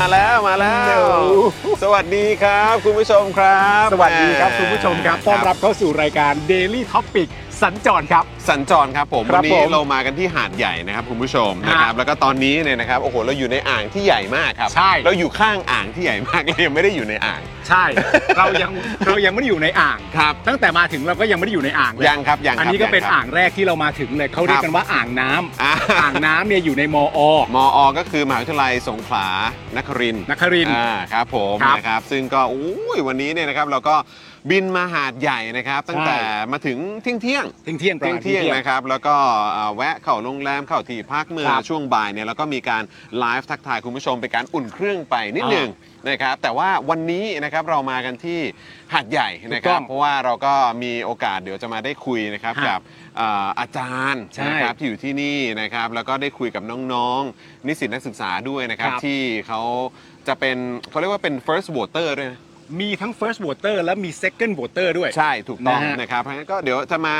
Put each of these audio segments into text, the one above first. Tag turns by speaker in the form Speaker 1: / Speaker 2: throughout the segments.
Speaker 1: มาแล้วมาแล้ว สวัสดีครับ คุณผู้ชมครับ
Speaker 2: สวัสดีครับ คุณผู้ชมครับต้อนรับเข้าสู่รายการ Daily Topic สัญจรครับ
Speaker 1: สัญจรครับผม
Speaker 2: ค
Speaker 1: วั
Speaker 2: รั
Speaker 1: น
Speaker 2: บ
Speaker 1: นี้
Speaker 2: ผม
Speaker 1: เรามากันที่หาดใหญ่นะครับคุณผู้ชม
Speaker 2: ฮะ
Speaker 1: นะครับแล้วก็ตอนนี้เนี่ยนะครับโอ้โหเราอยู่ในอ่างที่ใหญ่มากครับ
Speaker 2: ใช่
Speaker 1: เราอยู่ข้างอ่างที่ใหญ่มาก เลยยังไม่ได้อยู่ในอ่าง
Speaker 2: ใช่ เรายัง เรายังไม่ได้อยู่ในอ่าง
Speaker 1: ครับ
Speaker 2: ตั้งแต่มาถึงเราก็ยังไม่ได้อยู่ในอ่างเลย
Speaker 1: ยังครับยังครับ
Speaker 2: อันนี้ก็เป็น
Speaker 1: ยังครับ
Speaker 2: อ่างแรกที่เรามาถึงเลยเขาเรีย
Speaker 1: ค
Speaker 2: ก
Speaker 1: รับ
Speaker 2: กันว่าอ่างน้ำ
Speaker 1: อ่า
Speaker 2: อ่างน้ำเนี่ยอยู่ในมอ
Speaker 1: มอก็คือมหาวิทยาลัยสงขลานครินทร์
Speaker 2: นครินทร์
Speaker 1: อ่าครับผม
Speaker 2: ครับ
Speaker 1: นะครับซึ่งก็อุ้ยวันนี้เนี่ยนะครับเราก็บินมาหาดใหญ่นะครับ ตั้ง
Speaker 2: ใช่
Speaker 1: แต่มาถึงเที่ยงเที่ยงๆ
Speaker 2: เที่ยงเที่ยงๆประ
Speaker 1: เที่ยง
Speaker 2: มาณ
Speaker 1: เที่ยงนะครับ แล้วก็อ่าแวะเข้าโรงแรมเข้าที่พักเมื่อ
Speaker 2: ครับ
Speaker 1: ช่วงบ่ายเนี่ยแล้วก็มีการไลฟ์ทักทายคุณผู้ชมเป็นการอุ่นเครื่องไปนิด
Speaker 2: อ่า
Speaker 1: หนึ่งนะครับ แต่ว่าวันนี้นะครับเรามากันที่หาดใหญ่นะค
Speaker 2: ถูกต้
Speaker 1: รั
Speaker 2: อบ ง
Speaker 1: เพราะว่าเราก็มีโอกาสเดี๋ยวจะมาได้คุยนะครับ
Speaker 2: ฮะ
Speaker 1: กับอ่าอาจารย์
Speaker 2: ใช่
Speaker 1: นะครับที่อยู่ที่นี่นะครับ แล้วก็ได้คุยกับน้องๆ นิสิตนักศึกษาด้วยนะครับ
Speaker 2: ครับ
Speaker 1: ที่เขาจะเป็นเขาเรียกว่าเป็น first voter ด้วยนะ
Speaker 2: มีทั้ง first water และมี second water ด้วย
Speaker 1: ใช่ถูกต้อง
Speaker 2: นะฮะ
Speaker 1: นะครับเพราะฉะนั้นก็เดี๋ยวจะมา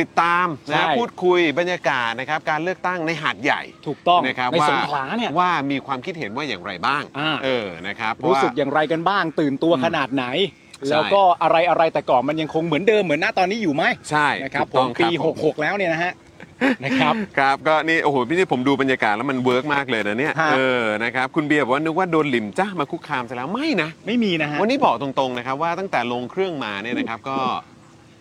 Speaker 1: ติดตาม
Speaker 2: ใช่
Speaker 1: นะพูดคุยบรรยากาศนะครับการเลือกตั้งในหาดใหญ่
Speaker 2: ถูกต้อง
Speaker 1: นะครับ
Speaker 2: ใน
Speaker 1: ว่า
Speaker 2: สงขลาเนี่ย
Speaker 1: ว่ามีความคิดเห็นว่าอย่างไรบ้าง
Speaker 2: อ่า
Speaker 1: เออนะครับ
Speaker 2: รู้สึก
Speaker 1: เพาะว่า
Speaker 2: อย่างไรกันบ้างตื่นตัวขนาดไหน
Speaker 1: ใช่
Speaker 2: แล้วก็อะไรอะไรๆแต่ก่อนมันยังคงเหมือนเดิมเหมือนหน้าตอนนี้อยู่ไหม
Speaker 1: ใช่
Speaker 2: นะครับ
Speaker 1: ถู
Speaker 2: ผ
Speaker 1: กต้อ
Speaker 2: ม
Speaker 1: ง
Speaker 2: ปี
Speaker 1: ครับผม
Speaker 2: 66 แล้วเนี่ยนะฮะนะครับ
Speaker 1: ครับก็นี่โอ้โหพี่นี่ผมดูบรรยากาศแล้วมันเวิร์กมากเลยนะเนี่ย
Speaker 2: ฮะ
Speaker 1: เออนะครับคุณเบียร์บอกว่านึกว่าโดนหลิมจ้ามาคุกคามซะแล้วไม่นะ
Speaker 2: ไม่มีนะฮะ
Speaker 1: วันนี้บอกตรงๆนะครับว่าตั้งแต่ลงเครื่องมาเนี่ยนะครับก็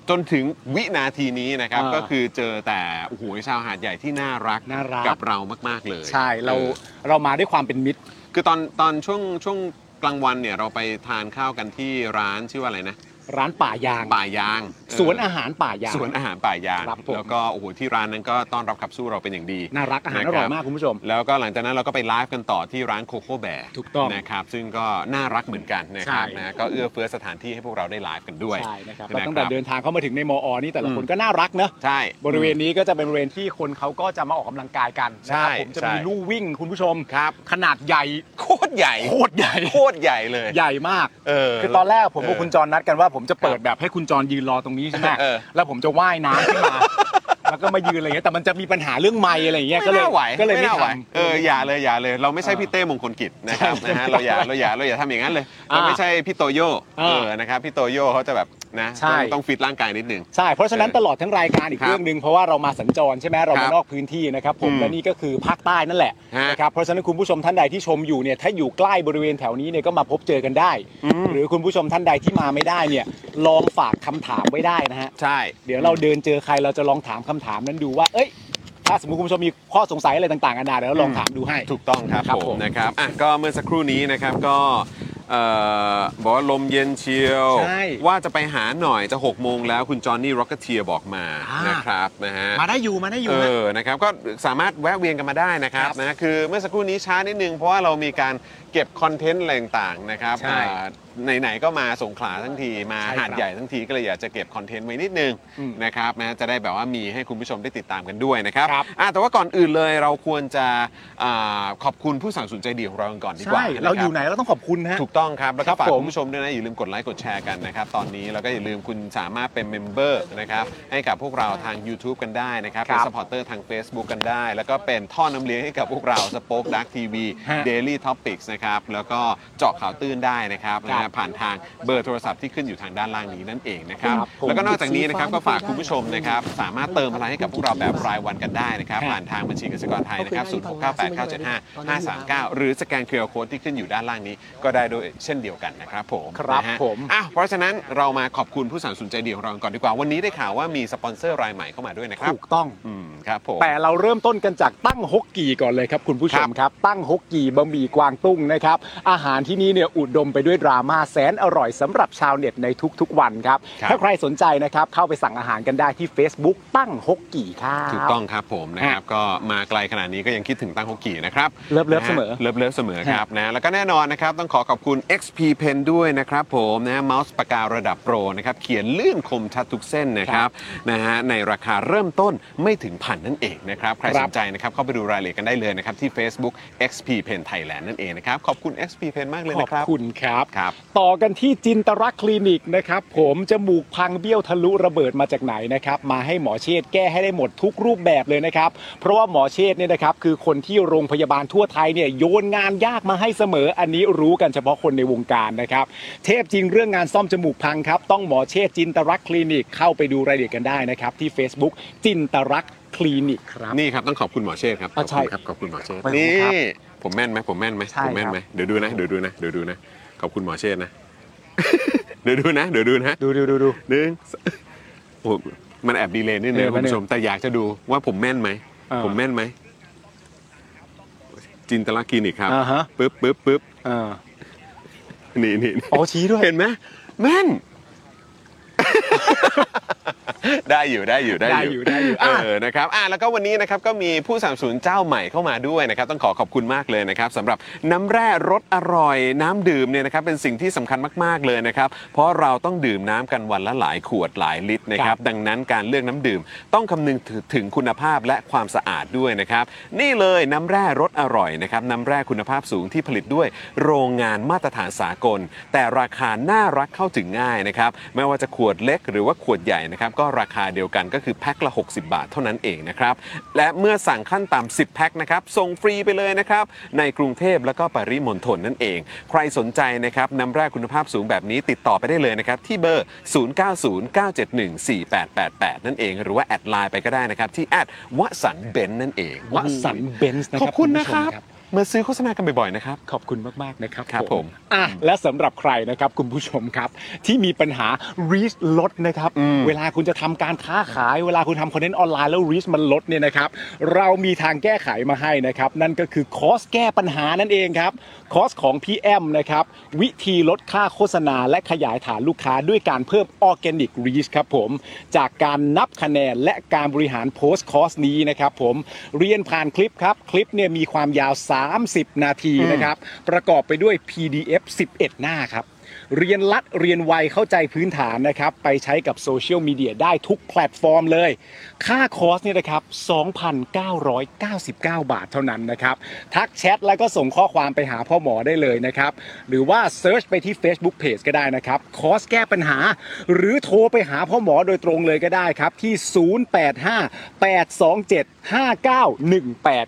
Speaker 1: จนถึงวินาทีนี้นะครับ
Speaker 2: อ่า
Speaker 1: ก็คือเจอแต่โอ้โหชาวหาดใหญ่ที่น่ารัก
Speaker 2: น่ารัก
Speaker 1: กับเรามากๆเลย
Speaker 2: ใช่เรา
Speaker 1: ออ
Speaker 2: เรามาด้วยความเป็นมิตร
Speaker 1: คือตอนตอนช่วงช่วงกลางวันเนี่ยเราไปทานข้าวกันที่ร้านชื่อว่าอะไรนะ
Speaker 2: ร้านป่ายาง
Speaker 1: ป่ายางเ
Speaker 2: สวนอาหารป่ายาง
Speaker 1: สวนอาหารป่ายาง
Speaker 2: ครับผม
Speaker 1: แล้วก็โอ้โหที่ร้านนั้นก็ต้อนรับขับสู้เราเป็นอย่างดี
Speaker 2: น่ารักอาหาร
Speaker 1: นะครั
Speaker 2: อบ ร่อยมากคุณผู้ชม
Speaker 1: แล้วก็หลังจากนั้นเราก็ไปไลฟ์กันต่อที่ร้านโคโค่แบร์
Speaker 2: ถูกต้อง
Speaker 1: นะครับซึ่งก็น่ารักเหมือนกันนะครับ
Speaker 2: ใช่
Speaker 1: นะก็เอื้อเฟื้อสถานที่ให้พวกเราได้ไลฟ์กันด้วย
Speaker 2: ใช่นะครับ
Speaker 1: นะครับ
Speaker 2: แล้วตั้งแต่เดินทางเข้ามาถึงในมอ นี่แต่ละคนก็น่ารักเนอะ
Speaker 1: ใช่
Speaker 2: บริเวณนี้ก็จะเป็นบริเวณที่คนเขาก็จะมาออกกำลังกายกัน
Speaker 1: ใช่
Speaker 2: นะครับผมจะมี
Speaker 1: ใช่
Speaker 2: ลู่วิ่งคุณผู้ชม
Speaker 1: ครับ
Speaker 2: ขนาดใหญ่
Speaker 1: โคตรใหญ่
Speaker 2: โคตรใหญ่
Speaker 1: โคตรใหญ่เลย
Speaker 2: ใหญ่มาก
Speaker 1: เออ
Speaker 2: คือตอนแรกผม
Speaker 1: เอ
Speaker 2: กับ
Speaker 1: อ
Speaker 2: คุณจรนัดกันว่าผมจะเปิดแบบให้คุณจรยืนรอตรงนี้ใช่ไหม
Speaker 1: เออ
Speaker 2: แล้วผมจะว่ายน้ำขึ้น มา แล้วก็มายืนอะไรอย่างเงี้ยแต่มันจะมีปัญหาเรื่องไม้อะไรอย่างเงี้ยก็
Speaker 1: ไม่
Speaker 2: เลย
Speaker 1: น่าไหว
Speaker 2: ก็เลยไม่
Speaker 1: น่าไหว
Speaker 2: ทำ
Speaker 1: เอออย่าเลยอย่าเลยเราไม่ใช่
Speaker 2: เออ
Speaker 1: พี่เต้มงคลกิจนะครับ
Speaker 2: ใช่
Speaker 1: นะฮะเราอย่าเราอย่าเราอย่าทำอย่างนั้นเลย
Speaker 2: อ่า
Speaker 1: เราไม่ใช่พี่โตโย่
Speaker 2: เอ
Speaker 1: เอ
Speaker 2: อ
Speaker 1: อนะครับพี่โตโย่เขาจะแบบนะ
Speaker 2: ใช่
Speaker 1: ต้องต้องฟิตร่างกายนิดหนึง
Speaker 2: ใช่ เพราะฉะนั้น
Speaker 1: เออ
Speaker 2: ตลอดทั้งรายการอีก
Speaker 1: ครับ
Speaker 2: เรื่องหนึ่งเพราะว่าเรามาสัญจรใช่ไหมเรา
Speaker 1: ครั
Speaker 2: มา
Speaker 1: บ
Speaker 2: นอกพื้นที่นะครับผม
Speaker 1: อืม
Speaker 2: และนี่ก็คือภาคใต้นั่นแหละ
Speaker 1: ฮะ
Speaker 2: นะครับเพราะฉะนั้นคุณผู้ชมท่านใดที่ชมอยู่เนี่ยถ้าอยู่ใกล้บริเวณแถวนี้เนี่ยก็มาพบเจอกันได้
Speaker 1: อืม
Speaker 2: หรือคุณผู้ชมท่านใดที่มาไม่ได้เนี่ยลองฝากคำถามไว้ได้นะฮะ
Speaker 1: ใช่
Speaker 2: เดี๋ยวเราเดินเจอใครเราจะลองถามคำถามนั้นดูว่า เอ้ย ถ้าสมมติคุณผู้ชมมีข้อสงสัยอะไรต่างๆนานาเดี๋ยวเราลองถามดูให้
Speaker 1: ถูกต้องครับ
Speaker 2: ครับ
Speaker 1: ผ
Speaker 2: ผม ม
Speaker 1: นะครับอ่ะก็เมื่อสักครู่นี้นะครับก็ เอ่อบอกว่าลมเย็นเชียว
Speaker 2: ใช่
Speaker 1: ว่าจะไปหาหน่อยจะ6โมงแล้วคุณจอห์นนี่ร็อกเกอร์เทียบอกมา
Speaker 2: อ่าน
Speaker 1: นะครับนะฮะ
Speaker 2: มาได้อยู่มาได้อยู่
Speaker 1: เอ
Speaker 2: นะ
Speaker 1: อ นะครับ ก็สามารถแวะเวียนกันมาได้นะครับ
Speaker 2: ครับ
Speaker 1: นะคือเมื่อสักครู่นี้ช้านิดนึง เพราะว่าเรามีการเก็บคอนเทนต์อะไรต่างๆนะครับ
Speaker 2: ใช่
Speaker 1: อ่าไหนๆก็มาสงขลาทั้งที มา
Speaker 2: ใช่ครับ
Speaker 1: หาดใหญ่ทั้งทีก็เลยอยากจะเก็บคอนเทนต์ไว้นิดนึง
Speaker 2: อืม
Speaker 1: นะครับนะจะได้แบบว่ามีให้คุณผู้ชมได้ติดตามกันด้วยนะครับ
Speaker 2: ครับ
Speaker 1: อ่ะแต่ว่าก่อนอื่นเลยเราควรจะอ่าขอบคุณผู้สนับสนุนใจดีของเรากันก่อนดีกว่า
Speaker 2: ใช่เราอ
Speaker 1: ะ
Speaker 2: ยู่
Speaker 1: คบ
Speaker 2: ไหนเราต้องขอบคุณนะฮะ
Speaker 1: ถูกต้องครับ แล้วก็ฝาก
Speaker 2: ครับผม
Speaker 1: คุณผู้ชมด้วยนะ อย่าลืมกดไลค์กดแชร์กันนะครับ ตอนนี้แล้วก็อย่าลืมคุณสามารถเป็นเมมเบอร์นะครับ ให้กับพวกเราทาง YouTube กันได้นะครับ
Speaker 2: ครั
Speaker 1: เป็
Speaker 2: บ
Speaker 1: นสปอร์เตอร์ทาง Facebook กันได้ แล้วก็เป็นท่อน้ำเลี้ยงให้กับพวกเราสป็อคดักทีวี
Speaker 2: ฮะ
Speaker 1: เดลี่ท็อปิกส์นะครับ แล้วก็เจาะข่าวตื้นได้นะครับ
Speaker 2: ครับ
Speaker 1: นะฮะผ่านทางเบอร์โทรศัพท์ที่ขึ้นอยู่ทางด้านล่างนี้นั่นเองนะครับ
Speaker 2: ครับผม
Speaker 1: แล้วก็นอกจากนี้นะครับก็ฝากคุณผู้ชมนะครับสามารถเติมพลังให้กับพวกเราแบบรายวันกันได้นะครับ
Speaker 2: ฮะ
Speaker 1: ผ่านทางบัญชีกสิกรไทยนะครับ
Speaker 3: เอา
Speaker 1: ศู
Speaker 3: คื
Speaker 1: น
Speaker 3: น
Speaker 1: ย์ห
Speaker 3: ให้ต
Speaker 1: ก
Speaker 3: อหลั
Speaker 1: เก้าน แปดเก้าง เจ็ด
Speaker 3: ใช่
Speaker 1: ห้า
Speaker 3: ไหม
Speaker 1: ห้าสามเก้า
Speaker 3: ครับ
Speaker 1: หรือสแกนเคอร์โค้ดที่ขึ้นอยู่ด้านล่างนี้ก็ได้ด้วยเช่นเดียวกันนะครับผม
Speaker 2: ครับ
Speaker 1: นะฮะ
Speaker 2: ผม
Speaker 1: อ่ะเพราะฉะนั้นเรามาขอบคุณผู้สนับสนุนใจดีของเราก่อนดีกว่า วันนี้ได้ข่าวว่ามีสปอนเซอร์รายใหม่เข้ามาด้วยนะครับ
Speaker 2: ถูกต้อง
Speaker 1: อืมครับผม
Speaker 2: แต่เราเริ่มต้นกันจากตั้งฮกกีก่อนเลยครับคุณผู้ชมครับ ตั้งฮกกีบะหมี่กวางตุ้งนะครับ อาหารที่นี่เนี่ยอุดมไปด้วยดราม่าแสนอร่อยสำหรับชาวเน็ตในทุกๆวันครับ
Speaker 1: ครับ
Speaker 2: ถ้าใครสนใจนะครับ เข้าไปสั่งอาหารกันได้ที่ Facebook ตั้งฮกกีครับ
Speaker 1: ถูกต้องครับผมนะครับก็มาไกลขนาดนี้ก็ยังคิดถึงตั้งฮกกี่นะครับ
Speaker 2: เลิฟเลิฟ
Speaker 1: นะฮะ
Speaker 2: เสมอ
Speaker 1: เลิฟเลิฟเสมอครับนะแล้วก็แน่นอนนะครับต้องขอขอบคุณ XP Pen ด้วยนะครับผมนะเมาส์ปากการะดับโปรนะครับเขียนลื่นคมชัดทุกเส้นนะครับนะฮะในราคาเริ่มต้นไม่ถึงพันนั่นเองนะครับใคร
Speaker 2: ครั
Speaker 1: ส
Speaker 2: บ
Speaker 1: นใจนะครับเข้าไปดูรายละเอียดกันได้เลยนะครับที่ Facebook XP Pen Thailand นั่นเองนะครับขอบคุณ XP Pen มากเลย
Speaker 2: ขอ
Speaker 1: นะครับ
Speaker 2: บคุณครับ
Speaker 1: ครับ
Speaker 2: ต่อกันที่จินตรักษณ์คลินิกนะครับผมจมูกพังเบี้ยวทะลุระเบิดมาจากไหนนะครับมาให้หมอเชษฐ์แก้ให้ได้หมดทุกรูปแบบเลยนะครับเพราะว่าหมอเชษฐ์เนี่ยนะครับคือคนที่โรงพยาบาลทั่วไทยเนี่ยโยนงานยากมาให้เสมออันนี้รู้กันเฉพาะคนในวงการนะครับเทพจริงเรื่องงานซ่อมจมูกพังครับต้องหมอเชษฐ์จินตรักษณ์คลินิกเข้าไปดูรายละเอียดกันได้นะครับที่ Facebook จินตรักษณ์คลินิกครับ
Speaker 1: นี่ครับต้องขอบคุณหมอเชษฐ์ครับ
Speaker 2: อ่ะใช่
Speaker 1: ขอบคุณครับขอบคุณหมอเชษฐ์
Speaker 2: ขอบคุณ
Speaker 1: นี่
Speaker 2: ครับ
Speaker 1: ผมแม่นไหมผมแม่นไหม
Speaker 2: ใช่
Speaker 1: ผมแม่นไหม
Speaker 2: ครับ
Speaker 1: เดี๋ยวดูนะเดี๋ยวดูนะเดี๋ยวดูนะขอบคุณหมอเชษฐ์นะ เดี๋ยวดูนะเดี๋ยวดูนะ
Speaker 2: ดูดูดูดู
Speaker 1: หนึ่ง สองโอ้โหมันแอบดีเลยนิดนึง
Speaker 2: เออ
Speaker 1: คุณผู้ชมแต่อยากจะดูว่าผมแม่นไหม
Speaker 2: อ่า
Speaker 1: ผมแม่นไหมจินตลักษณ์คลินิกครับ
Speaker 2: อ่าฮะ
Speaker 1: ปึ๊บปึ๊บปึ๊บ
Speaker 2: อ่า
Speaker 1: นี่นี่นี่
Speaker 2: อ๋อชี้ด้วย
Speaker 1: เห็นไหมแม่น ได้อยู่ได้อยู่ได้อยู่
Speaker 2: ได้อยู่ได้อยู่อ่ะ
Speaker 1: เออ นะครับ อ่ะแล้วก็วันนี้นะครับก็มีผู้สนับสนุนเจ้าใหม่เข้ามาด้วยนะครับ ต้องขอขอบคุณมากเลยนะครับสำหรับน้ำแร่รสอร่อย น้ำดื่มเนี่ยนะครับเป็นสิ่งที่สำคัญมากๆเลยนะครับ เพราะเราต้องดื่มน้ำกันวันละหลายขวดหลายลิตรนะครับ ดังนั้นการเลือกน้ำดื่ม ต้องคำนึงถึงคุณภาพและความสะอาดด้วยนะครับ นี่เลยน้ำแร่รสอร่อยนะครับน้ำแร่คุณภาพสูงที่ผลิตด้วยโรงงานมาตรฐานสากล แต่ราคาน่ารักเข้าถึงง่ายนะครับ ไม่ว่าจะขวดเล็กหรือว่าขวดใหญ่นะครับ ก็ราคาเดียวกันก็คือแพ็คละ 60 บาทเท่านั้นเองนะครับ และเมื่อสั่งขั้นต่ำ10 แพ็คนะครับ ส่งฟรีไปเลยนะครับ ในกรุงเทพแล้วก็ปริมณฑลนั่นเอง ใครสนใจนะครับน้ำแร่คุณภาพสูงแบบนี้ติดต่อไปได้เลยนะครับ ที่เบอร์ 0909714888 นั่นเอง หรือว่าแอดไลน์ไปก็ได้นะครับที่แอดวสันเบนนั่นเอง
Speaker 2: วสันเบนซ์นะ
Speaker 1: ข
Speaker 2: ค
Speaker 1: อ
Speaker 2: รับบ
Speaker 1: คุณนะ
Speaker 2: ผู้ช
Speaker 1: ค
Speaker 2: ม
Speaker 1: รับมาซื้อโฆษณากันบ่อยๆนะครับ
Speaker 2: ขอบคุณมาก ๆ นะครับ
Speaker 1: ครับผม
Speaker 2: อ่ะและสำหรับใครนะครับคุณผู้ชมครับ ที่มีปัญหา reach ลดนะครับ เวลาคุณจะทำการค้าขาย เวลาคุณทำคอนเทนต์ออนไลน์แล้ว reach มันลดเนี่ยนะครับ เรามีทางแก้ไขมาให้นะครับ นั่นก็คือคอร์สแก้ปัญหานั่นเองครับ คอร์สของ PM นะครับ วิธีลดค่าโฆษณาและขยายฐานลูกค้าด้วยการเพิ่ม organic reach ครับผม จากการนับคะแนนและการบริหารโพสต์คอร์สนี้นะครับผมเรียนผ่านคลิปครับ คลิปเนี่ยมีความยาว 30 นาทีนะครับ ประกอบไปด้วย PDF 11 หน้าครับ เรียนรัดเรียนไวเข้าใจพื้นฐานนะครับ ไปใช้กับโซเชียลมีเดียได้ทุกแพลตฟอร์มเลย ค่าคอร์สเนี่ยนะครับ 2,999 บาทเท่านั้นนะครับ ทักแชทแล้วก็ส่งข้อความไปหาพ่อหมอได้เลยนะครับ หรือว่าเซิร์ชไปที่ Facebook Page ก็ได้นะครับ คอร์สแก้ปัญหา หรือโทรไปหาพ่อหมอโดยตรงเลยก็ได้ครับ ที่ 0858275918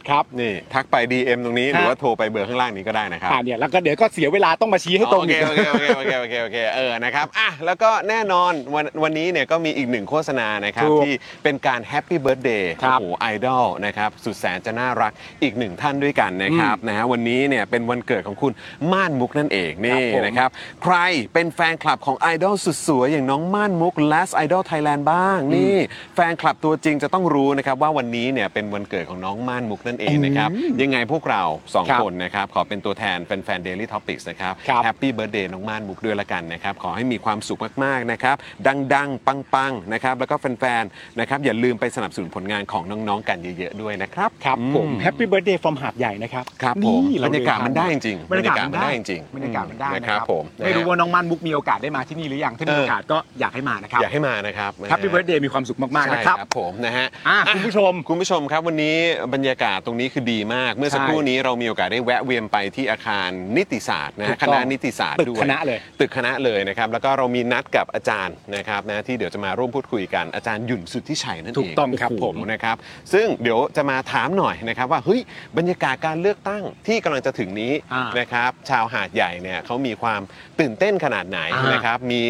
Speaker 2: ครับ
Speaker 1: นี่ทักไป DM ตรงนี้หรือ
Speaker 2: ฮะ
Speaker 1: ว่าโทรไปเบอร์ข้างล่างนี้ก็ได้นะครับ
Speaker 2: อ่าเนี่ยแล้วก็เดี๋ยวก็เสียเวลาต้องมาชี้ให้ตรง
Speaker 1: โอเค
Speaker 2: ก
Speaker 1: โอเคโอเค โอเคโอเคโอเคเออนะครับอ่ะแล้วก็แน่นอนวันวันนี้เนี่ยก็มีอีกหนึ่งโฆษณานะครับ
Speaker 2: ถูก
Speaker 1: ที่เป็นการแฮปปี้เบิร์ดเดย์
Speaker 2: ครั
Speaker 1: โอ้
Speaker 2: บ
Speaker 1: โหไอดอลนะครับ สุดแสนจะน่ารักอีกหนึ่งท่านด้วยกันนะครับนะฮะวันนี้เนี่ยเป็นวันเกิดของคุณม่านมุกนั่นเองนี่
Speaker 2: ครับผม
Speaker 1: นะครับ ใครเป็นแฟนคลับของไอดอลสุดสวยอย่างน้องม่านมุก Last Idol Thailand บ้างนี่แฟนคลับตัวจริงจะต้องรู้นะครับว่าวันนี้เนี่ยเป็นวันเกิดของน้องม่านมุกนั่นเองนะครับยังไงพวกเราสอง
Speaker 2: ครับ
Speaker 1: คนนะครับขอเป็นตัวแทนแฟนๆ Daily Topics นะครับ
Speaker 2: ครับ
Speaker 1: แฮปปี้เบิร์ดเดย์น้องม่านมุกด้วยละกันนะครับ ขอให้มีความสุขมาก ๆ นะครับ ดัง ๆ ปัง ๆ นะครับ แล้วก็แฟน ๆ นะครับ อย่าลืมไปสนับสนุนผลงานของน้อง ๆ กันเยอะ ๆ ด้วยนะครับ
Speaker 2: ครับผมแฮปปี้เบิร์ดเดย์ฟอมหาดใหญ่นะครับ
Speaker 1: ครับผม
Speaker 2: นี่เ
Speaker 1: บรรยากาศมันได้จริงๆ
Speaker 2: บรรยากาศ
Speaker 1: บรรยากาศมันได้จริงๆ
Speaker 2: บรรยากาศมันได้นะ
Speaker 1: นะครับผม
Speaker 2: ไม่รู้ว่าน้องมันมุกมีโอกาสได้มาที่นี่หรือยังถ้า
Speaker 1: เอ
Speaker 2: มี
Speaker 1: อ
Speaker 2: โอกาสก็อยากให้มานะครับ
Speaker 1: อย่าให้มานะครับ
Speaker 2: แฮปปี้เบิร์ดเดย์มีความสุขมากๆ
Speaker 1: ใช่
Speaker 2: นะครับ
Speaker 1: ครับผมนะฮะ
Speaker 2: อ่ะคุณผู้ชม
Speaker 1: คุณผู้ชมครับวันนี้บรรยากาศตรงนี้คือดีมาก เมื่อสักค
Speaker 2: ใช่
Speaker 1: รู่นี้เรามีโอกาสได้แวะเวียนไปที่อาคารนิติศาสตร์นะ
Speaker 2: ถู
Speaker 1: ฮะ
Speaker 2: ก
Speaker 1: ค
Speaker 2: ต้อง
Speaker 1: ณะนิติศาสตร์
Speaker 2: ตึก
Speaker 1: ด้วย
Speaker 2: คณะเลย
Speaker 1: ตึกคณะเลยนะครับแล้วก็เรามีนัดกับอาจารย์นะครับนะที่เดี๋ยวจะมาร่วมพูดคุยกันอาจารย์หยุ่นสุทธิชัยนั่นเอง
Speaker 2: ถูกต้องครับ
Speaker 1: โโห
Speaker 2: ผม
Speaker 1: นะครับซึ่งเดี๋ยวจะมาถามหน่อยนะครับว่าเฮ้ยบรรยากาศการเลือกตั้งที่กำลังจะถึงนี้
Speaker 2: อ่าน
Speaker 1: นะครับชาวหาดใหญ่เนี่ยเขามีความตื่นเต้นขนาดไหน
Speaker 2: อ่าน
Speaker 1: นะครับมี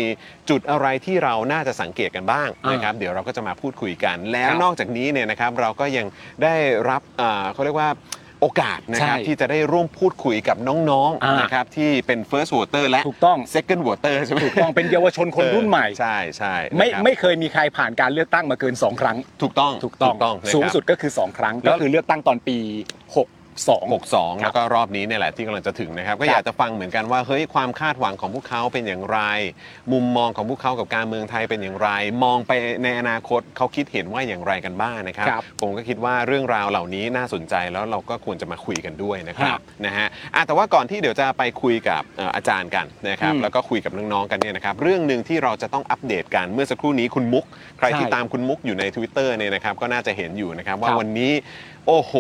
Speaker 1: จุดอะไรที่เราน่าจะสังเกตกันบ้าง
Speaker 2: อ่าน
Speaker 1: นะครับเดี๋ยวเราก็จะมาพูดคุยกัน แล้ว
Speaker 2: ครับ
Speaker 1: นอกจากนี้เนี่ยนะครับเราก็ยังได้รับเอ่อเขาเรียกว่าโอกาสนะครับ
Speaker 2: ใช่
Speaker 1: ที่จะได้ร่วมพูดคุยกับน้อง
Speaker 2: อ่า
Speaker 1: ๆ
Speaker 2: น
Speaker 1: นะครับที่เป็น first voter และ
Speaker 2: ถูกต้อง
Speaker 1: second voter ใช่ไหม
Speaker 2: ถูกต้องเป็นเยาวชนคนรุ่นใหม่
Speaker 1: ใช่ใช่นะครับ
Speaker 2: ไม่ไม่เคยมีใครผ่านการเลือกตั้งมาเกิน 2 ครั้ง
Speaker 1: ถูกต้อง
Speaker 2: ถูกต้อง
Speaker 1: นะครับ
Speaker 2: สูงสุดก็คือ 2 ครั้ง
Speaker 1: แล้ว
Speaker 2: ก็คือเลือกตั้งตอนปี 62
Speaker 1: 62
Speaker 2: ครับ
Speaker 1: แล้วก็รอบนี้เนี่ยแหละที่กำลังจะถึงนะครับ ก็
Speaker 2: ครับ
Speaker 1: อยากจะฟังเหมือนกันว่าเฮ้ยความคาดหวังของพวกเขาเป็นอย่างไร มุมมองของพวกเขากับการเมืองไทยเป็นอย่างไร มองไปในอนาคตเขาคิดเห็นว่าอย่างไรกันบ้างนะครับ
Speaker 2: ครับ
Speaker 1: ผมก็คิดว่าเรื่องราวเหล่านี้น่าสนใจแล้วเราก็ควรจะมาคุยกันด้วยนะครับ
Speaker 2: ครับ
Speaker 1: นะฮะอ่ะแต่ว่าก่อนที่เดี๋ยวจะไปคุยกับเอ่ออาจารย์กันนะครับ
Speaker 2: อืม
Speaker 1: แล้วก็คุยกับน้องๆกันเนี่ยนะครับเรื่องหนึ่งที่เราจะต้องอัปเดตกันเมื่อสักครู่นี้คุณมุก ใครที่
Speaker 2: ใช่
Speaker 1: ตามคุณมุกอยู่ใน Twitter เนี่ยนะครับก็น่าจะเห็นอยู่นะครับ
Speaker 2: ค
Speaker 1: ว่า
Speaker 2: รับ
Speaker 1: วันนี้ โอ้โห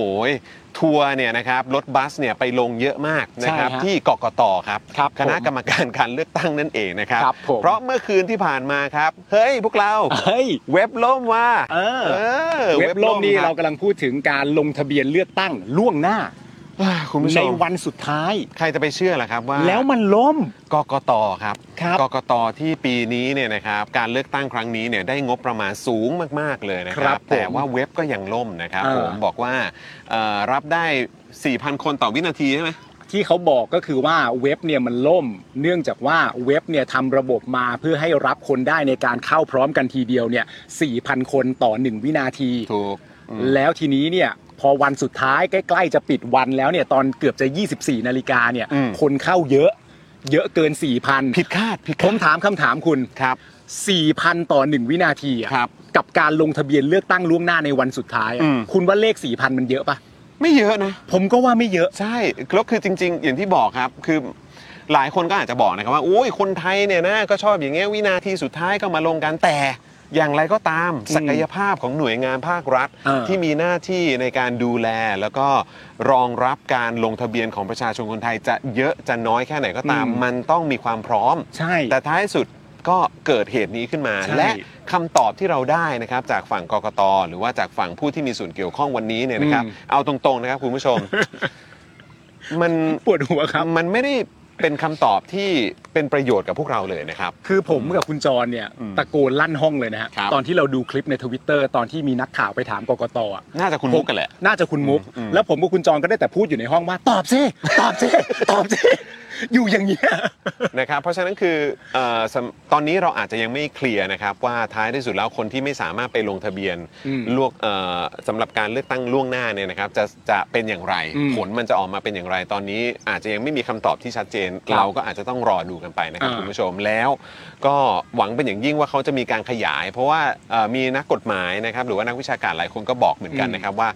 Speaker 1: ทัวร์เนี่ยนะครับรถบัสเนี่ยไปลงเยอะมากนะครับ
Speaker 2: ใช่ฮะ
Speaker 1: ที่กกตครับ
Speaker 2: ครับผม
Speaker 1: คณะกรรมการการเลือกตั้งนั่นเองนะครับ
Speaker 2: ครับผม
Speaker 1: เพราะเมื่อคืนที่ผ่านมาครับเฮ้ยพวกเรา
Speaker 2: เฮ้ย
Speaker 1: เว็บล่มว่า
Speaker 2: เออ
Speaker 1: อ
Speaker 2: เว็บล่มนี่
Speaker 1: ค
Speaker 2: เรา
Speaker 1: บ
Speaker 2: กำลังพูดถึงการลงทะเบียนเลือกตั้งล่วงหน้า
Speaker 1: เอ้ยคุณผู้ช
Speaker 2: ใน
Speaker 1: ม
Speaker 2: วันสุดท้าย
Speaker 1: ใครจะไปเชื่อล่ะครับว่า
Speaker 2: แล้วมันล่ม
Speaker 1: กกตครับ
Speaker 2: ครับ
Speaker 1: กกตที่ปีนี้เนี่ยนะครับการเลือกตั้งครั้งนี้เนี่ยได้งบประมาณสูงมาก ๆ เลยนะค
Speaker 2: ครั
Speaker 1: รั
Speaker 2: บบ ผม
Speaker 1: แต่ว่าเว็บก็ยังล่มนะครับ
Speaker 2: อ่า
Speaker 1: ผมบอกว่าเอ่อรับได้ 4,000 คนต่อวินาทีใช่ไหม
Speaker 2: ที่เขาบอกก็คือว่าเว็บเนี่ยมันล่ม เนื่องจากว่าเว็บเนี่ยทำระบบมาเพื่อให้รับคนได้ในการเข้าพร้อมกันทีเดียวเนี่ย4,000 คนต่อ 1 วินาที
Speaker 1: ถูกอืม
Speaker 2: แล้วทีนี้เนี่ยพอวันสุดท้ายใกล้ๆจะปิดวันแล้วเนี่ยตอนเกือบจะ 24 นาฬิกาเนี่ย
Speaker 1: อืม
Speaker 2: คนเข้าเยอะ เยอะเกิน 4,000
Speaker 1: ผิดคาดผิด
Speaker 2: ผมถามคำถามคุณ
Speaker 1: ครับ
Speaker 2: 4,000 ต่อ 1 วินาทีอะ
Speaker 1: ครับ
Speaker 2: กับการลงทะเบียนเลือกตั้งล่วงหน้าในวันสุดท้ายอะ
Speaker 1: อืม
Speaker 2: คุณว่าเลข 4,000 มันเยอะปะ
Speaker 1: ไม่เยอะนะ
Speaker 2: ผมก็ว่าไม่เยอะ
Speaker 1: ใช่แล้วคือจริง ๆ อย่างที่บอกครับคือหลายคนก็อาจจะบอกนะครับว่าโอ้ยคนไทยเนี่ยนะก็ชอบอย่างเงี้ยวินาทีสุดท้ายก็มาลงกันแต่อย่างไรก็ตาม
Speaker 2: อืม
Speaker 1: ศักยภาพของหน่วยงานภาครัฐ
Speaker 2: เออ
Speaker 1: ที่มีหน้าที่ในการดูแล แล้วก็รองรับการลงทะเบียนของประชาชนคนไทยจะเยอะจะน้อยแค่ไหนก็ตาม
Speaker 2: อืม
Speaker 1: มันต้องมีความพร้อม
Speaker 2: ใช่
Speaker 1: แต่ท้ายสุดก็เกิดเหตุนี้ขึ้นมา
Speaker 2: ใช่
Speaker 1: และคำตอบที่เราได้นะครับจากฝั่งกกตหรือว่าจากฝั่งผู้ที่มีส่วนเกี่ยวข้องวันนี้เนี่ยนะครับ
Speaker 2: อืม
Speaker 1: เอาตรงๆนะครับคุณผู้ชม มัน
Speaker 2: ปวดหัวครับ
Speaker 1: มันไม่ได้เป็นคำตอบที่เป็นประโยชน์กับพวกเราเลยนะครับ
Speaker 2: คือผมกับคุณจรเนี่ย
Speaker 1: อืม
Speaker 2: ตะโกนลั่นห้องเลยนะฮะ
Speaker 1: ครับ
Speaker 2: ตอนที่เราดูคลิปในทวิตเตอร์ตอนที่มีนักข่าวไปถามกกตอะ
Speaker 1: น่าจะคุณมุกกันแหละ
Speaker 2: น่าจะคุณมุก
Speaker 1: อืม
Speaker 2: แล้วผมกับคุณจรก็ได้แต่พูดอยู่ในห้องว่า ตอบซิตอบซิตอบซิอยู่อย่างเงี้ย
Speaker 1: นะครับเพราะฉะนั้นคือเอ่อสำตอนนี้เราอาจจะยังไม่เคลียร์นะครับว่าท้ายที่สุดแล้วคนที่ไม่สามารถไปลงทะเบียน
Speaker 2: อืม
Speaker 1: ลวกเอ่อสำหรับการเลือกตั้งล่วงหน้าเนี่ยนะครับจะจะเป็นอย่างไร
Speaker 2: อืม
Speaker 1: ผลมันจะออกมาเป็นอย่างไร ตอนนี้อาจจะยังไม่มีคำตอบที่ชัดเจน
Speaker 2: ครับ
Speaker 1: เราก็อาจจะต้องรอดูกันไปนะครับ
Speaker 2: อ่า
Speaker 1: คุณผู้ชมแล้ว ก็หวังเป็นอย่างยิ่งว่าเขาจะมีการขยาย เพราะว่าเอ่อมีนักกฎหมายนะครับหรือว่านักวิชาการหลายคนก็บอกเหมือนกัน
Speaker 2: อืม
Speaker 1: นะครับว่า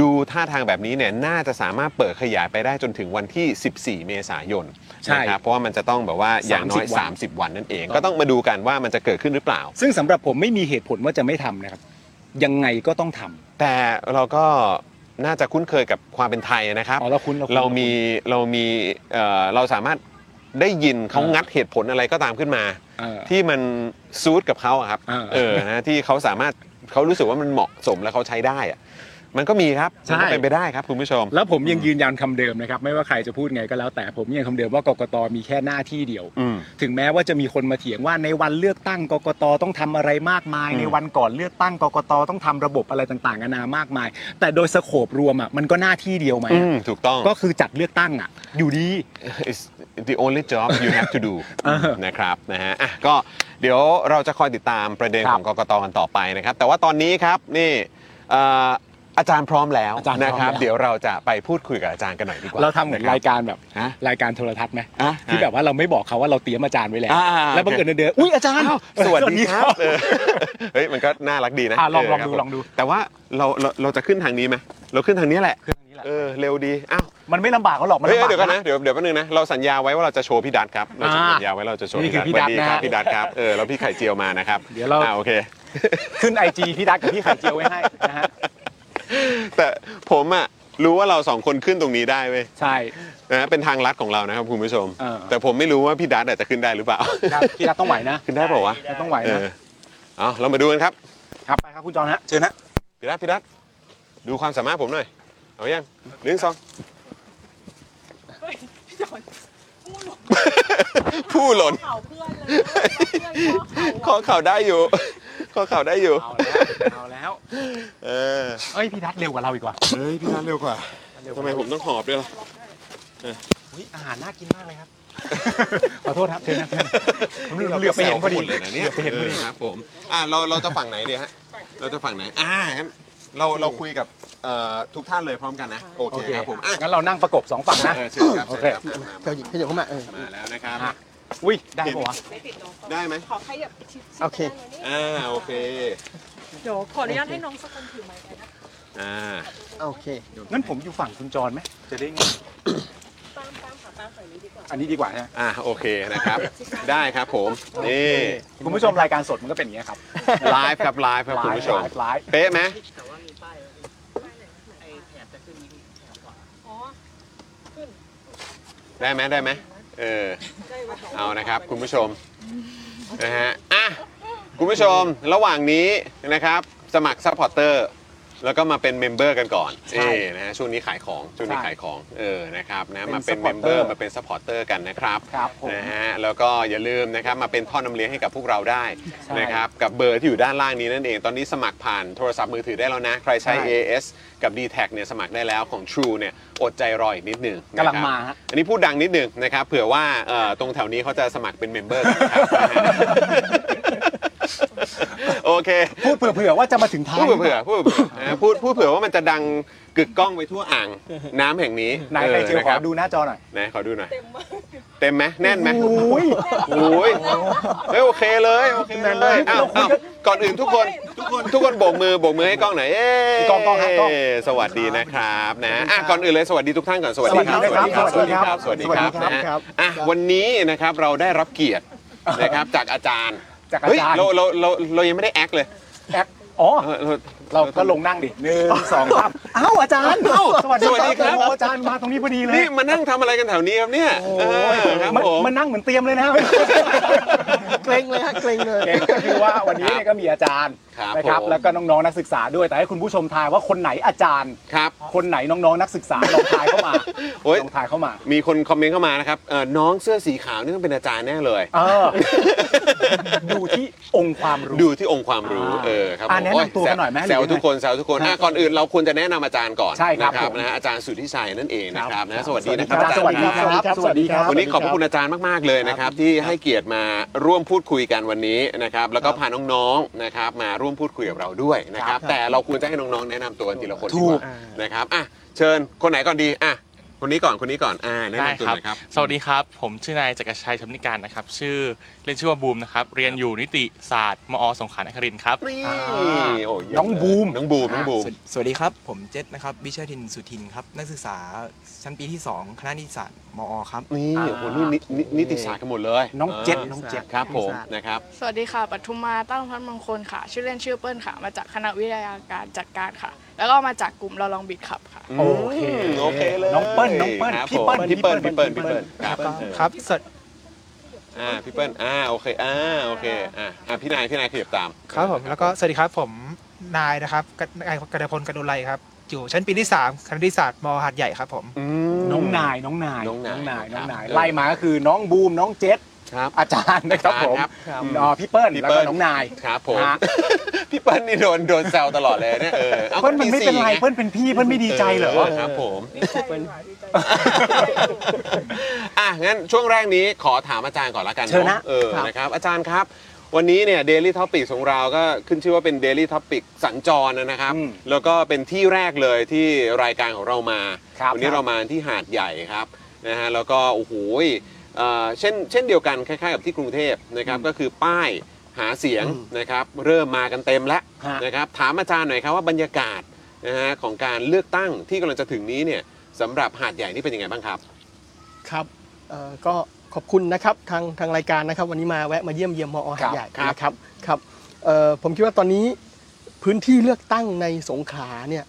Speaker 1: ดูท่าทางแบบนี้เนี่ยน่าจะสามารถเปิดขยายไปได้จนถึงวันที่ 14 เมษายน
Speaker 2: ใช่
Speaker 1: นะครับเพราะว่ามันจะต้องแบบว่า อย่างน้อย
Speaker 2: 30วัน
Speaker 1: 30 วันนั่นเอง ก็ต้องมาดูกันว่ามันจะเกิดขึ้นหรือเปล่า
Speaker 2: ซึ่งสำหรับผมไม่มีเหตุผลว่าจะไม่ทำนะครับ ยังไงก็ต้องทำ
Speaker 1: แต่เราก็น่าจะคุ้นเคยกับความเป็นไทยนะครับ
Speaker 2: อ๋อเราคุณเราคุณ
Speaker 1: เรามีเรามีเอ่อเราสามารถได้ยินเขา
Speaker 2: อ่างั
Speaker 1: งัดเหตุผลอะไรก็ตามขึ้นมา
Speaker 2: เออ
Speaker 1: ที่มันซูดกับเขาอะครับ
Speaker 2: อ่า
Speaker 1: เออนะที่เขาสามารถเขารู้สึกว่ามันเหมาะสมและเขาใช้ได้อะ มันก็มีครับ
Speaker 2: ใช่
Speaker 1: มันก็เป็นไปได้ครับคุณผู้ชม
Speaker 2: แล้วผมยังยืนยันคำเดิมนะครับ ไม่ว่าใครจะพูดไงก็แล้ว แต่ผมยังคำเดิมว่ากกตมีแค่หน้าที่เดียว
Speaker 1: อืม
Speaker 2: ถึงแม้ว่าจะมีคนมาเถียงว่าในวันเลือกตั้งกกตต้องทำอะไรมากมาย
Speaker 1: อืม
Speaker 2: ในวันก่อนเลือกตั้งกกตต้องทำระบบอะไรต่างๆนานามากมาย แต่โดยสโคปรวมอ่ะมันก็หน้าที่เดียวไหม
Speaker 1: อื
Speaker 2: อะ
Speaker 1: มถูกต้อง
Speaker 2: ก็คือจัดเลือกตั้งอ่ะ อยู่ดี
Speaker 1: is the only job you have to do
Speaker 2: อ่า
Speaker 1: นะครับนะฮะอ่ะก็เดี๋ยวเราจะคอยติดตามประเด็น
Speaker 2: ครั
Speaker 1: ข
Speaker 2: บ
Speaker 1: องกกตกันต่อไปนะครับ แต่ว่าตอนนี้ครับนี่เอ่ออาจารย์พร้อมแล้ว
Speaker 2: อาจารย์พร้อม
Speaker 1: นะครับ
Speaker 2: แล้ว
Speaker 1: เดี๋ยวเราจะไปพูดคุยกับอาจารย์กันหน่อยดีกว่า
Speaker 2: เราทำเหมือนรายการแบบ
Speaker 1: ฮะ
Speaker 2: รายการโทรทัศน์ไหม
Speaker 1: อ่ะ
Speaker 2: ที่แบบว่าเราไม่บอกเขาว่าเราเตรียมอาจารย์ไว้แล้ว
Speaker 1: อ่า
Speaker 2: แล้วบังเอิญเดินๆอุ้ยอาจารย์
Speaker 1: สวัสดีครับเอ อเฮ้ยมันก็น่ารักดีนะ
Speaker 2: อ่ะลอง
Speaker 1: เล
Speaker 2: อง
Speaker 1: ครับ
Speaker 2: ดู
Speaker 1: ผม
Speaker 2: ลองดู
Speaker 1: แต่ว่าเราเราเราจะขึ้นทางนี้ไหมเราขึ้นทางนี้แหละ
Speaker 2: เครื่องนี้แหละ
Speaker 1: เออเร็วดีอ้าว
Speaker 2: มันไม่ลำบากเขาหรอกมัน
Speaker 1: เฮ้ย
Speaker 2: ลำบาก
Speaker 1: เดี๋ยวกันนะเดี๋ยวเดี๋ยวแป๊บนึงนะเราสัญญาไว้ว่าเราจะโชว์พี่ดัดครับเรา
Speaker 2: อ่า
Speaker 1: สัญญาไว้เราจะโชว์
Speaker 2: นี่คือ
Speaker 1: พี่ดัด
Speaker 2: พี่
Speaker 1: สวัสดี
Speaker 2: ดัด
Speaker 1: ครับพี่ดัดค
Speaker 2: นะ
Speaker 1: รับเออแล้วพี่ไข่เจียวมานะครับ
Speaker 2: เดี๋ยวเรา
Speaker 1: อ่าโอเค
Speaker 2: ขึ้นไอจีพี่ดักกับพี่ไข่เจียวไว้ ให้นะฮะ
Speaker 1: แต่ผมอ่ะรู้ว่าเราสองคนขึ้นตรงนี้ได้เว้ย
Speaker 2: ใช่
Speaker 1: นะฮะเป็นทางลัดของเรานะครับคุณผู้ชม
Speaker 2: เออ
Speaker 1: แต่ผมไม่รู้ว่าพี่ดัดอาจจะขึ้นได้หรือเปล่า
Speaker 2: พี่ดักพี่ดักต้องไหวนะ
Speaker 1: ขึ้นได้เปล่าวะ
Speaker 2: ต้องไหว
Speaker 1: เอ
Speaker 2: นะ
Speaker 1: อเอาเรามาดูกันครับ
Speaker 2: ครับไปครับคุณจอนฮะเชิญนะ
Speaker 1: พี่ดัดพี่ดัดดูความสามารถผมหน่อยเอายังหนึ่งส องผู้หล่น
Speaker 3: เผาเพื่อนเลยเผาเพื่อนเพราะเขาอะ
Speaker 1: ข้อเข่าได้อยู่ ข้อเข่าได้อยู่
Speaker 2: เอาแล้วเอาแล้ว
Speaker 1: เออ
Speaker 2: เอ้ยพี่ทัศน์เร็วกว่าเราอีกว่ะ
Speaker 1: เฮ้ยพี่ดัดเร็วกว่าทำไมผมต้องหอบด้วยล่ะ
Speaker 2: อุ๊ยอาหารน่ากินมากเลยครับ ขอโทษครับเชิญนะเชิญผมเหลือไปเห็นพอดี
Speaker 1: ราก็แซวขาหมเลยนะเนี่ย
Speaker 2: เหลือไปเห็นพอ
Speaker 1: อ
Speaker 2: ดี
Speaker 1: อครับผมอ่ะเราเราจะฝั่งไหนดีฮะเราจะฝั่งไหนอ่างั้นเราเราคุยกับเอ่อทุกท่านเลยพร้อมกันนะโอ
Speaker 2: โอ
Speaker 1: เค
Speaker 2: เค
Speaker 1: ครับผมอ่ะ
Speaker 2: งั้นเรานั่งประกบสองฝั่งนะ
Speaker 1: เออเชิญครับ
Speaker 2: โอ
Speaker 1: เชิญ
Speaker 2: เค
Speaker 1: ครับมา
Speaker 4: เดี๋ยวหยิบให้เดี๋ยวเข้ามาเออ
Speaker 1: มาแล้วนะครับ
Speaker 2: อ่ะ อุ้ยได้ปะวะ
Speaker 1: ได้ไหม
Speaker 3: ขอใครแบบชิดๆ
Speaker 4: โอเค
Speaker 3: กันหน่ย
Speaker 1: อ่าโอเค
Speaker 3: นี่เดี๋ยวขออนุญาตให้น้องสกุลถือไม้ไปนะ
Speaker 1: อ่า
Speaker 4: โอเค
Speaker 2: งั้นผมอยู่ฝั่งคุณจรไหมจะได้ง่าย
Speaker 3: ตามตามหาตามหานี้ดีกว่า
Speaker 2: อันนี้ดีกว่านะ
Speaker 1: อ่าโอเคนะครับ ได้ครับผมนี่
Speaker 2: คุณผู้ชมรายการสดมันก็เป็นอย่างนี้ยครับ
Speaker 1: ไลฟ์ครับไลฟ์ครับคุณผู้ชม
Speaker 2: ไลฟ์ไลฟ์
Speaker 1: เป๊ะไหม
Speaker 3: อ๋อ
Speaker 1: ได้ไหมได้ไหมเออ
Speaker 3: ได้ไว้ก่อน
Speaker 1: เอานะครับคุณผู้ชมนะฮะอ่ะคุณผู้ชมระหว่างนี้นะครับสมัครซัพพอร์เตอร์แล้วก็มาเป็นเมมเบอร์กันก่อนเอ้นะฮะช่วงนี้ขายของช่วงนี้ขายของเออนะครับนะมาเป็นเมมเบอร์มาเป็นซัพพอร์เตอร์กันนะครับ
Speaker 2: ครับผม
Speaker 1: นะฮะแล้วก็อย่าลืมนะครับมาเป็นท่อนำเลี้ยงให้กับพวกเราได้
Speaker 2: ใช่
Speaker 1: นะครับกับเบอร์ที่อยู่ด้านล่างนี้นั่นเองตอนนี้สมัครผ่านโทรศัพท์มือถือได้แล้วนะใครใช้
Speaker 2: ใช่
Speaker 1: AS กับ d t แทเนี่ยสมัครได้แล้วของ True เนี่ยอดใจรออีกนิดหนึงนะครับ
Speaker 2: กำลังมาฮะ
Speaker 1: อันนี้พูดดังนิดหนึ่งนะครับเผื่อว่าเอ่อตรงแถวนี้เขาจะสมัครเป็นเมมเบอร์ กันนะครับ โอเค
Speaker 2: พูดเผื่อๆว่าจะมาถึงท้าย
Speaker 1: พูดเผื่อพูดเผื่อนะพูดพูดเผื่อว่ามันจะดังกึกก้องไปทั่วอ่างน้ำแห่งนี้
Speaker 2: ไหนใครเจียว
Speaker 1: นะค
Speaker 2: ขอ
Speaker 1: รับ
Speaker 2: ดูหน้าจอหน่อย
Speaker 1: ไหนขอดูหน่อย
Speaker 3: เต็มมาก
Speaker 1: เต็มไหมแน่นไหม
Speaker 2: อุ้ย
Speaker 1: โอ้ยเฮ้ยโอเคเลยโอเคเลยอ้าวอ้าวก่อนอื่นทุกคนทุกคนทุกคนโบกมือโบกมือให้กล้องหน่อยเอ้ย
Speaker 2: กล้องกล้องฮะกล้อง
Speaker 1: สวัสดีนะครับนะอ่ะก่อนอื่นเลยสวัสดีทุกท่านก่อนสวัสดีครับ
Speaker 2: สวัสดีครั
Speaker 1: สวัสดีครับ
Speaker 2: บ
Speaker 1: ส
Speaker 2: สวั
Speaker 1: วัส
Speaker 2: สดี
Speaker 1: ดี
Speaker 2: ค
Speaker 1: ค
Speaker 2: รั
Speaker 1: รับบ นะฮะ
Speaker 4: ครับ
Speaker 1: อ่ะวันนี้นะครับเราได้รับเกียรตินะครับจากอาจารย์
Speaker 2: จากอา
Speaker 1: เฮ้ย
Speaker 2: จารย์
Speaker 1: เราเราเราเรายังไม่ได้แอคเลย
Speaker 2: แอคอ๋อ
Speaker 1: เออเรา
Speaker 2: เราก็ลงนั่งดิหนึ่งสองสามอ้าวอาจารย์
Speaker 1: อ้าว
Speaker 2: สวัสดี
Speaker 1: สวัสดีครับ
Speaker 2: โอ้อาจารย์มาตรงนี้พอดีเลย
Speaker 1: นี่มานั่งทำอะไรกันแถวนี้ครับเนี่ย
Speaker 2: โอ้ย
Speaker 1: เออครับ
Speaker 2: มัน
Speaker 1: ผม
Speaker 2: มันนั่งเหมือนเตรียมเลยนะ
Speaker 4: เกรงเลยฮะ เกรงเลย
Speaker 2: เก่งก็คือว่าวันนี้เนี่ยก็มีอาจารย์
Speaker 1: ครับ
Speaker 2: นะครับ
Speaker 1: ผม
Speaker 2: แล้วก็น้องๆนักศึกษาด้วยแต่ให้คุณผู้ชมทายว่าคนไหนอาจารย์
Speaker 1: ครับ
Speaker 2: คนไหนน้องๆนักศึกษาลองทายเข้ามา
Speaker 1: โอ้ย
Speaker 2: ลองทายเข้ามา
Speaker 1: มีคนคอมเมนต์เข้ามานะครับเอ่อน้องเสื้อสีขาวนี่ต้องเป็นอาจารย์แน่เลย
Speaker 2: เออดูที่องค์ความรู้
Speaker 1: ดูที่องค์ความรู้
Speaker 2: อ่า
Speaker 1: เออครับ
Speaker 2: อ่ะ
Speaker 1: ผม
Speaker 2: แนะนำ
Speaker 1: โอ้ย
Speaker 2: ตัวกันหน่อยไหม
Speaker 1: แซว
Speaker 2: หรือยังไง
Speaker 1: ทุกคนแซวทุกคนอ่ะก่อนอื่นเราควรจะแนะนำอาจารย์ก่อน
Speaker 2: ใช่ครับ
Speaker 1: นะ
Speaker 2: ผม
Speaker 1: นะฮะอาจารย์สุทธิชัยนั่นเองนะครับนะสวัสดีนะค
Speaker 2: อา
Speaker 1: รับ
Speaker 2: จารย์สวัสดี
Speaker 1: อาจารย์
Speaker 2: ครับสวัสดีครับ
Speaker 1: วันนี้ขอบพระคุณอาจารย์มาก ๆ เลยนะครับ ที่ให้เกียรติมาร่วมพูดคุยกันวันนี้นะครับ แล้วก็พาน้องๆนะครับ มาร่วมพูดคุยกับเราด้วยนะครับ แต่เราควรจะให้น้องๆแนะนำตัวกันทีละคนดีกว่า
Speaker 4: ถูก
Speaker 1: นะครับอ่ะเชิญคนไหนก่อนดีอ่ะคนนี้ก่อนคนนี้ก่อนอ่าแนะ
Speaker 5: ได้
Speaker 1: นำตัว
Speaker 5: ค
Speaker 1: ห
Speaker 5: รับ
Speaker 1: น่อยครับ
Speaker 5: สวัสดีครับ ผมชื่อนายจักรชัยชำนิการนะครับ ชื่อเล่นชื่อว่าบูมนะครับ เรียนอยู่นิติศาสตร์ มอ สงขลานครินทร์ครับ
Speaker 1: นี่
Speaker 2: อ่า
Speaker 1: โอ้เยี่ย
Speaker 2: น้อง
Speaker 1: เลย
Speaker 2: บูม
Speaker 1: น้องบูมน้องบูม
Speaker 6: สวสวัสดีครับ ผมเจษนะครับวิชาทินสุทินครับ นักศึกษาชั้นปีที่ 2 คณะนิติศาสตร์มอครับ
Speaker 1: นี่โอ้โหนี่นินินิติศาสตร์กันหมดเลย
Speaker 2: น้องเจ็ด
Speaker 1: า
Speaker 2: น้องเจ็ด
Speaker 1: ครับผ
Speaker 4: นิ
Speaker 1: ม
Speaker 4: ติศาสตร์
Speaker 1: นะครับ
Speaker 7: สวัสดีค่ะปทุมมาตั้งพัฒน์มงคลค่ะ ชื่อเล่นชื่อเปิ้ลค่ะ มาจากคณะวิทยาการจัดการค่ะ แล้วก็มาจากกลุ่มเราลองบิดขับค่ะ
Speaker 2: โอเค
Speaker 1: มโอเคเลย
Speaker 2: น้องเปิ้ลน้องเปิ้ล
Speaker 1: ครับ
Speaker 2: พี่เปิ้ล
Speaker 1: ผมพี่เปิ้ล
Speaker 2: พี่
Speaker 1: พี่
Speaker 2: เปิ้
Speaker 1: เปิ้ล
Speaker 2: ล
Speaker 1: พี่เปิ้ลครับ
Speaker 6: ครับสวัส
Speaker 1: อ่าพี่เปิ้ลอ่าโอเคอ่าโอเคอ่าอ่าพี่นายพี่นายขยับตาม
Speaker 6: ครับผมแล้วก็สวัสดีครับผมนายนะครับกนายกระดพลกระดุไลครับ อยู่ชั้นปีที่สามคณะนิติศาสตร์มหาดใหญ่ครับผม
Speaker 2: น้องนายน้องนาย
Speaker 1: น้องนาย
Speaker 2: น้องนาย
Speaker 1: ครับ
Speaker 2: ไล่มาก็คือน้องบูมน้องเจษ
Speaker 1: ครับ
Speaker 2: อาจารย์นะครับผม
Speaker 1: ครับครับ
Speaker 2: อ๋อพี่เปิ้ล
Speaker 1: พี่
Speaker 2: แล้ว
Speaker 1: เปิ้
Speaker 2: ก็
Speaker 1: ล
Speaker 2: น้องนาย
Speaker 1: ครับผม
Speaker 2: ฮะ
Speaker 1: พี่เปิ้ลนี่โดนโดนแซวตลอดเลยเนี่ยเอออา
Speaker 2: เปิ้ลมันไม่เป็นไรเปิ้ลเป็นพี่เปิ้ลไม่ดีใจเหรอ
Speaker 1: ครับผม
Speaker 3: ดีใจดีใจ
Speaker 1: อ่ะงั้นช่วงแรกนี้ขอถามอาจารย์ก่อนละกัน
Speaker 2: เชิญนะ
Speaker 1: อเออนะครับอาจารย์ครับ วันนี้เนี่ย Daily Topic ของเราก็ขึ้นชื่อว่าเป็น Daily Topic สัญจรนะครับ แล้วก็เป็นที่แรกเลยที่รายการของเรามา
Speaker 2: ครับ
Speaker 1: วันนี้เรามาที่หาดใหญ่ครับนะฮะแล้วก็โอ้โหยเอ่อเช่นเช่นเดียวกันคล้ายๆกับที่กรุงเทพนะครับก็คือป้ายหาเสียงนะครับเริ่มมากันเต็มแล้ว
Speaker 2: ฮะ
Speaker 1: นะครับถามอาจารย์หน่อยครับว่าบรรยากาศนะฮะของการเลือกตั้งที่กำลังจะถึงนี้เนี่ยสำหรับหาดใหญ่นี่เป็นยังไงบ้างครับ
Speaker 4: ครับเอ่อก็ขอบคุณนะครับทางทางรายการนะครับ วันนี้มาแวะมาเยี่ยมเยี่ยมมอหาดใหญ่
Speaker 1: ครับ
Speaker 4: นะครับครับเอ่อผมคิดว่าตอนนี้พื้นที่เลือกตั้งในสงขลาเนี่ย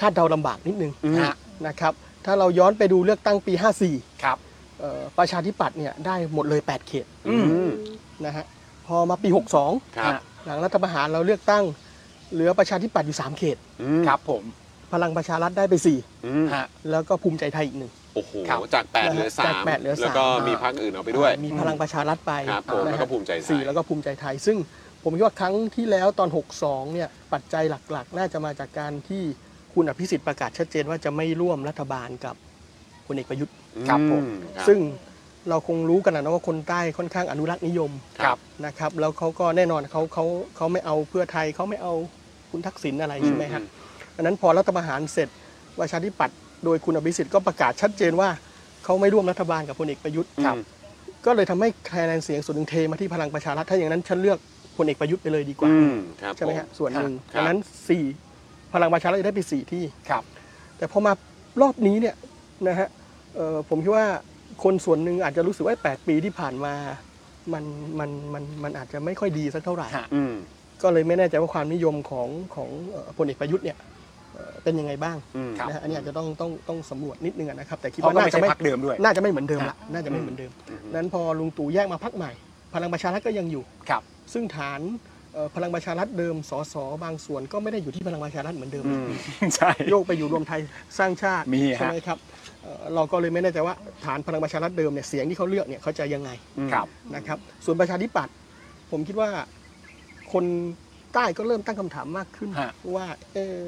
Speaker 4: คาดเดาลำบากนิดนึง
Speaker 2: ฮะ
Speaker 4: นะครับถ้าเราย้อนไปดูเลือกตั้งปี 54
Speaker 2: ครับ
Speaker 4: เอ่อประชาธิปัตย์เนี่ยได้หมดเลย 8 เขต
Speaker 2: อืม
Speaker 4: นะฮะพอมาปี
Speaker 1: ครับ
Speaker 4: 62 หลังรัฐประหารเราเลือกตั้งเหลือประชาธิปัตย์อยู่ 3 เขต
Speaker 1: อืม
Speaker 2: ครับผม
Speaker 4: พลังประชารัฐได้ไป
Speaker 1: อืม
Speaker 2: ฮะ
Speaker 4: 4 แล้วก็ภูมิใจไทยอีกหนึ่ง
Speaker 1: โอ้โห
Speaker 2: ครับ
Speaker 1: จาก8เหลือ
Speaker 4: จาก
Speaker 1: 3
Speaker 4: แปดเหลือสาม
Speaker 1: แล้วก็มีพรรคอื่นเอาไปด้วย
Speaker 4: มีพลังประชารัฐไป
Speaker 1: ครับผม
Speaker 4: นะ
Speaker 1: แล้วก็ภูมิใจไทย
Speaker 4: สี่แล้วก็ภูมิใจไทย ซึ่งผมคิดว่าครั้งที่แล้วตอน 62 เนี่ย ปัจจัยหลักๆ น่าจะมาจากการที่คุณอภิสิทธิ์ประกาศชัดเจนว่าจะไม่ร่วมรัฐบาลกับพลเอกประยุทธ์
Speaker 2: ครับผม
Speaker 1: อืครับ
Speaker 4: ซึ่งเราคงรู้กันนะว่าคนใต้ค่อนข้างอนุรักษ์นิยม
Speaker 2: ครับ
Speaker 4: นะครับ แล้วเขาก็แน่นอนเขาเขาเขาไม่เอาเพื่อไทยเขาไม่เอาคุณทักษิณอะไรใช่ไหมฮะ ดังนั้นพอรัฐประหารเสร็จประชาธิปัตย์โดยคุณอภิสิทธิ์ก็ประกาศชัดเจนว่าเขาไม่ร่วมรัฐบาลกับพลเอกประยุทธ์
Speaker 1: ครับ
Speaker 4: ก็เลยทำให้คะแนนเสียงส่วนหนึ่งเทมาที่พลังประชารัฐถ้าอย่างนั้นฉันเลือกพลเอกประยุทธ์ไปเลยดีกว่า
Speaker 1: อืมครับ
Speaker 4: ใช่ไหมฮะ
Speaker 1: ผ
Speaker 4: ส่วนหนึ่ง
Speaker 1: ค
Speaker 4: ดั
Speaker 1: รับ
Speaker 4: งนั้นสี่พลังประชารัฐจะได้ไปสี่ที่
Speaker 2: ครับ
Speaker 4: แต่พอมารอบนี้เนี่ยนะฮะเอ่อผมคิดว่าคนส่วนหนึ่งอาจจะรู้สึกว่า 8 ปีที่ผ่านมามันมันมันมันอาจจะไม่ค่อยดีสักเท่าไหร่
Speaker 2: ฮะ
Speaker 1: อืม
Speaker 4: ก็เลยไม่แน่ใจว่าความนิยมของของเอ่อพลเอกประยุทธ์เนี่ยเอ่อเป็นยังไงบ้าง
Speaker 1: อืม
Speaker 2: ครับ
Speaker 4: นะฮะอันนี้อาจจะต้องต้องต้องสำรวจนิดนึงอะนะครับ แต่คิด
Speaker 2: เขา
Speaker 4: ว่า
Speaker 2: ก็
Speaker 4: น่า
Speaker 2: ไม่
Speaker 4: จะ
Speaker 2: ใช่
Speaker 4: ไม่
Speaker 2: พักเดิมด้วย
Speaker 4: น่าจะไม่เหมือนเดิมละน่าจะไม่เหมือนเดิม
Speaker 1: อืม
Speaker 4: นั้นพอลุงตู่แยกมาพักใหม่ พลังประชารัฐก็ยังอยู่
Speaker 2: ครับ
Speaker 4: ซึ่งฐานเอ่อพลังประชารัฐเดิมสสบางส่วนก็ไม่ได้อยู่ที่พลังประชารัฐเหมือนเดิม
Speaker 1: อืม
Speaker 2: ใช่
Speaker 4: โยกไปอยู่รวมไทยสร้างชาติ
Speaker 2: มีฮะ
Speaker 4: ใช่ไหมครับเอ่อเราก็เลยไม่แน่ใจว่าฐานพลังประชารัฐเดิมเนี่ยเสียงที่เขาเลือกเนี่ยเขาจะยังไง
Speaker 2: ครับ
Speaker 4: นะครับส่วนประชาธิปัตย์ผมคิดว่าคนใต้ก็เริ่มตั้งคำถามมากขึ้น
Speaker 2: ฮะ
Speaker 4: ว่าเอ่อ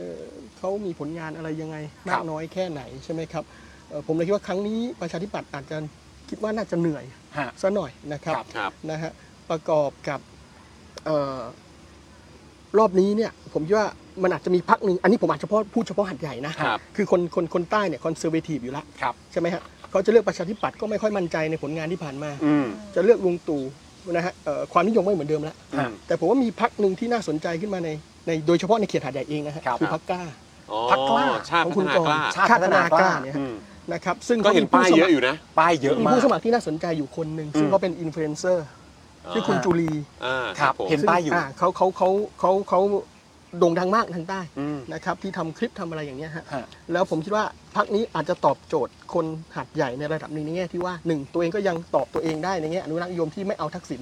Speaker 4: เขามีผลงานอะไรยังไง
Speaker 2: ครั
Speaker 4: มา
Speaker 2: บ
Speaker 4: กน้อยแค่ไหนใช่ไหมครับเอ่อผมเลยคิดว่าครั้งนี้ประชาธิปัตย์อาจจะคิดว่าน่าจะเหนื่อย
Speaker 2: ฮะ
Speaker 4: ซะหน่อยนะครับ
Speaker 2: ครับ
Speaker 1: ครับ
Speaker 4: นะฮะประกอบกับเอ่อรอบนี้เนี่ยผมคิดว่ามันอาจจะมีพักหนึ่งอันนี้ผมอาจจะพูดพูดเฉพาะหัดใหญ่นะครับ คือคนคนคนใต้เนี่ยคอนเซอร์เวทีฟอยู่แล้ว
Speaker 2: ครับ
Speaker 4: ใช่ไหมฮะเขาจะเลือกประชาธิปัตย์ก็ไม่ค่อยมั่นใจในผลงานที่ผ่านมา
Speaker 1: อืม
Speaker 4: จะเลือกลุงตู่นะฮะเอ่อความนิยมไม่เหมือนเดิมแล้ว
Speaker 1: อืม
Speaker 4: แต่ผมว่ามีพักหนึ่งที่น่าสนใจขึ้นมาในในโดยเฉพาะในเขตหาดใหญ่เองนะฮะ
Speaker 2: ครับ
Speaker 4: คือพักกล้า
Speaker 1: อ๋อ
Speaker 2: พรรคกล้า
Speaker 1: ชาติ
Speaker 4: ของ
Speaker 1: พั
Speaker 4: คุ
Speaker 1: ฒ
Speaker 4: ณ
Speaker 1: นาก
Speaker 4: ร
Speaker 1: กล้า
Speaker 4: ชาติพัฒนากล้าเนี่ย
Speaker 1: อืม
Speaker 4: นะครับซึ่ง
Speaker 1: ก็เห็น
Speaker 4: มีผู้
Speaker 1: ป้ายเยอะอยู่นะ
Speaker 2: ป้ายเยอะ
Speaker 4: มี
Speaker 2: มาก
Speaker 4: ผู้สมัครที่น่าสนใจอยู่คนหนึ่งซึ่งเขาเป็นอินฟลูเอนเซอร์ชื่อคุณจุลี
Speaker 1: อ่า
Speaker 2: ครับ
Speaker 1: ผม
Speaker 2: เห็นป้ายอยู่
Speaker 4: ซึ่งเขาเขาเขาเขาเขาโด่งดังมากทางใต้
Speaker 1: อืม
Speaker 4: นะครับที่ทำคลิปทำอะไรอย่างเงี้ยฮะ
Speaker 2: ฮะ
Speaker 4: แล้วผมคิดว่าพักนี้อาจจะตอบโจทย์คนหัดใหญ่ในระดับหนึ่งในแง่ที่ว่าหนึ่งตัวเองก็ยังตอบตัวเองได้ในแง่อนุรักษ์นิยมที่ไม่เอาทักษิณ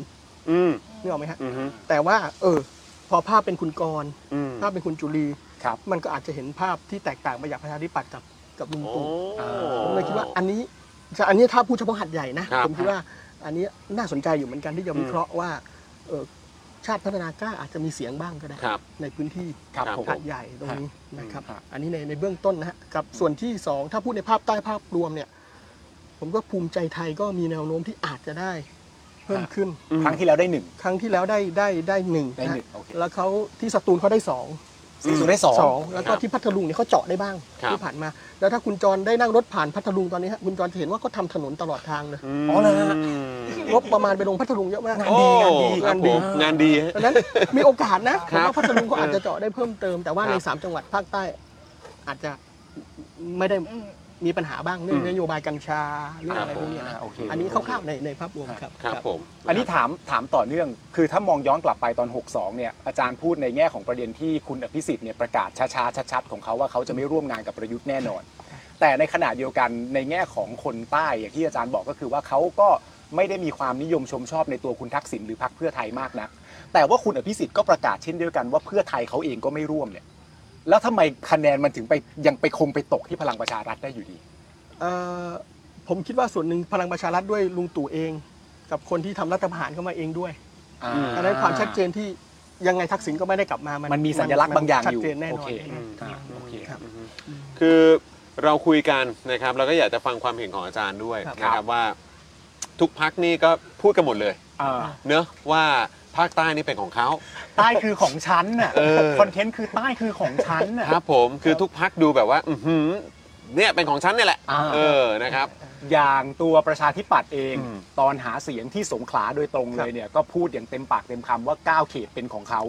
Speaker 1: อืม
Speaker 4: นึกออกไหมฮะ
Speaker 1: อืม
Speaker 4: แต่ว่าเออพอภาพเป็นคุณกรณ์
Speaker 1: อืม
Speaker 4: ภาพเป็นคุณจุลี
Speaker 2: ครับ
Speaker 4: มันก็อาจจะเห็นภาพที่แตกต่างไปจากประชาธิปัตย์กับกับลุง
Speaker 1: โอ้
Speaker 4: ตู่
Speaker 2: อ่า
Speaker 4: ผมเลยคิดว่าอันนี้จะอันนี้ถ้าพูดเฉพาะหัดใหญ่นะ
Speaker 1: ครับ
Speaker 4: ผมคิดว่าอันนี้น่าสนใจอยู่เหมือนกันที่จะวิเคราะห์ว่าเอ่อชาติพัฒนากล้าอาจจะมีเสียงบ้างก็ได้
Speaker 1: ครับ
Speaker 4: ในพื้นที่
Speaker 2: ครับผม
Speaker 4: หัดใหญ่ตรงนี้นะครับ
Speaker 2: ฮะ
Speaker 4: อันนี้ในในเบื้องต้นนะฮะกับส่วนที่สองถ้าพูดในภาพใต้ภาพรวมเนี่ย ผมก็ภูมิใจไทยก็มีแนวโน้มที่อาจจะได้เพิ่มขึ้น
Speaker 2: ครั้งที่แล้วได้หนึ่ง
Speaker 4: ครั้งที่แล้วได้ได้ได้หนึ่ง
Speaker 2: ได้หนึ่ง
Speaker 4: ะ
Speaker 2: โอเค
Speaker 4: แล้วเขาที่สตูลเขาได้สอง
Speaker 2: สี่ศูนย์ได้สอง
Speaker 4: สองแล้วก็ที่พัทลุงเนี่ยเขาเจาะได้บ้าง
Speaker 1: ครับ
Speaker 4: ที่ผ่านมา แล้วถ้าคุณจรได้นั่งรถผ่านพัทลุงตอนนี้ฮะคุณจรจะเห็นว่าเขาทำถนนตลอดทางเลย
Speaker 2: อ๋อเหรอฮะ
Speaker 4: งบประมาณไปลงพัทลุงเยอะมาก
Speaker 1: โอ้
Speaker 4: งานดี
Speaker 1: งานดีฮะ
Speaker 4: ดังนั้นมีโอกาสนะ
Speaker 1: ครั
Speaker 4: เพ
Speaker 1: บ
Speaker 4: ราะพัทลุงเขาอาจจะเจาะได้เพิ่มเติม แต่ว่าใน
Speaker 1: ครับ
Speaker 4: สามจังหวัดภาคใต้ อาจจะไม่ได้มีปัญหาบ้างเรื่องนโยบายกัญชาเรื่องอะไรพวกเนี้ยนะ
Speaker 2: อ่าโอเค
Speaker 4: อันนี้คร่าวๆในในภาพรวมครับ
Speaker 1: ครับผม
Speaker 2: อันนี้ถามถามต่อเนื่อง คือถ้ามองย้อนกลับไปตอน 62 เนี่ย อาจารย์พูดในแง่ของประเด็นที่คุณอภิสิทธิ์เนี่ยประกาศช้าๆชัดๆของเขาว่าเขาจะไม่ร่วมงานกับประยุทธ์แน่นอน แต่ในขณะเดียวกันในแง่ของคนใต้อย่างที่อาจารย์บอกก็คือว่าเขาก็ไม่ได้มีความนิยมชมชอบในตัวคุณทักษิณหรือพรรคเพื่อไทยมากนัก แต่ว่าคุณอภิสิทธิ์ก็ประกาศเช่นเดียวกันว่าเพื่อไทยเขาเองก็ไม่ร่วมเนี่ย แล้วทำไมคะแนนมันถึงไปยังไปคงไปตกที่พลังประชารัฐได้อยู่ดี
Speaker 4: เอ่อผมคิดว่าส่วนหนึ่งพลังประชารัฐด้วยลุงตู่เอง กับคนที่ทำรัฐประหารเข้ามาเองด้วย
Speaker 2: อ่า
Speaker 4: อันนั้นความชัดเจนที่ยังไงทักษิณก็ไม่ได้กลับมา มั
Speaker 2: มันมีสัญลักษณ์บางอย่างอยู่
Speaker 4: ชัดเจนแน่
Speaker 2: โอน
Speaker 4: อน
Speaker 2: เคอ่าโอเค
Speaker 1: คือเราคุยกันนะครับแล้วก็อยากจะฟังความเห็นของอาจารย์ด้วย
Speaker 4: ครับ
Speaker 1: นะครับว่า ทุกพักนี่ก็พูดกันหมดเลยเนอะว่าภาคใต้นี่เป็นของเขา
Speaker 2: ใต้คือของชั้นน่ะ
Speaker 1: เออ
Speaker 2: คอนเทนต์คือใต้คือของชั้นน่ะ
Speaker 1: ครับผมคือทุกพักดูแบบว่าอือหือเนี่ยเป็นของฉันเนี่ยแหละ
Speaker 2: อ่า
Speaker 1: เออนะครับ
Speaker 2: อย่างตัวประชาธิปัตย์เอง
Speaker 1: อืม
Speaker 2: ตอนหาเสียงที่สงขลาโดยตรงเลยเนี่ยก็พูดอย่างเต็มปากเต็มคำว่า 9 เขตเป็นของเขา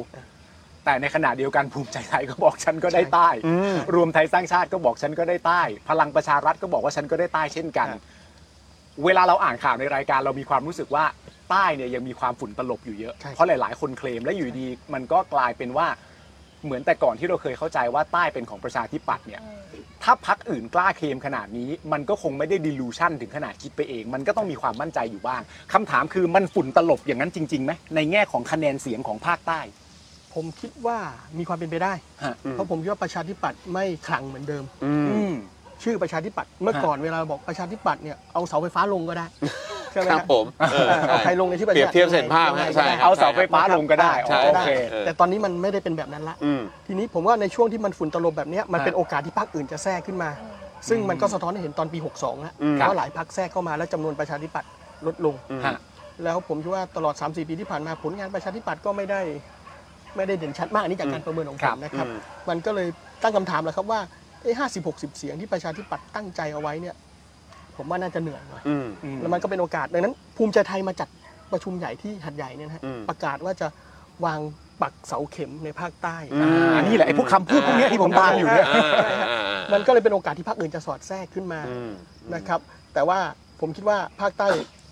Speaker 2: แต่ในขณะเดียวกันภูมิใจไทยก็บอกฉันก็ได้ใต้
Speaker 1: อืม
Speaker 2: รวมไทยสร้างชาติก็บอกฉันก็ได้ใต้ พลังประชารัฐก็บอกว่าฉันก็ได้ใต้เช่นกัน เวลาเราอ่านข่าวในรายการเรามีความรู้สึกว่าใต้เนี่ยยังมีความฝุ่นตลบอยู่เยอะ
Speaker 4: ใช่
Speaker 2: เพราะหลาย ๆ คนเคลมและอยู่ดีมันก็กลายเป็นว่าเหมือนแต่ก่อนที่เราเคยเข้าใจว่าใต้เป็นของประชาธิปัตย์เนี่ย ถ้าพักอื่นกล้าเคลมขนาดนี้ มันก็คงไม่ได้ดิลูชันถึงขนาดคิดไปเอง มันก็ต้องมีความมั่นใจอยู่บ้างคำถามคือมันฝุ่นตลบอย่างนั้นจริงๆไหมในแง่ของคะแนนเสียงของภาคใต้
Speaker 4: ผมคิดว่ามีความเป็นไปได้
Speaker 2: ฮะ
Speaker 4: เพราะผมคิดว่าประชาธิปัตย์ไม่ขลังเหมือนเดิม
Speaker 2: อืม
Speaker 4: ชื่อประชาธิปัตย์เมื่อ
Speaker 2: ฮะ
Speaker 4: ก่อนเวลาเราบอกประชาธิปัตย์เนี่ยเอาเสาไฟฟ้าลงก็ได้ใช่ไหม
Speaker 1: ค
Speaker 4: ฮะ
Speaker 1: รับผมเออ
Speaker 4: เอา
Speaker 1: ใช่
Speaker 4: ใครลงในที่ประ
Speaker 1: เปรียบเทียบเส้นภาพ
Speaker 4: ยังไง
Speaker 1: ฮะ
Speaker 4: ก็
Speaker 1: ใช่ครับ
Speaker 2: เอาเสาไฟฟ้าลงก็ได้
Speaker 1: ใช่
Speaker 2: โอ
Speaker 1: ใช่
Speaker 2: เค
Speaker 1: เออ
Speaker 4: แต่ตอนนี้มันไม่ได้เป็นแบบนั้นละ
Speaker 1: อืม
Speaker 4: ทีนี้ผมว่าในช่วงที่มันฝุ่นตลบแบบเนี้ยมัน
Speaker 2: ฮะ
Speaker 4: เป็นโอกาสที่พรรคอื่นจะแทรกขึ้นมา ซึ่งมันก็สะท้อนให้เห็นตอนปี 62แล้ว
Speaker 1: อืม
Speaker 4: เพราะหลายพรรคแทรกเข้ามาแล้วจำนวนประชาธิปัตย์ลดลง
Speaker 1: อืม
Speaker 2: ฮะ
Speaker 4: แล้วผมคิดว่าตลอด 3-4 ปีที่ผ่านมาผลงานประชาธิปัตย์ก็ไม่ได้ ไม่ได้เด่นชัดมากอันนี่จากการประเมินของผมนะครับ
Speaker 1: อืม
Speaker 4: มันก็เลยตั้งคำถามแล้วครับว่าเอ้ห้าสิบหกสิบเสียงที่ประชาธิปัตย์ตั้งใจเอาไว้เนี่ย ผมว่าน่าจะเหนื่อยหน่อย
Speaker 1: อืม
Speaker 4: แล้วมันก็เป็นโอกาสดังนั้น ภูมิใจไทยมาจัดประชุมใหญ่ที่หัดใหญ่เนี่ยนะฮะ
Speaker 1: อืม
Speaker 4: ประกาศว่าจะวางปักเสาเข็มในภาคใต้
Speaker 1: อืม
Speaker 2: อันนี้แหละไอ้พวกคำพูดพวกเนี้ยที่ผมตามอยู่เนี่ย
Speaker 1: อ่าอ่าอ่า
Speaker 4: มันก็เลยเป็นโอกาสที่ภาคอื่นจะสอดแทรกขึ้นมา
Speaker 1: อืม
Speaker 4: นะครับ แต่ว่าผมคิดว่าภาคใต้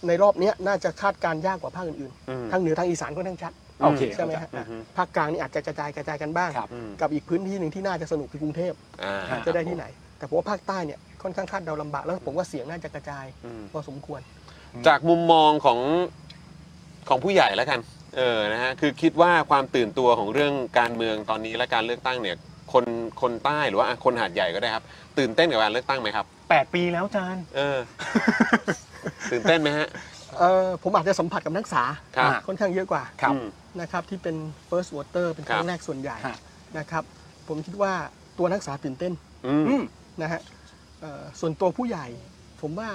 Speaker 4: ในรอบเนี้ยน่าจะคาดการณ์ยากกว่าภาคอื่น
Speaker 1: อืม
Speaker 4: ๆทางเหนือทางอีสานก็ทั้งชัด
Speaker 2: โอเค
Speaker 4: ใช่ไหมฮะ
Speaker 1: อือฮึ
Speaker 4: ภาคกลางนี่อาจจะกระจายกระจายกันบ้าง
Speaker 2: ครับ
Speaker 1: อืม
Speaker 4: กับอีกพื้นที่หนึ่งที่น่าจะสนุกคือกรุงเทพ
Speaker 1: อ่า
Speaker 4: จะได้ที่ไหน แต่ผมว่าภาคใต้เนี่ยค่อนข้างคาดเดาลำบากแล้วผมว่าเสียงน่าจะกระจาย
Speaker 1: อืม
Speaker 4: พอสมควร
Speaker 1: จากมุมมองของของผู้ใหญ่แล้วกัน เออ นะฮะ คือคิดว่าความตื่นตัวของเรื่องการเมืองตอนนี้และการเลือกตั้งเนี่ย คนคนใต้หรือว่าอ่ะคนหาดใหญ่ก็ได้ครับ ตื่นเต้นกับการเลือกตั้งไหมครับ
Speaker 2: แปดปีแล้วจาน
Speaker 1: เออ ตื่นเต้นไหมฮะ
Speaker 4: เอ่อผมอาจจะสัมผัสกับนักศึกษา
Speaker 1: ครับ
Speaker 4: ค่อนข้างเยอะกว่า
Speaker 2: ครับ
Speaker 1: อืม
Speaker 4: นะครับที่เป็น first water เป็นค
Speaker 1: ครับ
Speaker 4: รั้งแรกส่วนใหญ่
Speaker 2: ฮะ
Speaker 4: นะครับผมคิดว่าตัวนักศึกษาตื่นเต้น
Speaker 1: อืม
Speaker 2: อืม
Speaker 4: นะฮะเอ่อส่วนตัวผู้ใหญ่ ผมว่า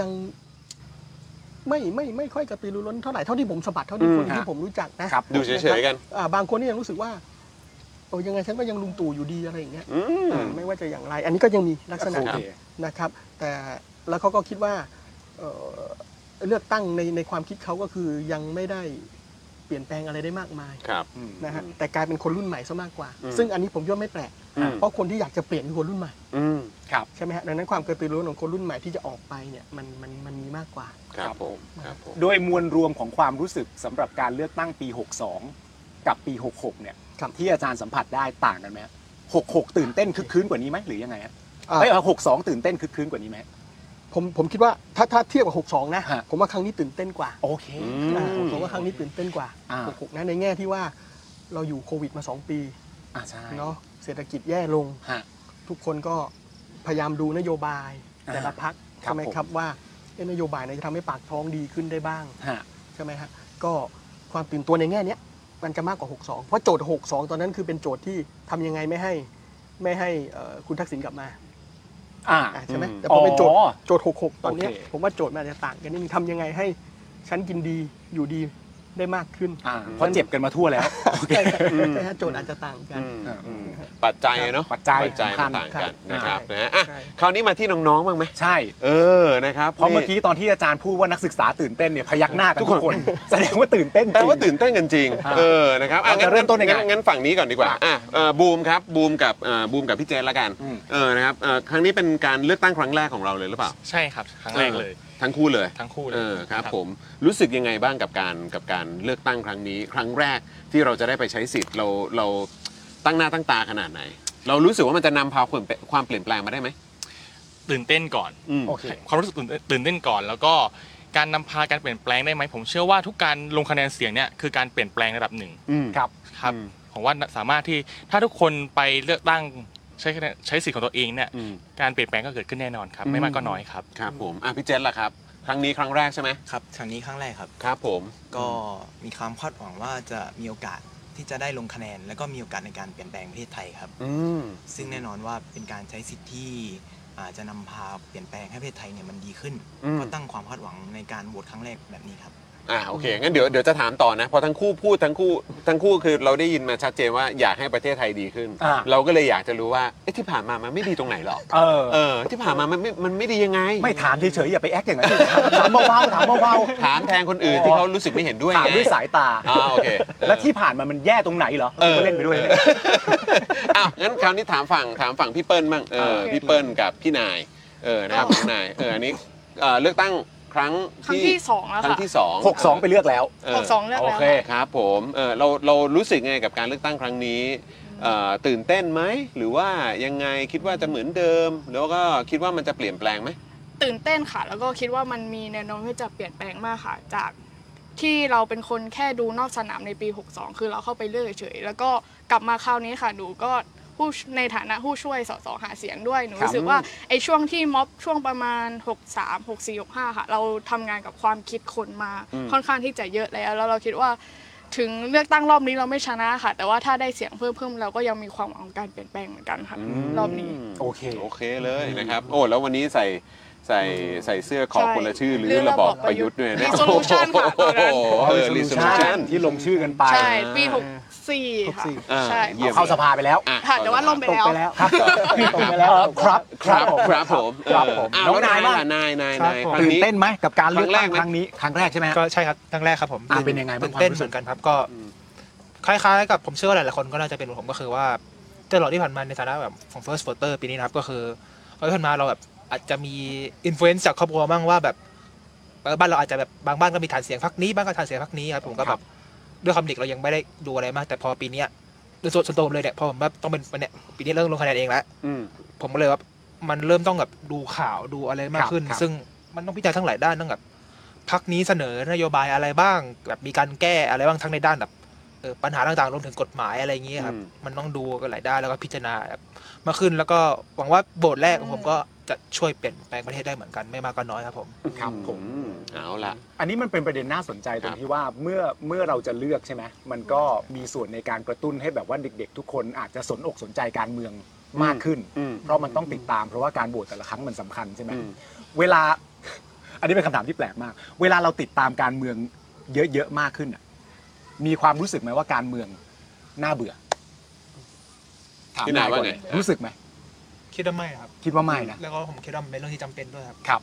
Speaker 4: ยังไม่ไม่ไม่ค่อยกระตือรือร้นเท่าไหร่เท่าที่ผมสัมผัสเท่าที่
Speaker 1: อืม
Speaker 4: คนที่
Speaker 2: ฮะ
Speaker 4: ผมรู้จักนะครับ
Speaker 1: ดูเฉย
Speaker 4: ะค
Speaker 1: ๆ
Speaker 4: รับ
Speaker 1: กัน
Speaker 4: อ่าบางคนนี่ยังรู้สึกว่าโอ้ยังไงฉันก็ยังลุงตู่อยู่ดีอะไรอย่างเงี้ย
Speaker 1: อืม
Speaker 4: อ่าไม่ว่าจะอย่างไร อันนี้ก็ยังมีลักษณะ
Speaker 2: โอเค
Speaker 4: นะครับแต่แล้วเขาก็คิดว่าเอ่อเลือกตั้งในในความคิดเขาก็คือยังไม่ได้เปลี่ยนแปลงอะไรได้มากมาย
Speaker 1: ครับ
Speaker 4: นะฮะแต่กลายเป็นคนรุ่นใหม่ซะมากกว่า
Speaker 1: อืม
Speaker 4: ซึ่งอันนี้ผมย่อไม่แปลก
Speaker 1: อืม
Speaker 4: เพราะคนที่อยากจะเปลี่ยนคือคนรุ่นใหม่
Speaker 1: อืม
Speaker 4: ใช่ไหมฮะดังนั้นความกระตือรือร้นของคนรุ่นใหม่ที่จะออกไปเนี่ยมันมันมันมีมากกว่า
Speaker 1: ครับผม ครับผม
Speaker 2: โดยมวลรวมของความรู้สึกสำหรับการเลือกตั้งปี 62 กับปี 66 เนี่ย
Speaker 4: ครับ
Speaker 2: ที่อาจารย์สัมผัสได้ต่างกันไหมฮะ66 ตื่นเต้นคึกคืนกว่านี้ไหมหรือยังไงฮะ
Speaker 4: อ่า
Speaker 2: เอ้ยเอา62 ตื่นเต้นคึกคืนกว่านี้ไหม
Speaker 4: ผมผมคิดว่าถ้าถ้าเทียบกับ 62 นะ
Speaker 2: ฮะ
Speaker 4: ผมว่าครั้งนี้ตื่นเต้นกว่า
Speaker 2: โอเค
Speaker 1: ม
Speaker 4: อ่าผมว่าครั้งนี้ตื่นเต้นกว่า
Speaker 2: อ่า
Speaker 4: 66 นะในแง่ที่ว่าเราอยู่โควิดมา 2 ปี
Speaker 2: อ่าใช่
Speaker 4: เนาะเศรษฐกิจแย่ลง
Speaker 2: ฮะ
Speaker 4: ทุกคนก็พยายามดูนโยบาย
Speaker 2: อ่า
Speaker 4: แต่ละพัก
Speaker 2: ครั
Speaker 4: ใช่
Speaker 2: บ
Speaker 4: ไหม
Speaker 2: ผม
Speaker 4: ครับว่าเอ๊ะนโยบายไหนจะทำให้ปากท้องดีขึ้นได้บ้าง
Speaker 2: ฮะ
Speaker 4: ใช่ไหมฮะก็ความตื่นตัวในแง่เนี้ยมันจะมากกว่า 62 เพราะโจทย์ 62 ตอนนั้นคือเป็นโจทย์ที่ทำยังไงไม่ให้ไม่ให้เอ่อคุณทักษิณกลับมา
Speaker 2: อ่า
Speaker 4: อ่ะใช่ไหม
Speaker 1: อืม
Speaker 4: แต่พอเป็นโจทย์
Speaker 2: อ๋อ
Speaker 4: โจทย์ 66 ตอนเนี้ย
Speaker 2: โอเค
Speaker 4: ผมว่าโจทย์มันอาจจะต่างกันนิดนึงทำยังไงให้ฉันกินดีอยู่ดีได้มากขึ้น
Speaker 2: อ่าเพราะเจ็บกันมาทั่วแล้ว
Speaker 4: ใช่ครับใช่ฮะโจทย์อาจจะต่างกัน
Speaker 1: อืมอืมปัจจัยอะเนาะ
Speaker 2: ปัจจัย
Speaker 1: มัน
Speaker 2: สำคัญ
Speaker 1: ต่างกันนะครับ
Speaker 4: ใช่
Speaker 1: นะฮะอ่ะ
Speaker 4: ใช่
Speaker 1: คราวนี้มาที่น้องๆบ้างไหม
Speaker 2: ใช่
Speaker 1: เออ นะครับ
Speaker 2: เพราะ
Speaker 1: นี่
Speaker 2: เมื่อกี้ตอนที่อาจารย์พูดว่านักศึกษาตื่นเต้นเนี่ยพยักหน้ากัน
Speaker 1: ทุกค
Speaker 2: ทุ
Speaker 1: น
Speaker 2: กคน แสดงว่าตื่นเต้นจริง
Speaker 1: แปลว่าตื่นเต้นกันจริง
Speaker 2: อ่า
Speaker 1: เออ นะครับอ่ะ
Speaker 2: เราจะเริ่มต้นยังไง
Speaker 1: งั้นฝั่งนี้ก่อนดีกว่า อ่ะเอ่อบูมครับ บูมกับเอ่อบูมกับพี่เจนละกัน
Speaker 2: อืม
Speaker 1: เออ นะครับเอ่อครั้งนี้เป็นการเลือกตั้งครั้งแรกของเราเลยหรือเปล่า
Speaker 5: ใช่ครับครั้งแรกเลย
Speaker 1: ออทั้งคู่เลย
Speaker 5: ทั้งคู่เลย
Speaker 1: เออ ครับผม รู้สึกยังไงบ้างกับการกับการเลือกตั้งครั้งนี้ ครั้งแรกที่เราจะได้ไปใช้สิทธิ์ เรา เราตั้งหน้าตั้งตาขนาดไหน เรารู้สึกว่ามันจะนำพาความเปลี่ยนความเปลี่ยนแปลงมาได้ไหม
Speaker 5: ตื่นเต้นก่อน
Speaker 1: อืม
Speaker 2: โอเค
Speaker 5: ความรู้สึกตื่นเต้นตื่นเต้นก่อนแล้วก็การนำพาการเปลี่ยนแปลงได้ไหมผมเชื่อว่าทุกการลงคะแนนเสียงเนี่ยคือการเปลี่ยนแปลงระดับหนึ่ง
Speaker 1: อืม
Speaker 2: ครับ
Speaker 5: ครับ
Speaker 1: อืม
Speaker 5: ผมว่าสามารถที่ถ้าทุกคนไปเลือกตั้งใช้คะแนนใช้สิทธิ์ของตัวเองเนี่ยการเปลี่ยนแปลงก็เกิดขึ้นแน่นอนครับ ไม่มากก็น้อยครับ
Speaker 1: ครับผมอ่ะพี่เจษล่ะครับ ครั้งนี้ครั้งแรกใช่ไหม
Speaker 6: ครับครั้งนี้ครั้งแรกครับ
Speaker 1: ครับผม
Speaker 6: ก็มีความคาดหวังว่าจะมีโอกาสที่จะได้ลงคะแนน แล้วก็มีโอกาสในการเปลี่ยนแปลงประเทศไทยครับ
Speaker 1: อืม
Speaker 6: ซึ่งแน่นอนว่าเป็นการใช้สิทธิ์ที่อาจจะนำพาเปลี่ยนแปลงให้ประเทศไทยเนี่ยมันดีขึ้น
Speaker 1: อืม
Speaker 6: ก็ตั้งความคาดหวังในการโหวตครั้งแรกแบบนี้ครับ
Speaker 1: อ่าโอเคงั้นเดี๋ยวเดี๋ยวจะถามต่อนะเพอทั้งคู่พูดทั้งคู่ทั้งคู่คือเราได้ยินมาชัดเจนว่าอยากให้ประเทศไทยดีขึ้น
Speaker 2: อ่า
Speaker 1: เราก็เลยอยากจะรู้ว่าเอ๊ะที่ผ่านมามันไม่ดีตรงไหนหรอ
Speaker 2: เออ
Speaker 1: เออที่ผ่านมามันไม่มันไม่ดียังไง
Speaker 2: ไม่ถามเฉยๆอย่าไปแอคอย่างนั้นถามเบาๆถามเบาๆ
Speaker 1: ถามแทนคนอื่นที่เขารู้สึกไม่เห็นด้วยไง
Speaker 2: ถามด้วยสายตา
Speaker 1: อ่าโอเคเออ
Speaker 2: แล้วที่ผ่านมามันแย่ตรงไหนเหรอ
Speaker 1: เออ
Speaker 2: ก็เล่นไปด้วย
Speaker 1: อ้าวงั้นคราวนี้ถามฝั่งถามฝั่งพี่เปิ้ลบ้างเออ
Speaker 3: โอเค
Speaker 1: พี่เปิ้ลกับพี่นายเออนะครับน้องนายเอออันนี้เอ่อเลือกตั้งครั้ง
Speaker 7: ครั้งที่สองแล้ว
Speaker 1: ครั้ง
Speaker 7: ค่ะ
Speaker 1: ที่สอง
Speaker 2: หกสองไปเลือกแล้ว
Speaker 7: หกสองเลือกแล้ว
Speaker 1: โอเคครับผมเออเราเรารู้สึกไงกับการเลือกตั้งครั้งนี้เอ่อตื่นเต้นไหมหรือว่ายังไงคิดว่าจะเหมือนเดิม แล้วก็คิดว่ามันจะเปลี่ยนแปลงไหม
Speaker 7: ตื่นเต้นค่ะ แล้วก็คิดว่ามันมีแนวโน้มที่จะเปลี่ยนแปลงมากค่ะ จากที่เราเป็นคนแค่ดูนอกสนามในปี 62 คือเราเข้าไปเลือกเฉยๆแล้วก็กลับมาคราวนี้ค่ะหนูก็ผู้ในฐานะผู้ช่วยสสหาเสียงด้วยหนู
Speaker 1: ครับ
Speaker 7: รู้สึกว่าไอ้ช่วงที่ม็อบช่วงประมาณ 63 64 65 ค่ะ เราทำงานกับความคิดคนมาค่อนข้างที่จะเยอะแล้ว แล้วเราคิดว่าถึงเลือกตั้งรอบนี้เราไม่ชนะค่ะ แต่ว่าถ้าได้เสียงเพิ่มเพิ่มเราก็ยังมีความหวังของการเปลี่ยนแปลงเหมือนกันค่ะรอบนี้
Speaker 2: โอเค
Speaker 1: โอเคเลยนะครับโอ้แล้ววันนี้ใส่ใส่ใส่เสื้อขอบคนละชื่อหรือระบอบประยุทธ์ด้วยนะ
Speaker 7: Resolution ค่ะตอนนั้น
Speaker 1: โโห
Speaker 2: เอ
Speaker 1: เอ
Speaker 2: อ
Speaker 1: อ
Speaker 2: รีสูชั
Speaker 1: resolution
Speaker 2: นที่ลงชื่อกันไป
Speaker 7: ใช่ ปี 64 ค่ะ
Speaker 1: อ่า
Speaker 7: ใช่
Speaker 1: เยี่ยม
Speaker 2: เข้าสภาไปแล้ว
Speaker 1: อ่ะ
Speaker 7: ค่ะแต่ว่าลงไป
Speaker 2: ตก
Speaker 7: แล้ว
Speaker 2: ไปแล้วครับตกไปแล้วครับ
Speaker 1: ครับครับผม
Speaker 2: ครับผม
Speaker 1: เอออ่ะ
Speaker 2: น้อง
Speaker 1: แล้ว
Speaker 2: นายบ้าง
Speaker 1: ล่ะนายนาย
Speaker 6: ครับ
Speaker 1: นาย
Speaker 6: ผม
Speaker 1: ครั้ง
Speaker 2: ตื่น
Speaker 1: นี้
Speaker 2: เต้นไหมกับการเลือกตั้ง
Speaker 1: ค
Speaker 2: ค
Speaker 1: รั้งแรก
Speaker 2: รั้ง
Speaker 1: ไหม
Speaker 2: นี้ครั้งแรกใช่ไหมฮะ
Speaker 8: ก็ใช่ครับครั้งแรกครับผม
Speaker 2: อ่ะเป็นยังไงบ้าง
Speaker 8: ตื่นเต้น
Speaker 2: ความรู้สึ
Speaker 8: เห
Speaker 2: ก
Speaker 8: มือนกันครับก็คล้ายๆกับผมเชื่อว่าหลายๆคนก็น่าจะเป็นเหมือนผมก็คือว่าตลอดที่ผ่านมาในฐานะแบบของ first voter ปีนี้นะครับก็คือเราที่ผ่านมาเราแบบอาจจะมีอิ f l u e n c e จากครอบครัวบ้างว่าแบบเออบ้านเราอาจจะแบบบางบ้านก็มีฐานเสียงพรรคนี้บ้างก็ฐานเสียงพรรคนี้ครับผมก็แบบด้วยความเด็กเรายังไม่ได้ดูอะไรมาก แต่พอปีเนี้ยโดยส่วนส่วนตัวผมเลยเนี่ยพอผมแบบต้องเป็นวันเนี่ยปีนี้เริ่มลงคะแนนเองแล้ว
Speaker 1: อืม
Speaker 8: ผมก็เลยว่ามันเริ่มต้องแบบดูข่าวดูอะไรมา
Speaker 2: ครั
Speaker 8: ก
Speaker 2: บ
Speaker 8: ขึ้น
Speaker 2: ครับ
Speaker 8: ซึ่งมันต้องพิจารณาทั้งหลายด้านตั้งแบบพักนี้เสนอนโยบายอะไรบ้างแบบมีการแก้อะไรบ้างทั้งในด้านแบบเอ่อปัญหาต่างๆรวมถึงกฎหมายอะไรอย่างเงี้ยครับ
Speaker 1: อืม
Speaker 8: มันต้องดูกันหลายด้านแล้วก็พิจารณาแบบมากขึ้นแล้วก็หวังว่าโบทแรกของผมก็จะช่วยเปลี่ยนแปลงประเทศได้เหมือนกันไม่มากก็น้อยครับผม
Speaker 2: ครับผม
Speaker 1: อืเอาละ
Speaker 2: อันนี้มันเป็นประเด็นน่าสนใจตรงที่ว่าเมื่อเมื่อเราจะเลือกใช่ไหมมันก็มีส่วนในการกระตุ้นให้แบบว่าเด็ก ๆ ทุกคนอาจจะสนอกสนใจการเมืองมากขึ้น
Speaker 1: อืม
Speaker 2: เพราะมันต้องติดตามเพราะว่าการโหวตแต่ละครั้งมันสำคัญใช่ไหม
Speaker 1: อืม
Speaker 2: เวลา อันนี้เป็นคำถามที่แปลกมาก เวลาเราติดตามการเมืองเยอะๆมากขึ้นอะมีความรู้สึกไหมว่าการเมืองน่าเบื่อถาม
Speaker 1: พี่นาย
Speaker 2: ก่อ
Speaker 1: ว่าไง
Speaker 2: รู้สึกไหม
Speaker 8: คิดว่าไม่ครับ
Speaker 2: คิดว่าไม่นะ
Speaker 8: แล้วก็ผมคิดว่ามันเป็นเรื่องที่จำเป็นด้วยครับ
Speaker 2: ครับ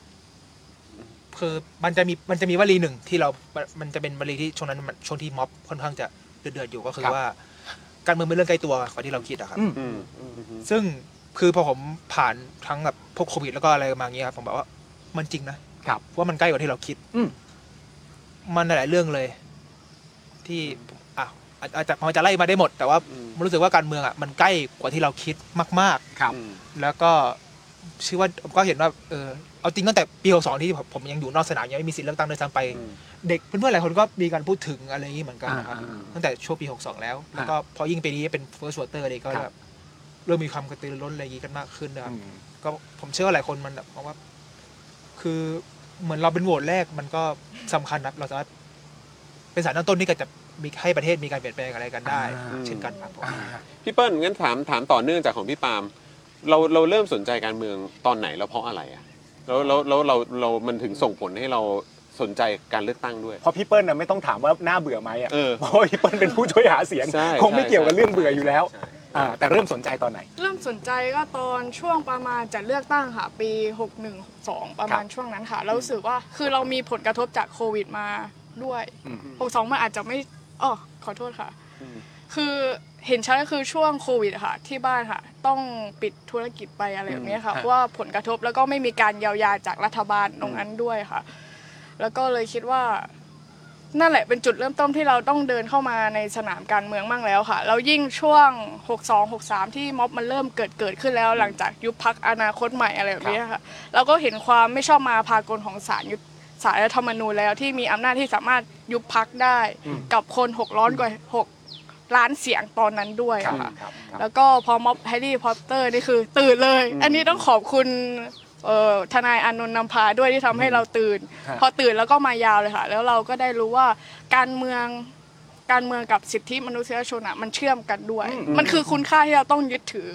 Speaker 8: คือมันจะมีมันจะมีวลีหนึ่งที่เรา มันจะเป็นวลีที่ช่วงนั้นมันช่วงที่ม็อบค่อนข้างจะเดือดๆอยู่ก็คือ
Speaker 2: ครับ
Speaker 8: ว่า การเมืองเป็นเรื่องใกล้ตัวกว่าที่เราคิดอะครับ
Speaker 2: อืม
Speaker 1: อืม
Speaker 8: ซึ่งคือพอผมผ่านทั้งแบบพวกโควิดแล้วก็อะไรมาอย่างเงี้ยครับผมแบบว่ามันจริงนะครับว่ามันใกล้กว่าที่เราคิด
Speaker 2: อืม
Speaker 8: มันหลายๆเรื่องเลย ที่อ่ะอาจอาจจะพอจะไล่มาได้หมด แต่ว่า
Speaker 1: อืม
Speaker 8: มันรู้สึกว่าการเมืองอ่ะมันใกล้กว่าที่เราคิดมาก ๆ
Speaker 2: ครับ
Speaker 1: อืม
Speaker 8: แล้วก็เชื่อว่าผมก็เห็นว่าเออเอาจริงตั้งแต่ปีหกสองที่ผมผมยังอยู่นอกสนามยังไม่มีสิทธิ์เลือกตั้งด้วยซ้ำไป
Speaker 1: อืม
Speaker 8: เด็กเพื่อนๆหลายคนก็มีการพูดถึงอะไรอย่างนี้เหมือนกันนะครับ
Speaker 2: อ่าอ่าอ่า
Speaker 8: ตั้งแต่ช่วงปีหกสองแล้ว แล้วก็พอยิ่งปีนี้เป็น first voter เลยก็
Speaker 2: ครับ
Speaker 8: แบบเริ่มมีความกระตือรือร้นอะไรอย่างนี้กันมากขึ้นนะครับ
Speaker 2: อืม
Speaker 8: ก็ผมเชื่อว่าหลายคนมันแบบมองว่า คือเหมือนเราเป็นโหวตแรกมันก็สำคัญนะครับเราสามารถเป็นสารตั้งต้นที่ก็จะมีให้ประเทศมีการเปลี่ยนแปลงอะไรกันได้
Speaker 2: อ่า
Speaker 8: เช่นกันครับผม
Speaker 1: พี่เปิ้ลงั้นถามถามต่อเนื่องจากของพี่ปาล์มเราเราเริ่มสนใจการเมืองตอนไหนแล้วเพราะอะไรอ่ะแล้วแล้วแล้วเราเรามันถึงส่งผลให้เราสนใจการเลือกตั้งด้วย
Speaker 2: เพราะพี่เปิ้ลน่ะไม่ต้องถามว่าน่าเบื่อไหมอ่ะ
Speaker 1: เออ
Speaker 2: เพราะว่าพี่เปิ้ลเป็นผู้ช่วยหาเสียง
Speaker 1: ใช่
Speaker 2: คงไม่
Speaker 1: ใช่
Speaker 2: เกี่ยวกับ
Speaker 1: ใช่
Speaker 2: เรื่องเบื่ออยู่แล้ว
Speaker 1: ใช่
Speaker 2: อ่าแต่เริ่มสนใจตอนไหน
Speaker 7: เริ่มสนใจก็ตอนช่วงประมาณจะเลือกตั้งค่ะ ปี 61 62 ประมาณ
Speaker 2: ครับ
Speaker 7: ช่วงนั้นค่ะ เรารู้สึกว่าคือเรามีผลกระทบจากโควิดมาด้วย
Speaker 2: อืม
Speaker 7: 62 มันอาจจะไม่อ๋อขอโทษค่ะ คือเห็นชัดก็คือช่วงโควิดอะค่ะ ที่บ้านค่ะ ต้องปิดธุรกิจไปอะไรแบบเนี้ยค่ะเพราะว่าผลกระทบแล้วก็ไม่มีการเยียวยาจากรัฐบาลตรงนั้นด้วยค่ะ แล้วก็เลยคิดว่า นั่นแหละเป็นจุดเริ่มต้นที่เราต้องเดินเข้ามาในสนามการเมืองบ้างแล้วค่ะแล้วยิ่งช่วง 62 63 ที่ม็อบมันเริ่มเกิดเกิดขึ้นแล้ว หลังจากยุบพักอนาคตใหม่อะไรแบบเนี้ยค่ะ เราก็เห็นความไม่ชอบมาพากลของศาลยุสารรัฐธรรมนูญแล้วที่มีอำนาจที่สามารถยุบพักได้ กับคน 600 กว่า ล้านเสียงตอนนั้นด้วยอะค่ะ
Speaker 2: ครับ
Speaker 7: แล้วก็พอม็อบแฮร์รี่พอตเตอร์นี่คือตื่นเลย อันนี้ต้องขอบคุณเอ่อทนายอานนท์นำพาด้วยที่ทำให้เราตื่น
Speaker 2: ฮะ
Speaker 7: พอตื่นแล้วก็มายาวเลยค่ะ แล้วเราก็ได้รู้ว่าการเมืองการเมืองกับสิทธิมนุษยชนอะมันเชื่อมกันด้วย มันคือคุณค่าที่เราต้องยึดถือ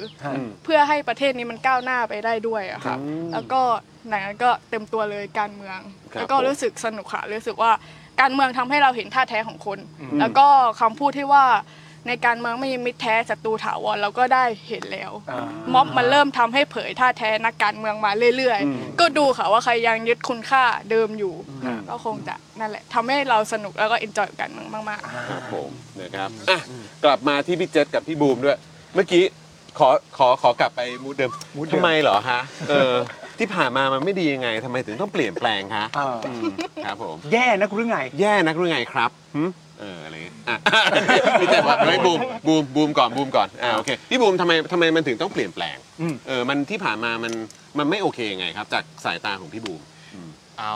Speaker 7: เพื่อให้ประเทศนี้มันก้าวหน้าไปได้ด้วยอะค่ะ แล้วก็หนังนั้นก็เต็มตัวเลยการเมือง
Speaker 2: ครับ
Speaker 7: แล้วก็รู้สึกสนุกค่ะ รู้สึกว่าการเมืองทำให้เราเห็นท่าแท้ของคน
Speaker 2: อืม
Speaker 7: แล้วก็คำพูดที่ว่าในการเมืองไม่มีมิตรแท้ศัตรูถาวรเราก็ได้เห็นแล้ว ม็อบมันเริ่มทำให้เผยท่าแท้นักการเมืองมาเรื่อย
Speaker 2: อืม
Speaker 7: ๆ ก็ดูค่ะว่าใครยังยึดคุณค่าเดิมอยู่ ก็คงจะนั่นแหละทำให้เราสนุกแล้วก็เอนจอยกับการเมืองมากๆ
Speaker 1: ครับผมนะครับอ่ะกลับมาที่พี่เจษกับพี่บูมด้วย เมื่อกี้ขอขอขอกลับไปมูดเดิมทำไมเหรอฮะเออที่ผ่านมามันไม่ดียังไงทำไมถึงต้องเปลี่ยนแปลงฮะมครับผม
Speaker 2: แย่นักหรือไง
Speaker 1: แย่นักหรือไงครับหึเอออะไรอ่ะ พี่เจษว่าเฮ้ยบูมบูมบูมก่อนบูมก่อนอ่าโอเคพี่บูมทำไมทำไมมันถึงต้องเปลี่ยนแปลง
Speaker 2: อืม
Speaker 1: เออมันที่ผ่านมามันมันไม่โอเคยังไงครับ จากสายตาของพี่บูม
Speaker 5: เอา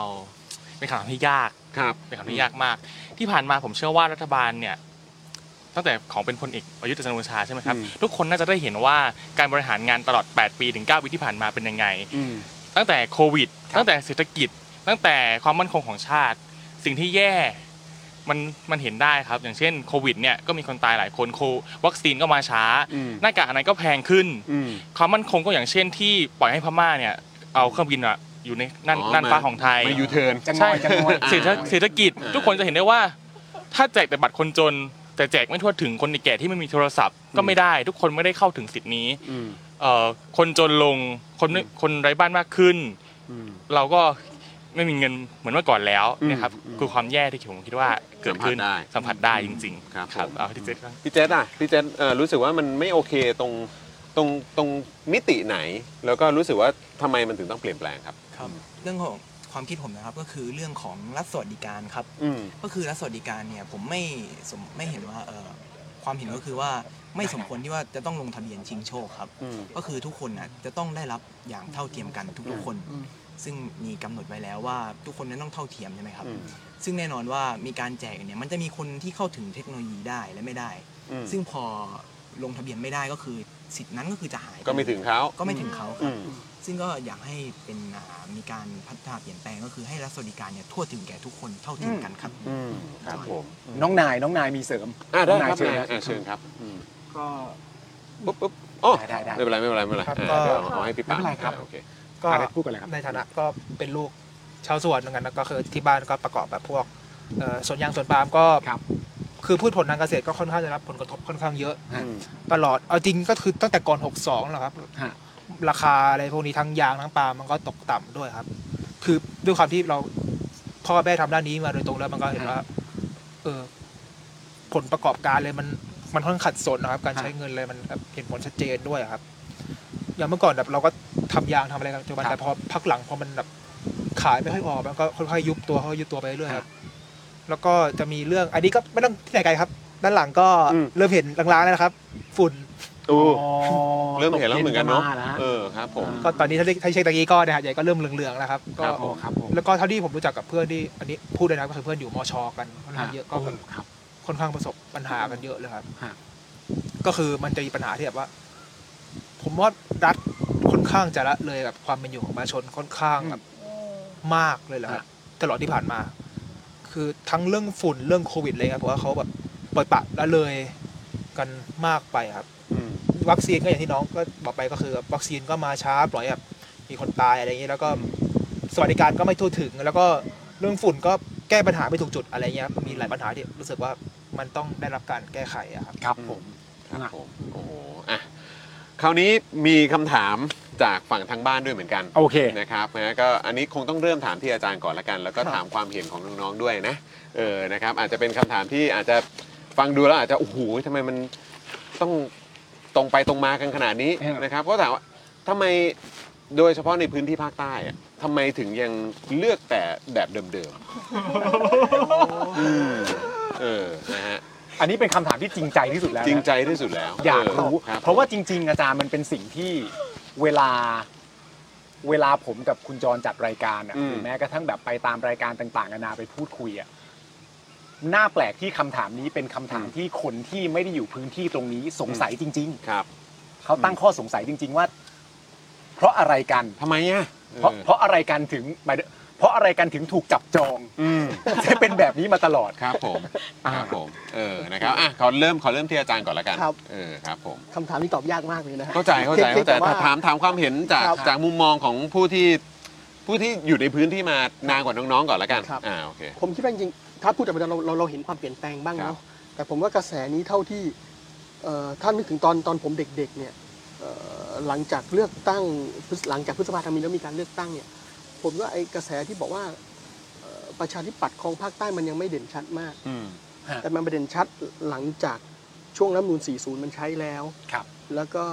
Speaker 5: เป็นคำถามที่ยาก
Speaker 1: ครับ
Speaker 5: เป็นคำถามที่ยากมาก ที่ผ่านมาผมเชื่อว่ารัฐบาลเนี่ยตั้งแต่ของเป็นพลเอกประยุทธ์จันทร์โอชาใช่ไหมครับ
Speaker 1: อืม
Speaker 5: ทุกคนน่าจะได้เห็นว่าการบริหารงานตลอด 8 ปีถึง 9 ปีที่ผ่านมาเป็นยังไง
Speaker 1: อืม
Speaker 5: ตั้งแต่โควิด ตั้งแต่เศรษฐกิจ ตั้งแต่ความมั่นคงของชาติ สิ่งที่แย่มันมันเห็นได้ครับ อย่างเช่นโควิดเนี่ยก็มีคนตายหลายคนโควัคซีนก็มาช้า
Speaker 1: อืม
Speaker 5: หน้ากากอนามัยก็แพงขึ้น
Speaker 1: อืม
Speaker 5: ความมั่นคงก็อย่างเช่นที่ปล่อยให้พม่าเนี่ยเอาเครื่องบินอะอยู่ในน่าน
Speaker 1: อ๋อ
Speaker 5: น่านฟ้า
Speaker 1: มา
Speaker 5: ของไทย
Speaker 1: มา U-turn จะงอย
Speaker 5: ใช่
Speaker 1: จะงอยอ่า
Speaker 5: เศรษฐเศรษฐกิจ
Speaker 1: อ่า
Speaker 5: ทุกคนจะเห็นได้ว่า ถ้าแจกแต่บัตรคนจน แต่แจกไม่ทั่วถึงคนแก่ที่ไม่มีโทรศัพท์ก็ไม่ได้ ทุกคนไม่ได้เข้าถึงสิทธิ์นี้
Speaker 1: อืม
Speaker 5: เอ่อคนจนลงคนไม่คนไร้บ้านมากขึ้น
Speaker 1: อืม
Speaker 5: เราก็ไม่มีเงินเหมือนเมื่อก่อนแล้วนะครับ
Speaker 1: อืม
Speaker 5: คือความแย่ที่ผมคิดว่าเกิดขึ้น
Speaker 1: สัมผัสได้
Speaker 5: สัมผัสได้จริง ๆ ครับเอาที่เจ๊ครับ
Speaker 1: พี่เจษอ่ะพี่เจษเอ่อรู้สึกว่ามันไม่โอเคตรงตรงตรงมิติไหน แล้วก็รู้สึกว่าทำไมมันถึงต้องเปลี่ยนแปลงครับ
Speaker 6: ครับเรื่องของความคิดผมนะครับก็คือเรื่องของรัฐสวัสดิการครับ
Speaker 1: อืม
Speaker 6: ก็คือรัฐสวัสดิการเนี่ยผมไม่สมไม่เห็นว่าเออความเห็นก็คือว่าไม่สมควรที่ว่าจะต้องลงทะเบียนชิงโชคครับ
Speaker 1: อืม
Speaker 6: ก็คือทุกคนน่ะจะต้องได้รับอย่างเท่าเทียมกันทุกๆคน ซึ่งมีกำหนดไว้แล้วว่าทุกคนนั้นต้องเท่าเทียมใช่ไหมครับ
Speaker 1: อืม
Speaker 6: ซึ่งแน่นอนว่ามีการแจกเนี่ยมันจะมีคนที่เข้าถึงเทคโนโลยีได้และไม่ได้
Speaker 1: อืม
Speaker 6: ซึ่งพอลงทะเบียนไม่ได้ก็คือสิทธินั้นก็คือจะหายป
Speaker 1: ก็ไม่ถึงเขา
Speaker 6: ก็ไม่ถึงเขาครับ
Speaker 1: อืม
Speaker 6: ซึ่งก็อยากให้เป็นอ่ามีการพัฒนาเปลี่ยนแปลงก็คือให้รัฐสวัสดิการเนี่ยทั่วถึงแก่ทุกคนเท่าเทียมกันครับ
Speaker 1: อืมครับผม
Speaker 2: น้องนายน้องนายมีเสริม
Speaker 1: อ่ะได้
Speaker 2: น้อง
Speaker 1: ค
Speaker 2: นาย
Speaker 1: รับ
Speaker 2: เชิญ
Speaker 1: นาย
Speaker 2: นะ
Speaker 1: อ่ะเชิญครับอืม
Speaker 8: ก็
Speaker 1: ปุ๊บปุ๊บโอ้
Speaker 8: ได้ได้
Speaker 1: ไม่เป็นไรไม่เป็นไรไม่เป็นไร
Speaker 8: ครับ
Speaker 1: อ่ะ
Speaker 8: ก็
Speaker 1: เดี๋ยวเอาให้พี่ปา
Speaker 2: ไม่เป็นไรครับ
Speaker 1: อ่ะโอเค
Speaker 8: ก็
Speaker 2: อะไรพูดกันเลยครับ
Speaker 8: ในฐานะก็เป็นลูกชาวสวนเหมือนกันนะก็คือที่บ้านก็ประกอบแบบพวกเอ่อสวนยางสวนปาล์มก็
Speaker 2: ครับ
Speaker 8: คือพืชผลทางเกษตรก็ค่อนข้างจะรับผลกระทบค่อนข้างเยอะ
Speaker 2: ฮะ
Speaker 8: ตลอดเอาจริงก็คือตั้งแต่ก่อน 62แหละครับ
Speaker 2: ฮะ
Speaker 8: ราคาอะไรพวกนี้ทั้งยางทั้งปาล์มมันก็ตกต่ำด้วยครับ คือด้วยความที่เราพ่อแม่ทำด้านนี้มาโดยตรงแล้วมันก็เห็นว่า เออผลประกอบการเลยมันมันค่อนข้างขัดสนนะครับ การใช้เงินเลยมันแบบเห็นผลชัดเจนด้วยครับ อย่างเมื่อก่อนแบบเราก็ทำยางทำอะไรกันปัจจุบันแต่พอพักหลังพอมันแบบขายไม่ค่อยออกมันก็ค่อยๆยุบตัวค่อยๆยุบตัวไปเรื่อยๆครับ แล้วก็จะมีเรื่องอันนี้ก็ไม่ต้องที่ไหนไกลครับ ด้านหลังก็
Speaker 1: อืม
Speaker 8: เริ่มเห็นลางๆแล้วนะครับ ฝุ่น
Speaker 1: อู้
Speaker 2: อ๋อ
Speaker 1: เริ่มเห็นแล้วเหมือนกันเนาะ
Speaker 2: ตกย็ก็ม
Speaker 1: เออครับผม
Speaker 8: ก็ตอนนี้ถ้าได้ถ้าเช็คตะกี้ก็เนี่ยใหญ่ก็เริ่มเหลืองๆแล้วครับก็
Speaker 1: ครับผม
Speaker 2: ครับผม
Speaker 8: แล้วก็เท่าที่ผมรู้จักกับเพื่อนที่อันนี้พูดเลยนะก็คือเพื่อนอยู่มชกันค่อนข้างเยอะก็
Speaker 2: โอ้
Speaker 8: แบบ
Speaker 2: ครับ
Speaker 8: ค่อนข้างประสบปัญหากันเยอะเลยครับ
Speaker 2: ฮะ
Speaker 8: ก็คือมันจะมีปัญหาที่แบบว่า ผมว่ารัฐค่อนข้างจะละเลยแบบความเป็นอยู่ของประชาชนค่อนข้างแบบมากเลยแหละครับตลอดที่ผ่านมา คือทั้งเรื่องฝุ่นเรื่องโควิดเลยครับเพราะว่าเขาแบบปล่อยปละละเลยกันมากไปครับ
Speaker 1: อืม
Speaker 8: วัคซีนก็อย่างที่น้องก็บอกไปก็คือวัคซีนก็มาช้าปล่อยแบบมีคนตายอะไรอย่างนี้แล้วก็สวัสดิการก็ไม่ทั่วถึง แล้วก็เรื่องฝุ่นก็แก้ปัญหาไม่ถูกจุดอะไรเงี้ยครับมีหลายปัญหาที่รู้สึกว่ามันต้องได้รับการแก้ไขอะครับ
Speaker 2: ครับผม
Speaker 1: ครับผมโอ้โหอ่ะคราวนี้มีคำถามจากฝั่งทางบ้านด้วยเหมือนกัน
Speaker 2: โอเค
Speaker 1: นะครับนะก็อันนี้คงต้องเริ่มถามที่อาจารย์ก่อนละกัน แล้วก็ถามความเห็นของน้องๆด้วยนะเออนะครับ อาจจะเป็นคำถามที่อาจจะฟังดูแล้วอาจจะโอ้โหทำไมมันต้องตรงไปตรงมากันขนาดนี้
Speaker 2: ครับ
Speaker 1: นะครับ ก็ถามว่าทำไมโดยเฉพาะในพื้นที่ภาคใต้อะทำไมถึงยังเลือกแต่แบบเดิมๆ อืมเออนะฮะ
Speaker 2: อันนี้เป็นคำถามที่จริงใจที่สุดแล้วนะ
Speaker 1: จริงใจที่สุดแล้ว
Speaker 2: อยากรู้
Speaker 1: ออคบ
Speaker 2: เพราะว่าจริง ๆ อาจารย์มันเป็นสิ่งที่เวลาเวลาผมกับคุณจรจัดรายการอ่ะ
Speaker 1: อืม
Speaker 2: หรือแม้กระทั่งแบบไปตามรายการต่างๆนานาไปพูดคุยอ่ะ น่าแปลกที่คำถามนี้เป็นคำถามที่คนที่ไม่ได้อยู่พื้นที่ตรงนี้สงสัยจริง
Speaker 1: ๆ ครับ
Speaker 2: เขาตั้งข้อสงสัยจริง ๆ ว่า เพราะอะไรกัน
Speaker 1: ทำไมอ่ะ
Speaker 2: เพราะเพราะอะไรกันถึงหมายถึงเพราะอะไรกันถึงถูกจับจองจะเป็นแบบนี้มาตลอด
Speaker 1: ครับผมครับผม เออนะครับอ่ะขอเริ่มขอเริ่มที่อาจารย์ก่อนละกัน
Speaker 4: ครับ
Speaker 1: เออครับผม
Speaker 4: คำถามนี้ตอบยากมากเลยนะฮะ
Speaker 1: เข้าใจเข้าใจ
Speaker 4: พีย
Speaker 1: เข้าง ใจ
Speaker 4: แต่ว่
Speaker 1: แต่ถามถามความเห็นจาก
Speaker 4: ครับ
Speaker 1: จากมุมมองของผู้ที่ผู้ที่อยู่ในพื้นที่มานานกว่าน้องๆก่อนละกัน
Speaker 4: ครับ
Speaker 1: อ่าโอเค
Speaker 4: ผมคิดว่าจริงๆถ้าพูดแต่ประเด็นเราเราเราเห็นความเปลี่ยนแปลงบ้าง
Speaker 1: ครับ
Speaker 4: เนาะแต่ผมว่ากระแสนี้เท่าที่เอ่อท่านนึกถึงตอนตอนผมเด็กๆเนี่ยเอ่อหลังจากเลือกตั้งพฤษหลังจากพฤษภาธมินแล้วมีการเลือกตั้งเนี่ยผมว่าไอ้กระแสที่บอกว่าเอ่อประชาธิปัตย์ของภาคใต้มันยังไม่เด่นชัดมาก
Speaker 1: อืม
Speaker 4: แต่มันประเด็นชัดหลังจากช่วงรัฐธรรมนูล40 มันใช้แล้ว
Speaker 2: ครับ
Speaker 4: แล้วก็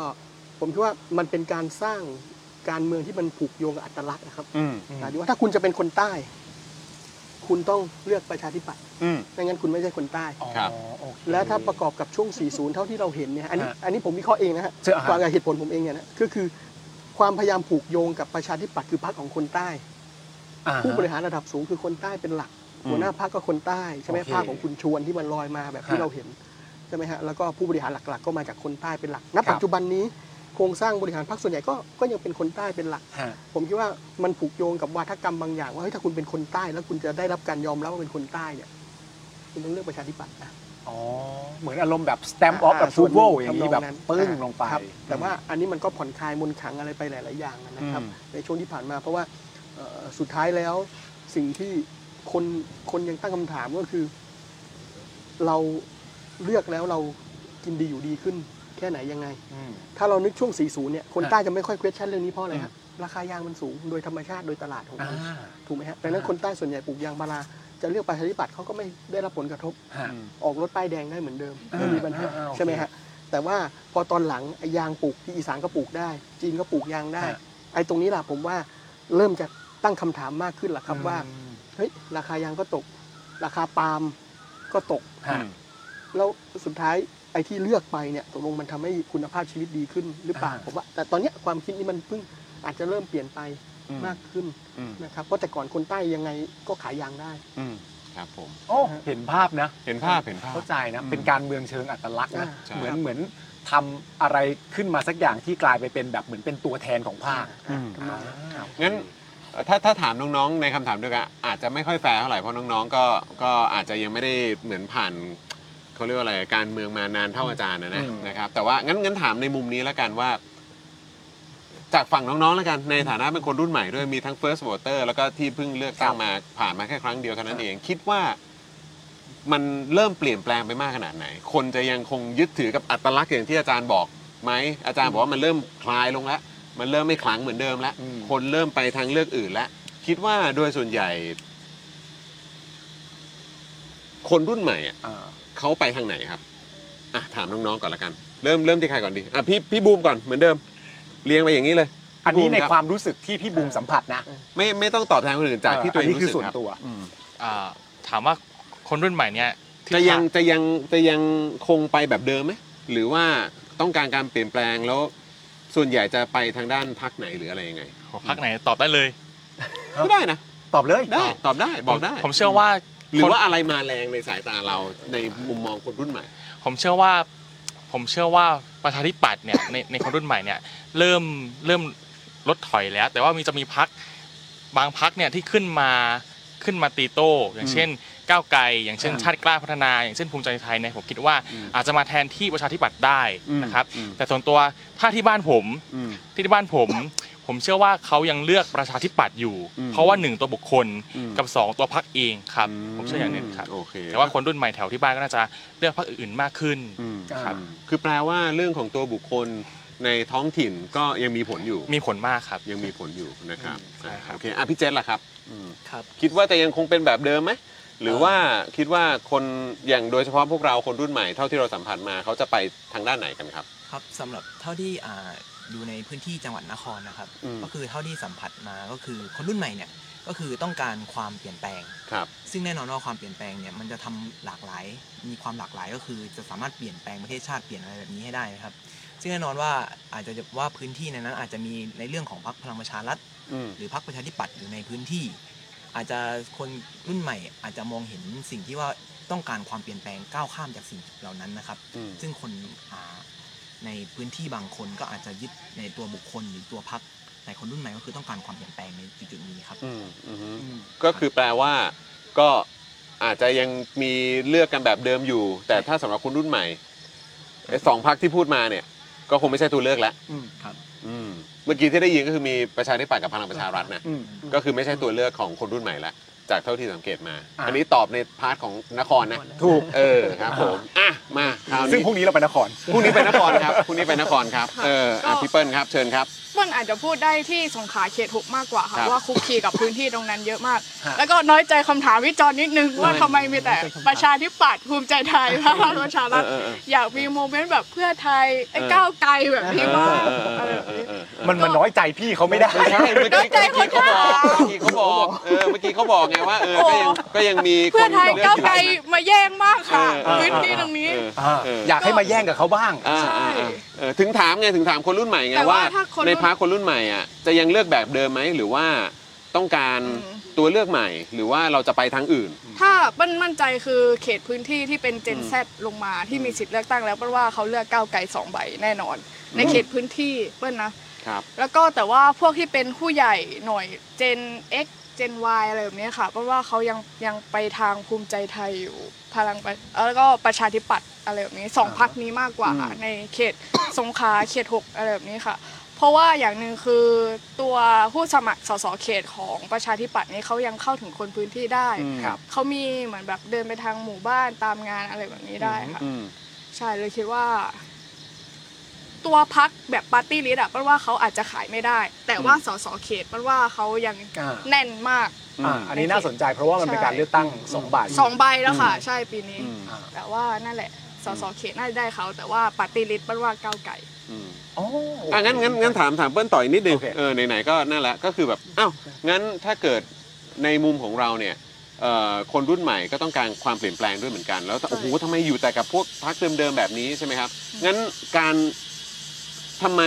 Speaker 4: ผมคิดว่ามันเป็นการสร้างการเมืองที่มันผูกโยงกับอัตลักษณ์นะครับ
Speaker 1: อืม
Speaker 4: หมายถึงว่าถ้าคุณจะเป็นคนใต้ คุณต้องเลือกประชาธิปัตย์
Speaker 1: อืม
Speaker 4: ไม่งั้นคุณไม่ใช่คนใต้
Speaker 1: ครับ
Speaker 4: และถ้าประกอบกับช่วง 40 เท่าที่เราเห็นเนี่ย อันนี้
Speaker 1: ฮะ
Speaker 4: อันนี้ผมวิเคราะห์เองนะฮะ
Speaker 1: เชื่อฮะ
Speaker 4: ความเหตุผลผมเองเนี่ยนะก็คือความพยายามผูกโยงกับประชาธิปัตย์คือพรรคของคนใต้
Speaker 2: อ่าฮะ
Speaker 4: ผู้บริหารระดับสูงคือคนใต้เป็นหลัก
Speaker 2: อืม
Speaker 4: หัวหน้าพรรคก็คนใต้ใช่ไหม
Speaker 2: โอเค
Speaker 4: ภาคของคุณชวนที่มันลอยมาแบบที่
Speaker 2: ฮะ
Speaker 4: เราเห็นใช่ไหมฮะแล้วก็ผู้บริหารหลักๆ ก็มาจากคนใต้เป็นหลักณ
Speaker 2: ครับ
Speaker 4: ปัจจุบันนี้โครงสร้างบริหารพรรคส่วนใหญ่ก็ก็ยังเป็นคนใต้เป็นหลัก
Speaker 2: ฮะ
Speaker 4: ผมคิดว่ามันผูกโยงกับวาทกรรมบางอย่างว่าเฮ้ยถ้าคุณเป็นคนใต้แล้วคุณจะได้รับการยอมรับว่าเป็นคนใต้เนี่ยคุณต้องเลือกประชาธิปัตย์นะ
Speaker 2: อ๋อเหมือนอารมณ์แบบ stamp off แบบ
Speaker 4: ส่
Speaker 2: approval
Speaker 4: ห
Speaker 2: อย่างนี้
Speaker 4: ทำ
Speaker 2: แบบปึ้ง
Speaker 4: อ่า
Speaker 2: ลงไป
Speaker 4: ครับแต่ว่าอันนี้มันก็ผ่อนคลายมนต์ขลังอะไรไปหลาย ๆ อย่างนะครับ
Speaker 2: อืม
Speaker 4: ในช่วงที่ผ่านมาเพราะว่าเอ่อสุดท้ายแล้วสิ่งที่คนคนยังตั้งคำถามก็คือ เราเลือกแล้วเรากินดีอยู่ดีขึ้น แค่ไหนยังไง
Speaker 2: อืม
Speaker 4: ถ้าเรานึกช่วง 40 เนี่ย คน
Speaker 2: ฮะ
Speaker 4: ใต้จะไม่ค่อย question เรื่องนี้เพราะอะไรฮะราคายางมันสูงโดยธรรมชาติโดยตลาดของมัน
Speaker 2: อ่า
Speaker 4: ถูกไหมฮะดังนั้นคนใต้ส่วนใหญ่ปลูกยางพาราจะเลือกประชาธิปัตย์เขาก็ไม่ได้รับผลกระทบ
Speaker 2: ฮะ
Speaker 4: ออกรถป้ายแดงได้เหมือนเดิม
Speaker 2: อ่า
Speaker 4: ไม่มีปัญหา
Speaker 2: อ่าโอเค
Speaker 4: ใช่ไหมฮะแต่ว่าพอตอนหลังไอ้ยางปลูกที่อีสานก็ปลูกได้ จีนก็ปลูกยางได้
Speaker 2: ฮะ
Speaker 4: ไอ้ตรงนี้ล่ะผมว่าเริ่มจะตั้งคำถามมากขึ้นล่ะครับว่าเฮ้ยราคายางก็ตก ราคาปาล์มก็ตก
Speaker 2: ฮะ
Speaker 4: แล้วสุดท้ายไอ้ที่เลือกไปเนี่ยตกลงมันทำให้คุณภาพชีวิตดีขึ้นหรือเปล่า
Speaker 2: อ่า
Speaker 4: ผมว่า แต่ตอนเนี้ยความคิดนี้มันเพิ่งอาจจะเริ่มเปลี่ยนไปมากขึ้นนะครับเพราะแต่ก่อนคนใต้ยังไงก็ขายยางได้
Speaker 1: อืมครับผม
Speaker 2: โอ้เห็นภาพนะ
Speaker 1: เห็นภาพเห็นภาพ
Speaker 2: เข้าใจนะ เป็นการเมืองเชิงอัตลักษณ์นะ
Speaker 4: ใช่
Speaker 2: เหมือนเหมือนทำอะไรขึ้นมาสักอย่างที่กลายไปเป็นแบบเหมือนเป็นตัวแทนของภาค
Speaker 1: อืม
Speaker 2: อ่า
Speaker 1: งั้นเอ่อถ้าถ้าถามน้องๆ ในคำถามเดียวกันอาจจะไม่ค่อยแฟร์เท่าไหร่เพราะน้องๆ ก็ก็อาจจะยังไม่ได้เหมือนผ่านเขาเรียกว่าอะไรการเมืองมานานเท่าอาจารย์นะนะ
Speaker 2: อืม
Speaker 1: นะครับ แต่ว่างั้นงั้นถามในมุมนี้แล้วกันว่า จากฝั่งน้องๆ แล้วกันในฐานะเป็นคนรุ่นใหม่ด้วยมีทั้ง first voter แล้วก็ที่เพิ่งเลือกตั้งมาผ่านมาแค่ครั้งเดียวเท่านั้นเอง คิดว่ามันเริ่มเปลี่ยนแปลงไปมากขนาดไหน คนจะยังคงยึดถือกับอัตลักษณ์อย่างที่อาจารย์บอกไหมอาจารย์บอกว่ามันเริ่มคลายลงแล้ว มันเริ่มไม่ขลังเหมือนเดิมแล้ว คนเริ่มไปทางเลือกอื่นแล้ว คิดว่าโดยส่วนใหญ่ คนรุ่นใหม่อะเขาไปทางไหนครับอ่ะถามน้องๆก่อนละกัน เริ่มเริ่มที่ใครก่อนดีอ่ะพี่พี่บูมก่อนเหมือนเดิม เรียงไปอย่างนี้เลย
Speaker 2: อันนี้ใน
Speaker 1: บูรับ
Speaker 2: ความรู้สึกที่พี่บูมสัมผัสนะ
Speaker 1: ไม่ไม่ต้องตอบแทนคนอื่นจากที่ตัวเองรู้สึกครับ
Speaker 5: อ่าถามว่าคนรุ่นใหม่เนี่ยที่
Speaker 1: จะยัง
Speaker 5: ผ่าน
Speaker 1: จะยังจะยังคงไปแบบเดิมไหมหรือว่าต้องการการเปลี่ยนแปลงแล้ว ส่วนใหญ่จะไปทางด้านพักไหนหรืออะไรยังไง
Speaker 5: พักไหนตอบได้เลย
Speaker 1: ก็ได้นะ
Speaker 2: ตอบเลย
Speaker 1: ได้ตอบได้บอกได้
Speaker 5: ผมเชื่อว่า
Speaker 1: หรือว่า
Speaker 5: คน
Speaker 1: อะไรมาแรงในสายตาเราในมุมมองคนรุ่นใหม่
Speaker 5: ผมเชื่อว่า ผมเชื่อว่าประชาธิปัตย์เนี่ย ในในคนรุ่นใหม่เนี่ยเริ่มเริ่มลดถอยแล้ว แต่ว่ามีจะมีพักบางพักเนี่ยที่ขึ้นมาขึ้นมาตีโต้อย่างเช่น ก้าวไกลอย่างเช่น
Speaker 2: อ่า
Speaker 5: ชาติกล้าพัฒนา อย่างเช่นภูมิใจไทยเนี่ยผมคิดว่าอาจจะมาแทนที่ประชาธิปัตย์ได้นะครับ แต่ส่วนตัวถ้าที่บ้านผม ที่บ้านผม ผมเชื่อว่าเขายังเลือกประชาธิปัตย์อยู่
Speaker 1: อืม
Speaker 5: เพราะว่าหนึ่งตัวบุคคล
Speaker 1: อืม
Speaker 5: กับสองตัวพรรคเองครับ ผมเชื่ออย่างนี้นครับ
Speaker 1: โอเค
Speaker 5: แต่ว่าคนรุ่นใหม่แถวที่บ้านก็น่าจะเลือกพรรคอื่นๆมากขึ้นครับ
Speaker 1: คือแปลว่าเรื่องของตัวบุคคลในท้องถิ่นก็ยังมีผลอยู่
Speaker 5: มีผลมากครับ
Speaker 1: ยังมีผลอยู่นะครับ
Speaker 5: ใช่ครับ
Speaker 1: โอเคอ่ะพี่เจษล่ะครับ
Speaker 6: ครับ
Speaker 1: คิดว่าจะยังคงเป็นแบบเดิมไหมหรือว่าคิดว่าคนอย่างโดยเฉพาะพวกเราคนรุ่นใหม่เท่าที่เราสัมผัสมาเขาจะไปทางด้านไหนกันครับ
Speaker 6: ครับสำหรับเท่าที่อ่าดูในพื้นที่จังหวัดนครนะครับ
Speaker 1: อืม
Speaker 6: ก็คือเท่าที่สัมผัสมาก็คือคนรุ่นใหม่เนี่ยก็คือต้องการความเปลี่ยนแปลง
Speaker 1: ครับ
Speaker 6: ซึ่งแน่นอนว่าความเปลี่ยนแปลงเนี่ยมันจะทำหลากหลาย มีความหลากหลายก็คือจะสามารถเปลี่ยนแปลงประเทศชาติเปลี่ยนอะไรแบบนี้ให้ได้นะครับ ซึ่งแน่นอนว่าอาจจะว่าพื้นที่ในนั้นอาจจะมีในเรื่องของพรรคพลังประชารัฐ
Speaker 1: อืม
Speaker 6: หรือพรรคประชาธิปัตย์อยู่ในพื้นที่ อาจจะคนรุ่นใหม่อาจจะมองเห็นสิ่งที่ว่า ต้องการความเปลี่ยนแปลงก้าวข้ามจากสิ่งเหล่านั้นนะครับ ซึ่งคนอ่าในพื้นที่บางคนก็อาจจะยึดในตัวบุคคลหรือตัวพักแต่คนรุ่นใหม่ก็คือต้องการความเปลี่ยนแปลงในจุดๆนี้ครับ
Speaker 1: อืมอืมฮึก็คือแปลว่าก็อาจจะยังมีเลือกกันแบบเดิมอยู่ แต่ถ้าสำหรับคนรุ่นใหม่ไอ้สองพักที่พูดมาเนี่ย ก็คงไม่ใช่ตัวเลือกแล้ว
Speaker 6: ครับ
Speaker 1: อืมเมื่อกี้ที่ได้ยินก็คือมีประชาธิปัตย์กับพลังประชารัฐนะ
Speaker 6: อืม
Speaker 1: ก็คือไม่ใช่ตัวเลือกของคนรุ่นใหม่ละจากเท่าที่สังเกตมา อันนี้ตอบในพาร์ทของนครนะ
Speaker 2: ถูก
Speaker 1: เออครับผมอ่ะมาคราว
Speaker 2: ซึ่ง
Speaker 1: นี้
Speaker 2: พรุ่งนี้เราไปนคร
Speaker 1: พรุ่งนี้เป็นนคร ครับพรุ่งนี้เป็นนครครับเอออ่ะพี่เปิ้ลครับเชิญครับ
Speaker 7: มันอาจจะพูดได้ที่สงขลาเขตหกมากกว่าค่ะ
Speaker 1: ครับ
Speaker 7: ว่าคุกคีกับพื้นที่ตรงนั้นเยอะมาก
Speaker 1: ฮะ
Speaker 7: แล้วก็น้อยใจคำถามวิจารณ์นิดนึงว่าทำไมมีแต่ประชาธิปัตย์ภูมิใจไทย พลังประชารัฐ
Speaker 2: เออเออเออ
Speaker 7: อ
Speaker 2: อ
Speaker 7: ยากมีโมเมนต์แบบเพื่อไทยไอ้ก้าวไกลแบบนี้ว่างอะไรแบบนี้
Speaker 2: มันมันน้อยใจพี่เขาไม่ได้
Speaker 1: ไม่ใช่เมื่อกี้เมื่อกี้เขาบอกเมื่อกี้เขาบอกเออเมื่อกี้เขาบอกไงว่าเออก็ยังก็ยังมีคน
Speaker 7: เพื่อไทย
Speaker 1: ลื
Speaker 7: ก้าวไกล
Speaker 1: อยู่
Speaker 7: มาแย่งมากค่ะ
Speaker 1: เออ
Speaker 7: พื้นที่ตรงนี้
Speaker 2: อ่าอยากให้มาแย่งกับเขาบ้าง
Speaker 1: อ่าอ่าอ่าเออถึงถามไงถึงถามคนรุ่นใหม่ไง
Speaker 7: แต่ว่า
Speaker 1: ว่า
Speaker 7: ถ้าคนรุ่น
Speaker 1: ในพาร์ทคนรุ่นใหม่อ่ะจะยังเลือกแบบเดิมไหมหรือว่าต้องการตัวเลือกใหม่ หรือว่าเราจะไปทางอื่น
Speaker 7: ถ้าเปั้นมั่นใจคือเขตพื้นที่ที่เป็นเจนแซลงมาที่มีสิทธิ์เลือกตั้งแล้วเปั้นว่าเขาเลือกก้าวไกลสองใบแน่นอน ในเขตพื้นที่เปิ้ลนะ
Speaker 1: ครับ
Speaker 7: แล้วก็แต่ว่าพวกที่เป็นผู้ใหญ่หน่อยเจน X เจน Y อะไรแบบนี้ค่ะ เพราะว่าเขายังยังไปทางภูมิใจไทยอยู่พลังประแล้วก็ประชาธิปัตย์อะไรแบบนี้สองพักนี้มากกว่าค่ะ
Speaker 3: อืม
Speaker 7: ในเขต สงขลาเขตหกอะไรแบบนี้ค่ะ เพราะว่าอย่างหนึ่งคือตัวผู้สมัครสสเขตของประชาธิปัตย์นี้เขายังเข้าถึงคนพื้นที่ได้
Speaker 1: อืมครับ
Speaker 7: เขามีเหมือนแบบเดินไปทางหมู่บ้านตามงานอะไรแบบนี้ได้ค่ะ
Speaker 1: อืม
Speaker 7: ใช่เลยคิดว่า ตัวพักแบบปาร์ตี้ลิสต์อะเพราะว่าเขาอาจจะขายไม่ได้ แต่ว่าสสเขตเพราะว่าเขายัง
Speaker 2: อ่า
Speaker 7: แน่นมาก
Speaker 2: อ่าอันนี้น่าสนใจเพราะว่ามันเป็นการเลือกตั้งสองใบ
Speaker 7: สองใบแล้วค่ะ ใช่ปีนี้
Speaker 2: อืมอ่า
Speaker 7: แต่ว่านั่นแหละสสเขตน่าจะได้เขา แต่ว่าปาร์ตี้ลิสต์เพราะว่าก้าวไก่
Speaker 2: อ๋อ
Speaker 1: อ่ะงั้นงั้นงั้นถามถามเปิ้ลต่อยนิดนึงเออไหนๆก็นั่นแหละก็คือแบบอ้าวงั้นถ้าเกิดในมุมของเราเนี่ยเอ่อคนรุ่นใหม่ก็ต้องการความเปลี่ยนแปลงด้วยเหมือนกัน แล้วโอ้โหทำไมอยู่แต่กับพวกพรรคเดิมๆแบบนี้ใช่ไหมครับงั้นการทำไม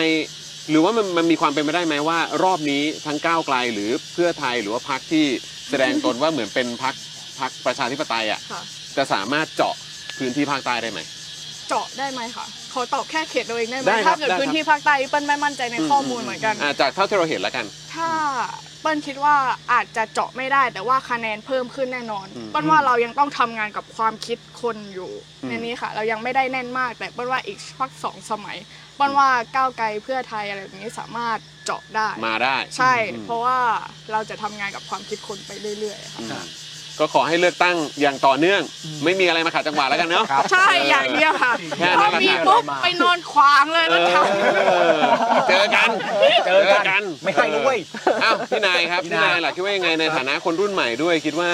Speaker 1: หรือว่ามันมันมีความเป็นไปได้ไหมว่า รอบนี้ทั้งก้าวไกลหรือเพื่อไทยหรือว่าพรรคที่แสดงตนว่าเหมือนเป็นพรรคพรรคประชาธิปไตยอ่ะ
Speaker 7: ค่ะ
Speaker 1: จะสามารถเจาะพื้นที่ภาคใต้ได้ไหม
Speaker 7: เจาะได้ไหมคะขอตอบแค่เขตตัวเองได้ไหม
Speaker 1: ได้ครับ
Speaker 7: ถ้าเกิด
Speaker 1: ได้ครับ
Speaker 7: พื้นที่ภาคใต้เปิ้ลไม่มั่นใจในข้อมูลเหมือนกัน
Speaker 1: อ่ะจากเท่าที่เราเห็นแล้วกัน
Speaker 7: ถ้าเปิ้ลคิดว่าอาจจะเจาะไม่ได้ แต่ว่าคะแนนเพิ่มขึ้นแน่นอน
Speaker 1: อืม
Speaker 7: เปิ้ลว่าเรายังต้องทำงานกับความคิดคนอยู่
Speaker 1: อืม
Speaker 7: ในนี้ค่ะ เรายังไม่ได้แน่นมาก แต่เปิ้ลว่าอีกพักสองสมัยเปิ้ลว่าก้าวไกลเพื่อไทยอะไรแบบนี้สามารถเจาะได้
Speaker 1: มาได้
Speaker 7: ใช่
Speaker 1: อืม
Speaker 7: เพราะว่าเราจะทำงานกับความคิดคนไปเรื่อยๆค่ะ
Speaker 1: ก็ขอให้เลือกตั้งอย่างต่อเนื่อง ไม่มีอะไรมาขัดจังหวะแล้วกันเนาะ
Speaker 7: ใช่อย่างเดียวค่ะ
Speaker 1: แค่
Speaker 7: พอ
Speaker 1: นั้นแหละ
Speaker 7: มี
Speaker 1: ครั
Speaker 7: ปุ๊
Speaker 1: บบ
Speaker 7: ไปนอนขวางเลยแล้วท
Speaker 1: เออเจอกัน
Speaker 2: เจอกัน ไม่ให้นะเว้ย
Speaker 1: อ้าวพี่นายครับ
Speaker 2: พี่
Speaker 1: พี่
Speaker 2: นาย
Speaker 1: นายล่ะคิดว่ายังไงในฐานะคนรุ่นใหม่ด้วย คิดว่า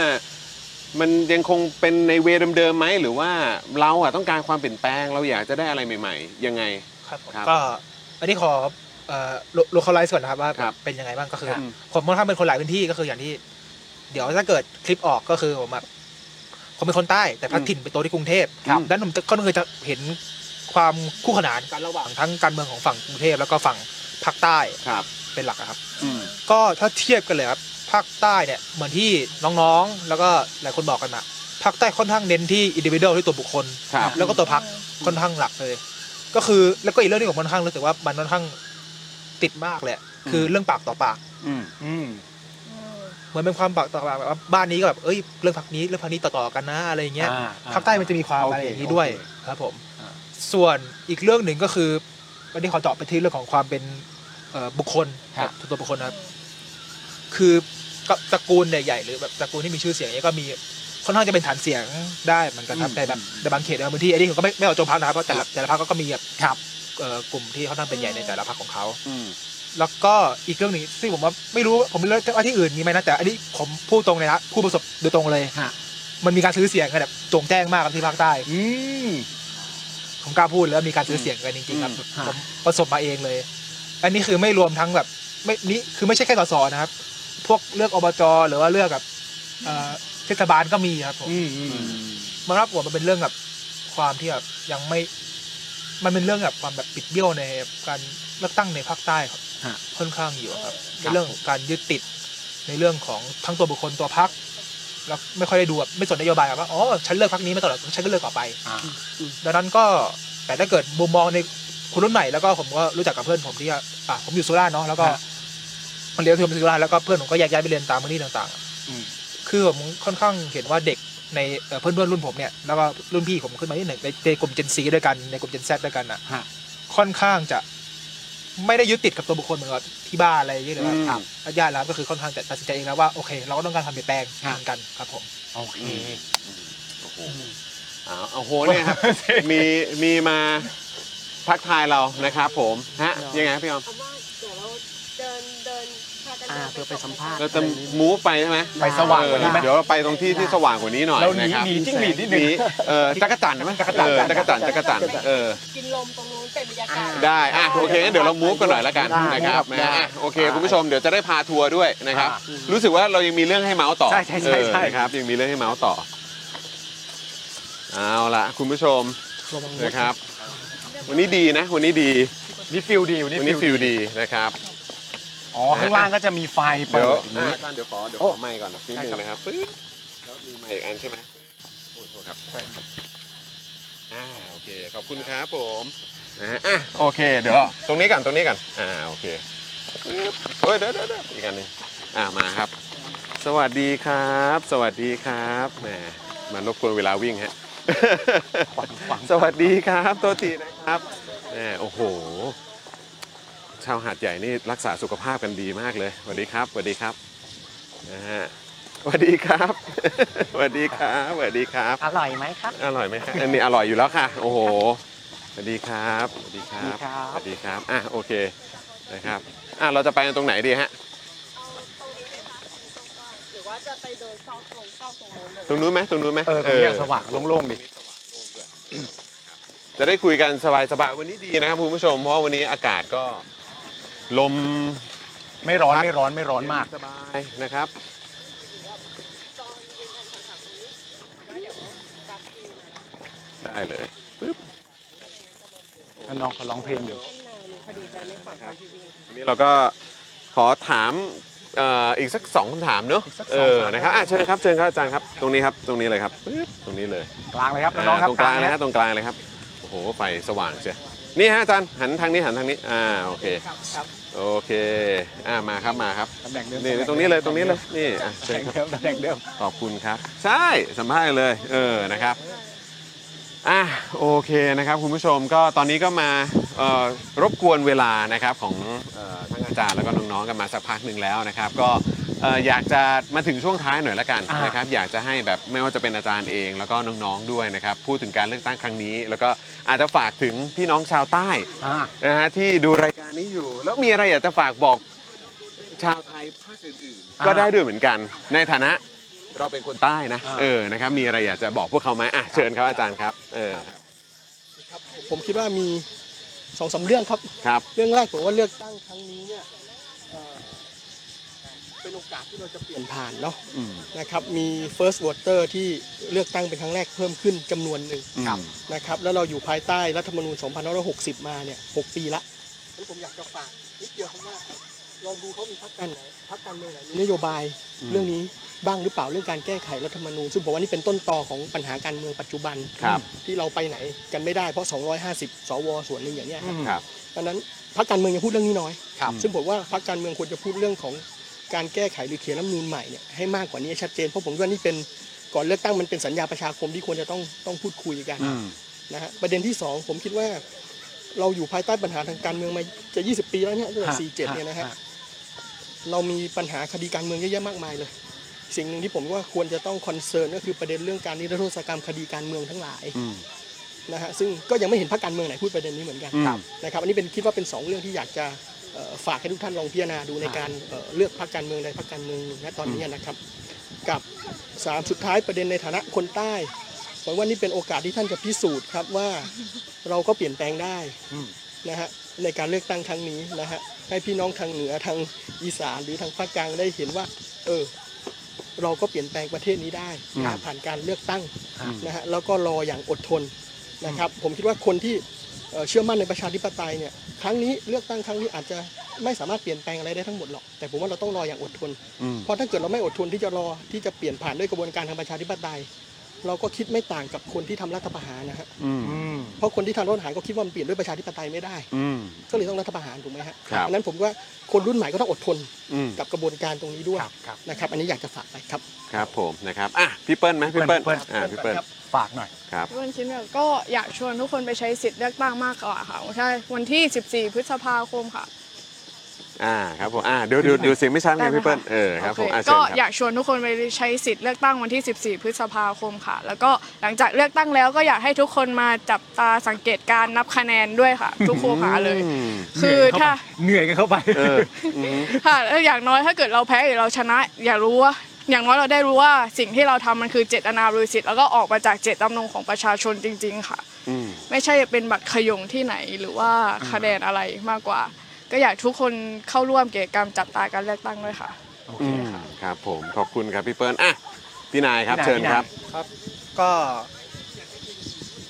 Speaker 1: มันยังคงเป็นในเวเดิมๆไหมหรือว่าเราอะต้องการความเปลี่ยนแปลงเราอยากจะได้อะไรใหม่ ๆ ยังไง
Speaker 8: ครับผม
Speaker 1: ครับ
Speaker 8: ก็อันนี้ขอเอ่อโลเคอลไลซ์ก่อนนะครับว่าเป็นยังไงบ้างก็คือ
Speaker 1: ครับ
Speaker 8: ผมค่อนข้างเป็นคนหลายพื้นที่ก็คืออย่างที่ เดี๋ยวถ้าเกิดคลิปออกก็คือผมแบบผมเป็นคนใต้แต่พักถิ่นไปโตที่กรุงเทพ
Speaker 1: ครับ
Speaker 8: ดังนั้นผมก็คือจะเห็นความคู่ขนานกันระหว่างทั้งการเมืองของฝั่งกรุงเทพแล้วก็ฝั่งภาคใต้เป็นหลักอะครับ ก็ถ้าเทียบกันเลยครับภาคใต้เนี่ยเหมือนที่น้องๆ แล้วก็หลายคนบอกกันอะภาคใต้ค่อนข้างเน้นที่อินดิวิเดลที่ตัวบุคคล
Speaker 1: ครับ
Speaker 8: แล้วก็ตัวพักค่อนข้างหลักเลย ก็คือแล้วก็อีกเรื่องหนึงผมค่อนข้างรู้สึกว่ามันค่อนข้างติดมากเลยอะคือเรื่องปากต่อปาก
Speaker 2: อืม
Speaker 8: เหมือนเป็นความปากต่อปากแบบว่าบ้านนี้ก็แบบเอ้ยเรื่องพักนี้เรื่องพักนี้ต่อๆกันนะอะไรอย่างเงี้ย
Speaker 2: อ่าอ่า
Speaker 8: ภาคใต้มันจะมีความ
Speaker 2: โอเค
Speaker 8: อะไรอย่างนี้
Speaker 2: โอเค
Speaker 8: ด้วยครับผม ส่วนอีกเรื่องหนึ่งก็คือวันนี้ขอเจาะไปที่เรื่องของความเป็นเอ่อบุคคล
Speaker 2: ครับ
Speaker 8: ตัวบุคคลนะครับ คือก็ตระกูลใหญ่ๆหรือแบบตระกูลที่มีชื่อเสียงเนี่ยก็มีค่อนข้างจะเป็นฐานเสียงได้เหมือนกันครับแต่แบบแต่บางเขตบางพื้นที่อันนี้ผมก็ไม่ไม่เอาโจมพักนะครับเพราะแต่ละแต่ละพักก็มีแบบเอ่อกลุ่มที่เขาทำเป็นใหญ่ในแต่ละพักของเขา แล้วก็อีกเรื่องหนึ่งซึ่งผมว่าไม่รู้ผมไม่รู้ว่าที่อื่นมีไหมนะแต่อันนี้ผมพูดตรงเลยนะผู้ประสบโดยตรงเลยมันมีการซื้อเสียงกันแบบโจงแจ้งมากครับที่ภาคใต้ผมกล้าพูดแล้วามีการซื้อเสียงกันจริงๆครับผมประสบมาเองเลย อันนี้คือไม่รวมทั้งแบบ ไม่นี่คือไม่ใช่แค่สสนะครับ พวกเลือกอบจหรือว่าเลือกแบบเอ่อเทศบาลก็มีครับผมมันรับผมมันเป็นเรื่องแบบความที่แบบยังไม่ มันเป็นเรื่องแบบความแบบปิดเบี้ยวในการเลือกตั้งในภาคใต้ครับ ค่อนข้างอยู่ครับในเรื่องของการยึดติดในเรื่องของทั้งตัวบุคคลตัวพัก เราไม่ค่อยได้ดูแบบไม่สนนโยบายอะว่าอ๋อฉันเลือกพรรคนี้ไม่ตลอดฉันก็เลือกต่อไปดังนั้นก็แต่ถ้าเกิดมุมมองในคนรุ่นใหม่แล้วก็ผมก็รู้จักกับเพื่อนผมที่ว่าอ่ะผมอยู่สุราษฎร์เนาะแล้วก็มันเรียนที่ผมสุราษฎร์แล้วก็เพื่อนผมก็แยกย้ายไปเรียนตามพื้นที่ต่างๆอะ คือผมค่อนข้างเห็นว่าเด็กในเอ่อเพื่อนเพื่อนรุ่นผมเนี่ยแล้วก็รุ่นพี่ผมขึ้นมาที่หนึ่งในในกลุ่ม Gen C ด้วยกันในกลุ่ม Gen Z ด้วยกันอ่ะค่อนข้างจะไม่ได้ยึดติดกับตัวบุคคลเหมือนกับที่บ้านอะไรอย่างเงี้ยเลย
Speaker 2: อืม
Speaker 8: ครับญาติแล้วก็คือค่อนข้างจะตัดสินใจเองแล้วว่าโอเค เราก็ต้องการทำเปลี่ยนแปลงเหมือนกันครับผม
Speaker 2: โอเค
Speaker 1: โอ้โหเอาเอาโหเนี่ยครับ มีมีมาทักทายเรานะครับผมฮะยังไงครับพี่ออม
Speaker 9: อ่าเพื่อไปสัมภาษณ์
Speaker 1: เราจะมูฟไปใช่ไหม
Speaker 9: ไปสว่างกว่านี้ไหม
Speaker 1: เออเดี๋ยวเราไปตรงที่ที่สว่างกว่านี้หน่อย
Speaker 2: เราหนี
Speaker 1: ะคบ
Speaker 2: หนีจิ้งหรีดนิดนึง
Speaker 1: เออจักรจันทร์ไหมเออจักรจันทร์จักรจันทร์เออ
Speaker 3: กินลมตรงนู้นเป็นบรรยากาศ
Speaker 1: ได้ อ่ะ โอเคงั้นเดี๋ยวเรามูฟกันหน่อยละกัน
Speaker 3: ได้
Speaker 1: นะครับ
Speaker 3: ได้
Speaker 1: นะอ่ะโอเค คุณผู้ชม เดี๋ยวจะได้พาทัวร์ด้วยนะครับ
Speaker 2: อ่า
Speaker 1: รู้สึกว่าเรายังมีเรื่องให้เมาส์ต่อ
Speaker 2: ใช่ใช่ใช่
Speaker 1: เออ
Speaker 2: ใช่
Speaker 1: นะครับ ยังมีเรื่องให้เมาส์ต่อ เอาละคุณผู้ชม
Speaker 4: ระวังรถ
Speaker 1: นะครับ วันนี้ดีนะ วันนี้ดี
Speaker 2: นี่ฟิลดี วัน
Speaker 1: วันนี้ฟิลดีนะครับ
Speaker 2: อ๋อ ข้างล่างก็จะมีไฟเปิ
Speaker 1: เดี๋ยว
Speaker 2: ดอย่างนี้
Speaker 1: อาจารย์เดี๋ยวขอเดี๋ยวขอไมค์ก่อนนิดนึงนะครับปึ๊บแล้วมีไมค์อีกอันใช่ไหมโอ้โหครับอ่าโอเคขอบคุณครับผมนะฮะอ่ะโอเค เดี๋ยวตรงนี้ก่อนตรงนี้ก่อนอ่าโอเคปึ๊บเฮ้ยเดี๋ยวเดี๋ยวเดี๋ยวอีกอันหนึงอ่ามาครับ สวัสดีครับ สวัสดีครับแหมมารบกวนเวลาวิ่งฮะ สวัสดีครับตัวตีนะครับแหมโอ้โห ชาวหาดใหญ่นี่รักษาสุขภาพกันดีมากเลยสวัสดีครับสวัสดีครับนะฮะสวัสดีครับ สวัสดีครับสวัสดีครับ
Speaker 9: อร่อยไหมครับ
Speaker 1: อร่อยไหมครับอันนี้อร่อยอยู่แล้วค่ะ โอ้โหสวัสดีครับสวัสดีครับสวัสดีครับอ่ะโอเคนะครับอ่ะเราจะไปกันตรงไหนดีฮะตรงนู้นไหมตรงนู้นไหม
Speaker 2: เออตรงนี้สว่างโล่งๆดิ
Speaker 1: จะได้คุยกันสบายๆวันนี้ดีนะครับคุณผู้ชมเพราะว่าวันนี้อากาศก็ ลม
Speaker 2: ไม่ร้อนไม่ร้อนไม่ร้อนมาก
Speaker 1: สบายนะครับ ได้เลยปึ๊บ
Speaker 2: แล้วน้องเขาร้องเพลงอยู่
Speaker 1: วันนี้เราก็ขอถามเอ่ออีกสักสองคำถามเนอะเออนะครับอ่ะเชิญครับเชิญครับอาจารย์ครับตรงนี้ครับตรงนี้เลยครับปึ๊บตรงนี้เลย
Speaker 2: กลางเลยครับน้องๆครับ
Speaker 1: ตรงกลางเลย
Speaker 2: ค
Speaker 1: ฮะ
Speaker 2: บ
Speaker 1: ตรงกลางเลยครับโอ้โหไฟสว่างเชียวนี่ฮะอาจารย์หันทางนี้หันทางนี้อ่าโอเคโอเคอ่ามาครับมาครับ
Speaker 2: ตำแหน่งเดิม
Speaker 1: นี่ตรงนี้เลยตรงนี้เลยนี่อ่ะ
Speaker 2: ตำ
Speaker 1: เชิญค
Speaker 2: แหน่ง
Speaker 1: รับ
Speaker 2: เดิมตำแหน่งเดิม
Speaker 1: ขอบคุณครับ ใช่สัมภาษณ์เลย เออนะครับอ่ะโอเคนะครับ คุณผู้ชมก็ตอนนี้ก็มาเอ่อรบกวนเวลานะครับของเอ่อทั้งอาจารย์แล้วก็น้องๆกันมาสักพักหนึ่งแล้วนะครับ ก็เอ่ออยากจะมาถึงช่วงท้ายหน่อยละกัน
Speaker 2: อ่าน
Speaker 1: นะครับ อยากจะให้แบบไม่ว่าจะเป็นอาจารย์เองแล้วก็น้องๆด้วยนะครับ พูดถึงการเลือกตั้งครั้งนี้ แล้วก็อาจจะฝากถึงพี่น้องชาวใต้
Speaker 2: อ่า
Speaker 1: นะฮะที่ดูรายการนี้อยู่ แล้วมีอะไรอยากจะฝากบอกชาวไทยภาคอื่นๆ ก็ได้ด้วยเหมือนกัน ในฐานะเราเป็นคนใต้นะ เออนะครับ มีอะไรอยากจะบอกพวกเขาไหมอ่ะเชิญครับอาจารย์ครับ เออ
Speaker 4: ผมคิดว่ามีสองสามเรื่องครับ
Speaker 1: ครับ
Speaker 4: เรื่องแรกผมว่าเลือกตั้งครั้งนี้เนี่ยเอ่อเป็นโอกาสที่เราจะเปลี่ยนผ่านเนาะ
Speaker 1: อืม
Speaker 4: นะครับมี first voter ที่เลือกตั้งเป็นครั้งแรกเพิ่มขึ้นจำนวนหนึ่ง
Speaker 1: ครับ
Speaker 4: นะครับแล้วเราอยู่ภายใต้รัฐธรรมนูญ 2560 มาเนี่ย 6 ปีละงั้นผมอยากจะฝากนิดเดียวครับว่าลองดูเขามีพรรคการไหนพรรคการเมืองไหนมีนโยบาย
Speaker 1: อืม
Speaker 4: เรื่องนี้บ้างหรือเปล่าเรื่องการแก้ไขรัฐธรรมนูญซึ่งผมว่านี่เป็นต้นตอของปัญหาการเมืองปัจจุบัน
Speaker 1: ครับ
Speaker 4: ที่เราไปไหนกันไม่ได้เพราะ 250 สว ส่วนหนึ่งอย่างเนี้ยครับ
Speaker 1: ครับ
Speaker 4: ดังนั้นพรรคการเมืองยังพูดเรื่องนี้น้อย
Speaker 1: ครับ
Speaker 4: ซึ่งผมว่าพรรคการเมืองควรจะพูดเรื่องของการแก้ไขหรือเขียนรัฐธรรมนูญใหม่เนี่ยให้มากกว่านี้ให้ชัดเจน เพราะผมคิดว่านี่เป็นก่อนเลือกตั้งมันเป็นสัญญาประชาคมที่ควรจะต้องต้องพูดคุยกัน
Speaker 1: อืม
Speaker 4: นะฮะประเด็นที่สองผมคิดว่าเราอยู่ภายใต้ปัญหาทางการเมืองมาจะ 20 ปีแล้วเนี่ยตั้งแต่
Speaker 2: ฮะ
Speaker 4: 47 เนี่ยนะฮะเรามีปัญหาคดีการเมืองเยอะแยะมากมายเลย สิ่งหนึ่งที่ผมว่าควรจะต้องคอนเซิร์นก็คือประเด็นเรื่องการนิรโทษกรรมคดีการเมืองทั้งหลาย
Speaker 1: อืม
Speaker 4: นะฮะซึ่งก็ยังไม่เห็นพรรคการเมืองไหนพูดประเด็นนี้เหมือนกัน
Speaker 1: อืมครับ
Speaker 4: นะครับอันนี้เป็นคิดว่าเป็นสองเรื่องที่อยากจะเอ่อฝากให้ทุกท่านลองพิจารณาดูในการเอ่อเลือกพรรคการเมืองใดพรรคการเมืองหนึ่งณตอนนี้นะครับ กับสามสุดท้ายประเด็นในฐานะคนใต้ผมว่านี่เป็นโอกาสที่ท่านจะพิสูจน์ครับว่าเราก็เปลี่ยนแปลงได้
Speaker 2: อืม
Speaker 4: นะฮะในการเลือกตั้งครั้งนี้นะฮะให้พี่น้องทางเหนือทางอีสานหรือทางภาคกลางได้เห็นว่า เออ เราก็เปลี่ยนแปลงประเทศนี้ได้
Speaker 2: ครับ
Speaker 4: ผ่านการเลือกตั้ง
Speaker 2: อืม
Speaker 4: นะฮะแล้วก็รออย่างอดทนนะครับผมคิดว่าคนที่เอ่อเชื่อมั่นในประชาธิปไตยเนี่ยครั้งนี้เลือกตั้งครั้งนี้อาจจะ ไม่สามารถเปลี่ยนแปลงอะไรได้ทั้งหมดหรอก แต่ผมว่าเราต้องรออย่างอดทน
Speaker 1: อืม
Speaker 4: เพราะถ้าเกิดเราไม่อดทนที่จะรอที่จะเปลี่ยนผ่านด้วยกระบวนการทางประชาธิปไตย เราก็คิดไม่ต่างกับคนที่ทำรัฐประหารนะฮะ
Speaker 1: อืม
Speaker 4: เพราะคนที่ทำรัฐประหารก็คิดว่ามันเปลี่ยนด้วยประชาธิปไตยไม่ได้
Speaker 1: อืม
Speaker 4: ก็เลยต้องรัฐประหารถูกไหมฮะ
Speaker 1: ครับ
Speaker 4: ดังนั้นผมว่าคนรุ่นใหม่ก็ต้องอดทน
Speaker 1: อืม
Speaker 4: กับกระบวนการตรงนี้ด้วยนะครับ อันนี้อยากจะฝากไปครับ
Speaker 1: ครับผมนะครับอ่ะพี่เปิ้ลไหมพี่เปิ้ล
Speaker 4: เปิ้ล
Speaker 1: อ่าพี่เปิ้ล
Speaker 4: ครับ
Speaker 2: ฝากหน่อย
Speaker 1: ครับ
Speaker 7: วันคิดแบบก็อยากชวนทุกคนไปใช้สิทธิ์เลือกตั้งมากกว่าค่ะใช่วันที่ 14 พฤษภาคมค่ะ
Speaker 1: อ่าครับผมอ่าเดี๋ยวเดี๋ยวเดี๋ยวเสียงไม่ชัดไง
Speaker 7: ได้ไหม
Speaker 1: พี่เปิ้ล
Speaker 7: คะ
Speaker 1: เออครับผมอ่ะ
Speaker 7: ก็
Speaker 1: เชิญ
Speaker 7: อ
Speaker 1: ค
Speaker 7: ยา
Speaker 1: รับ
Speaker 7: กชวนทุกคนไปใช้สิทธิ์เลือกตั้งวันที่ 14 พฤษภาคมค่ะ แล้วก็หลังจากเลือกตั้งแล้วก็อยากให้ทุกคนมาจับตาสังเกตการนับคะแนนด้วยค่ะ ทุกครูหาเลย คือถ้า
Speaker 2: เหนื่อยกันเข้าไป
Speaker 7: ค่ะแล้วอย่างน้อยถ้าเกิดเราแพ้หรือเราชนะ อย่ารู้ว่า อย่างน้อยเราได้รู้ว่าสิ่งที่เราทำมันคือเจตนาบริสุทธิ์แล้วก็ออกมาจากเจตจำนงของประชาชนจริง ๆ ค่ะ
Speaker 1: อืม
Speaker 7: ไม่ใช่เป็นบัตรขยงที่ไหนหรือว่าคะแนนอะไรมากกว่า ก็อยากทุกคนเข้าร่วมกิจกรรมจับตาการเลือกตั้งด้วยค่ะ
Speaker 1: อืมครับผมขอบคุณครับพี่เปิ้ลอ่ะพี่นายครับ
Speaker 8: พี่นาย
Speaker 1: เชิญ
Speaker 8: พี่นาย
Speaker 1: ครับ
Speaker 8: ครับก็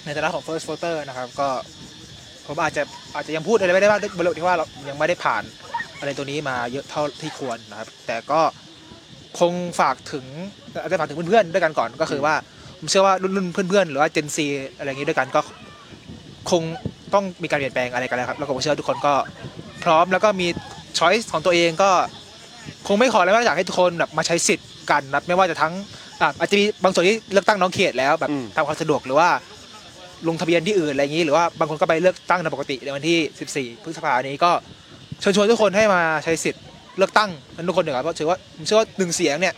Speaker 8: ในฐานะของ first voter นะครับ ก็ผมอาจจะอาจจะยังพูดอะไรไม่ได้บ้างด้วยบริบทที่ว่าเรายังไม่ได้ผ่านอะไรตัวนี้มาเยอะเท่าที่ควรนะครับ แต่ก็คงฝากถึงอาจจะฝากถึงเพื่อนๆด้วยกันก่อนก็คือว่า ผมเชื่อว่ารุ่นๆเพื่อนๆ หรือว่า Gen Z อะไรอย่างนี้ด้วยกันก็คงต้องมีการเปลี่ยนแปลงอะไรกันแล้วครับแล้วก็ผมเชื่อว่าทุกคนก็พร้อมแล้วก็มีช้อยส์ของตัวเองก็ คงไม่ขออะไรมากอยากให้ทุกคนแบบมาใช้สิทธิ์กันนะครับไม่ว่าจะทั้งอ่ะอาจจะมีบางส่วนที่เลือกตั้งน้องเขตแล้วแบบตามความสะดวกหรือว่า ลงทะเบียนที่อื่นอะไรอย่างนี้ หรือว่าบางคนก็ไปเลือกตั้งในปกติในวันที่ 14 พฤษภาคมนี้ก็เชิญชวนทุกคนให้มาใช้สิทธิ์เลือกตั้งกันทุกคนเถอะครับเพราะเชื่อว่าผมเชื่อว่าหนึ่งเสียงเนี่ย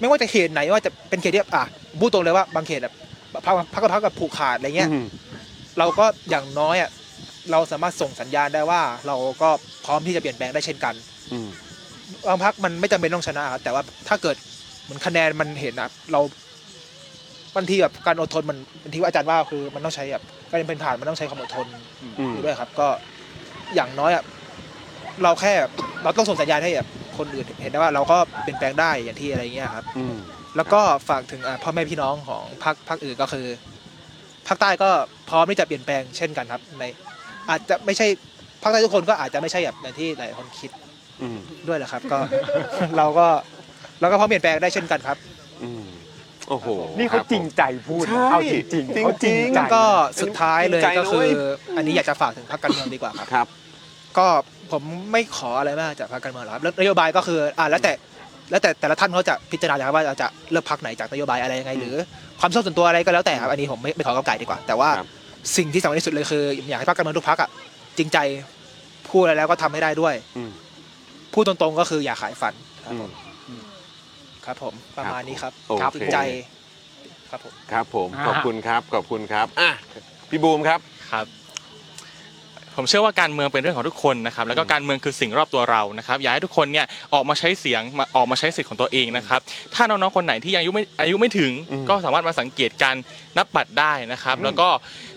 Speaker 8: ไม่ว่าจะเขตไหนว่าจะเป็นเขตที่อ่ะพูดตรงเลยว่าบางเขตแบบพักพักกับพักกับผูกขาดอะไรเงี้ยเราก็อย่างน้อยอ่ะเราสามารถส่งสัญญาณได้ว่า เราก็พร้อมที่จะเปลี่ยนแปลงได้เช่นกัน
Speaker 1: อืม
Speaker 8: บางพักมันไม่จำเป็นต้องชนะครับแต่ว่าถ้าเกิดเหมือนคะแนนมันเห็นนะเราบางทีแบบการอดทนมันบางทีว่าอาจารย์ว่าคือมันต้องใช้แบบการเป็นผ่านมันต้องใช้ความอดทน
Speaker 1: อืม
Speaker 8: อยู่ด้วยครับ ก็อย่างน้อยอะเราแค่แบบเราต้องส่งสัญญาณให้แบบคนอื่นเห็นได้ว่าเราก็เปลี่ยนแปลงได้อย่างที่อะไรเงี้ยครับ
Speaker 1: อืม
Speaker 8: แล้วก็ฝากถึงอ่ะพ่อแม่พี่น้องของภาคภาคอื่นก็คือภาคใต้ก็พร้อมที่จะเปลี่ยนแปลงเช่นกันครับ ใน อาจจะไม่ใช่ภาคใต้ทุกคนก็อาจจะไม่ใช่แบบอย่างที่หลายคนคิด
Speaker 1: อืม
Speaker 8: ด้วยแหละครับก็ เราก็เราก็พร้อมเปลี่ยนแปลงได้เช่นกันครับ
Speaker 1: อืมโอ้โห
Speaker 2: นี่เขา
Speaker 1: ครับผม
Speaker 2: จริงใจพูดนะ
Speaker 1: ใช่
Speaker 2: เอาจริงจริง
Speaker 1: จริงๆ
Speaker 2: เขาจริงใจ
Speaker 8: ก็สุดท้ายเลย
Speaker 1: จริงใจ
Speaker 8: ก็คือ
Speaker 1: นะเว้ย
Speaker 8: อันนี้อยากจะฝากถึงพรรคการเมืองดีกว่าครับ
Speaker 1: ครับ
Speaker 8: ก็ผมไม่ขออะไรมากจากพรรคการเมืองหรอกครับแล้วนโยบายก็คืออ่าแล้วแต่แล้วแต่แต่ละท่านเขาจะพิจารณานะครับว่าเราจะเลือกพรรคไหนจากนโยบายอะไรยังไง หรือความชอบส่วนตัวอะไรก็แล้วแต่ครับอันนี้ผมไม่ไม่ขอก้าวไก่ดีกว่า แต่ว่าสิ่งที่สำคัญที่สุดเลยคืออยากให้พรรคการเมืองทุกพรรคอ่ะจริงใจพูดอะไรแล้วก็ทำให้ได้ด้วย
Speaker 1: อืม
Speaker 8: พูดตรงๆก็คืออย่าขายฝัน
Speaker 1: อืม
Speaker 8: ครับผมประมาณนี้ครับ
Speaker 1: โอเค
Speaker 8: จริงใจครับผม
Speaker 1: ครับผม
Speaker 8: อ่า
Speaker 1: ขอบคุณครับขอบคุณครับอ่ะพี่บูมครับ
Speaker 5: ครับ ผมเชื่อว่าการเมืองเป็นเรื่องของทุกคนนะครับ แล้วก็การเมืองคือสิ่งรอบตัวเรานะครับ อยากให้ทุกคนเนี่ยออกมาใช้เสียงมาออกมาใช้สิทธิ์ของตัวเองนะครับ ถ้าน้องๆคนไหนที่ยังอายุไม่อายุไม่ถึง ก็สามารถมาสังเกตการนับบัตรได้นะครับ แล้วก็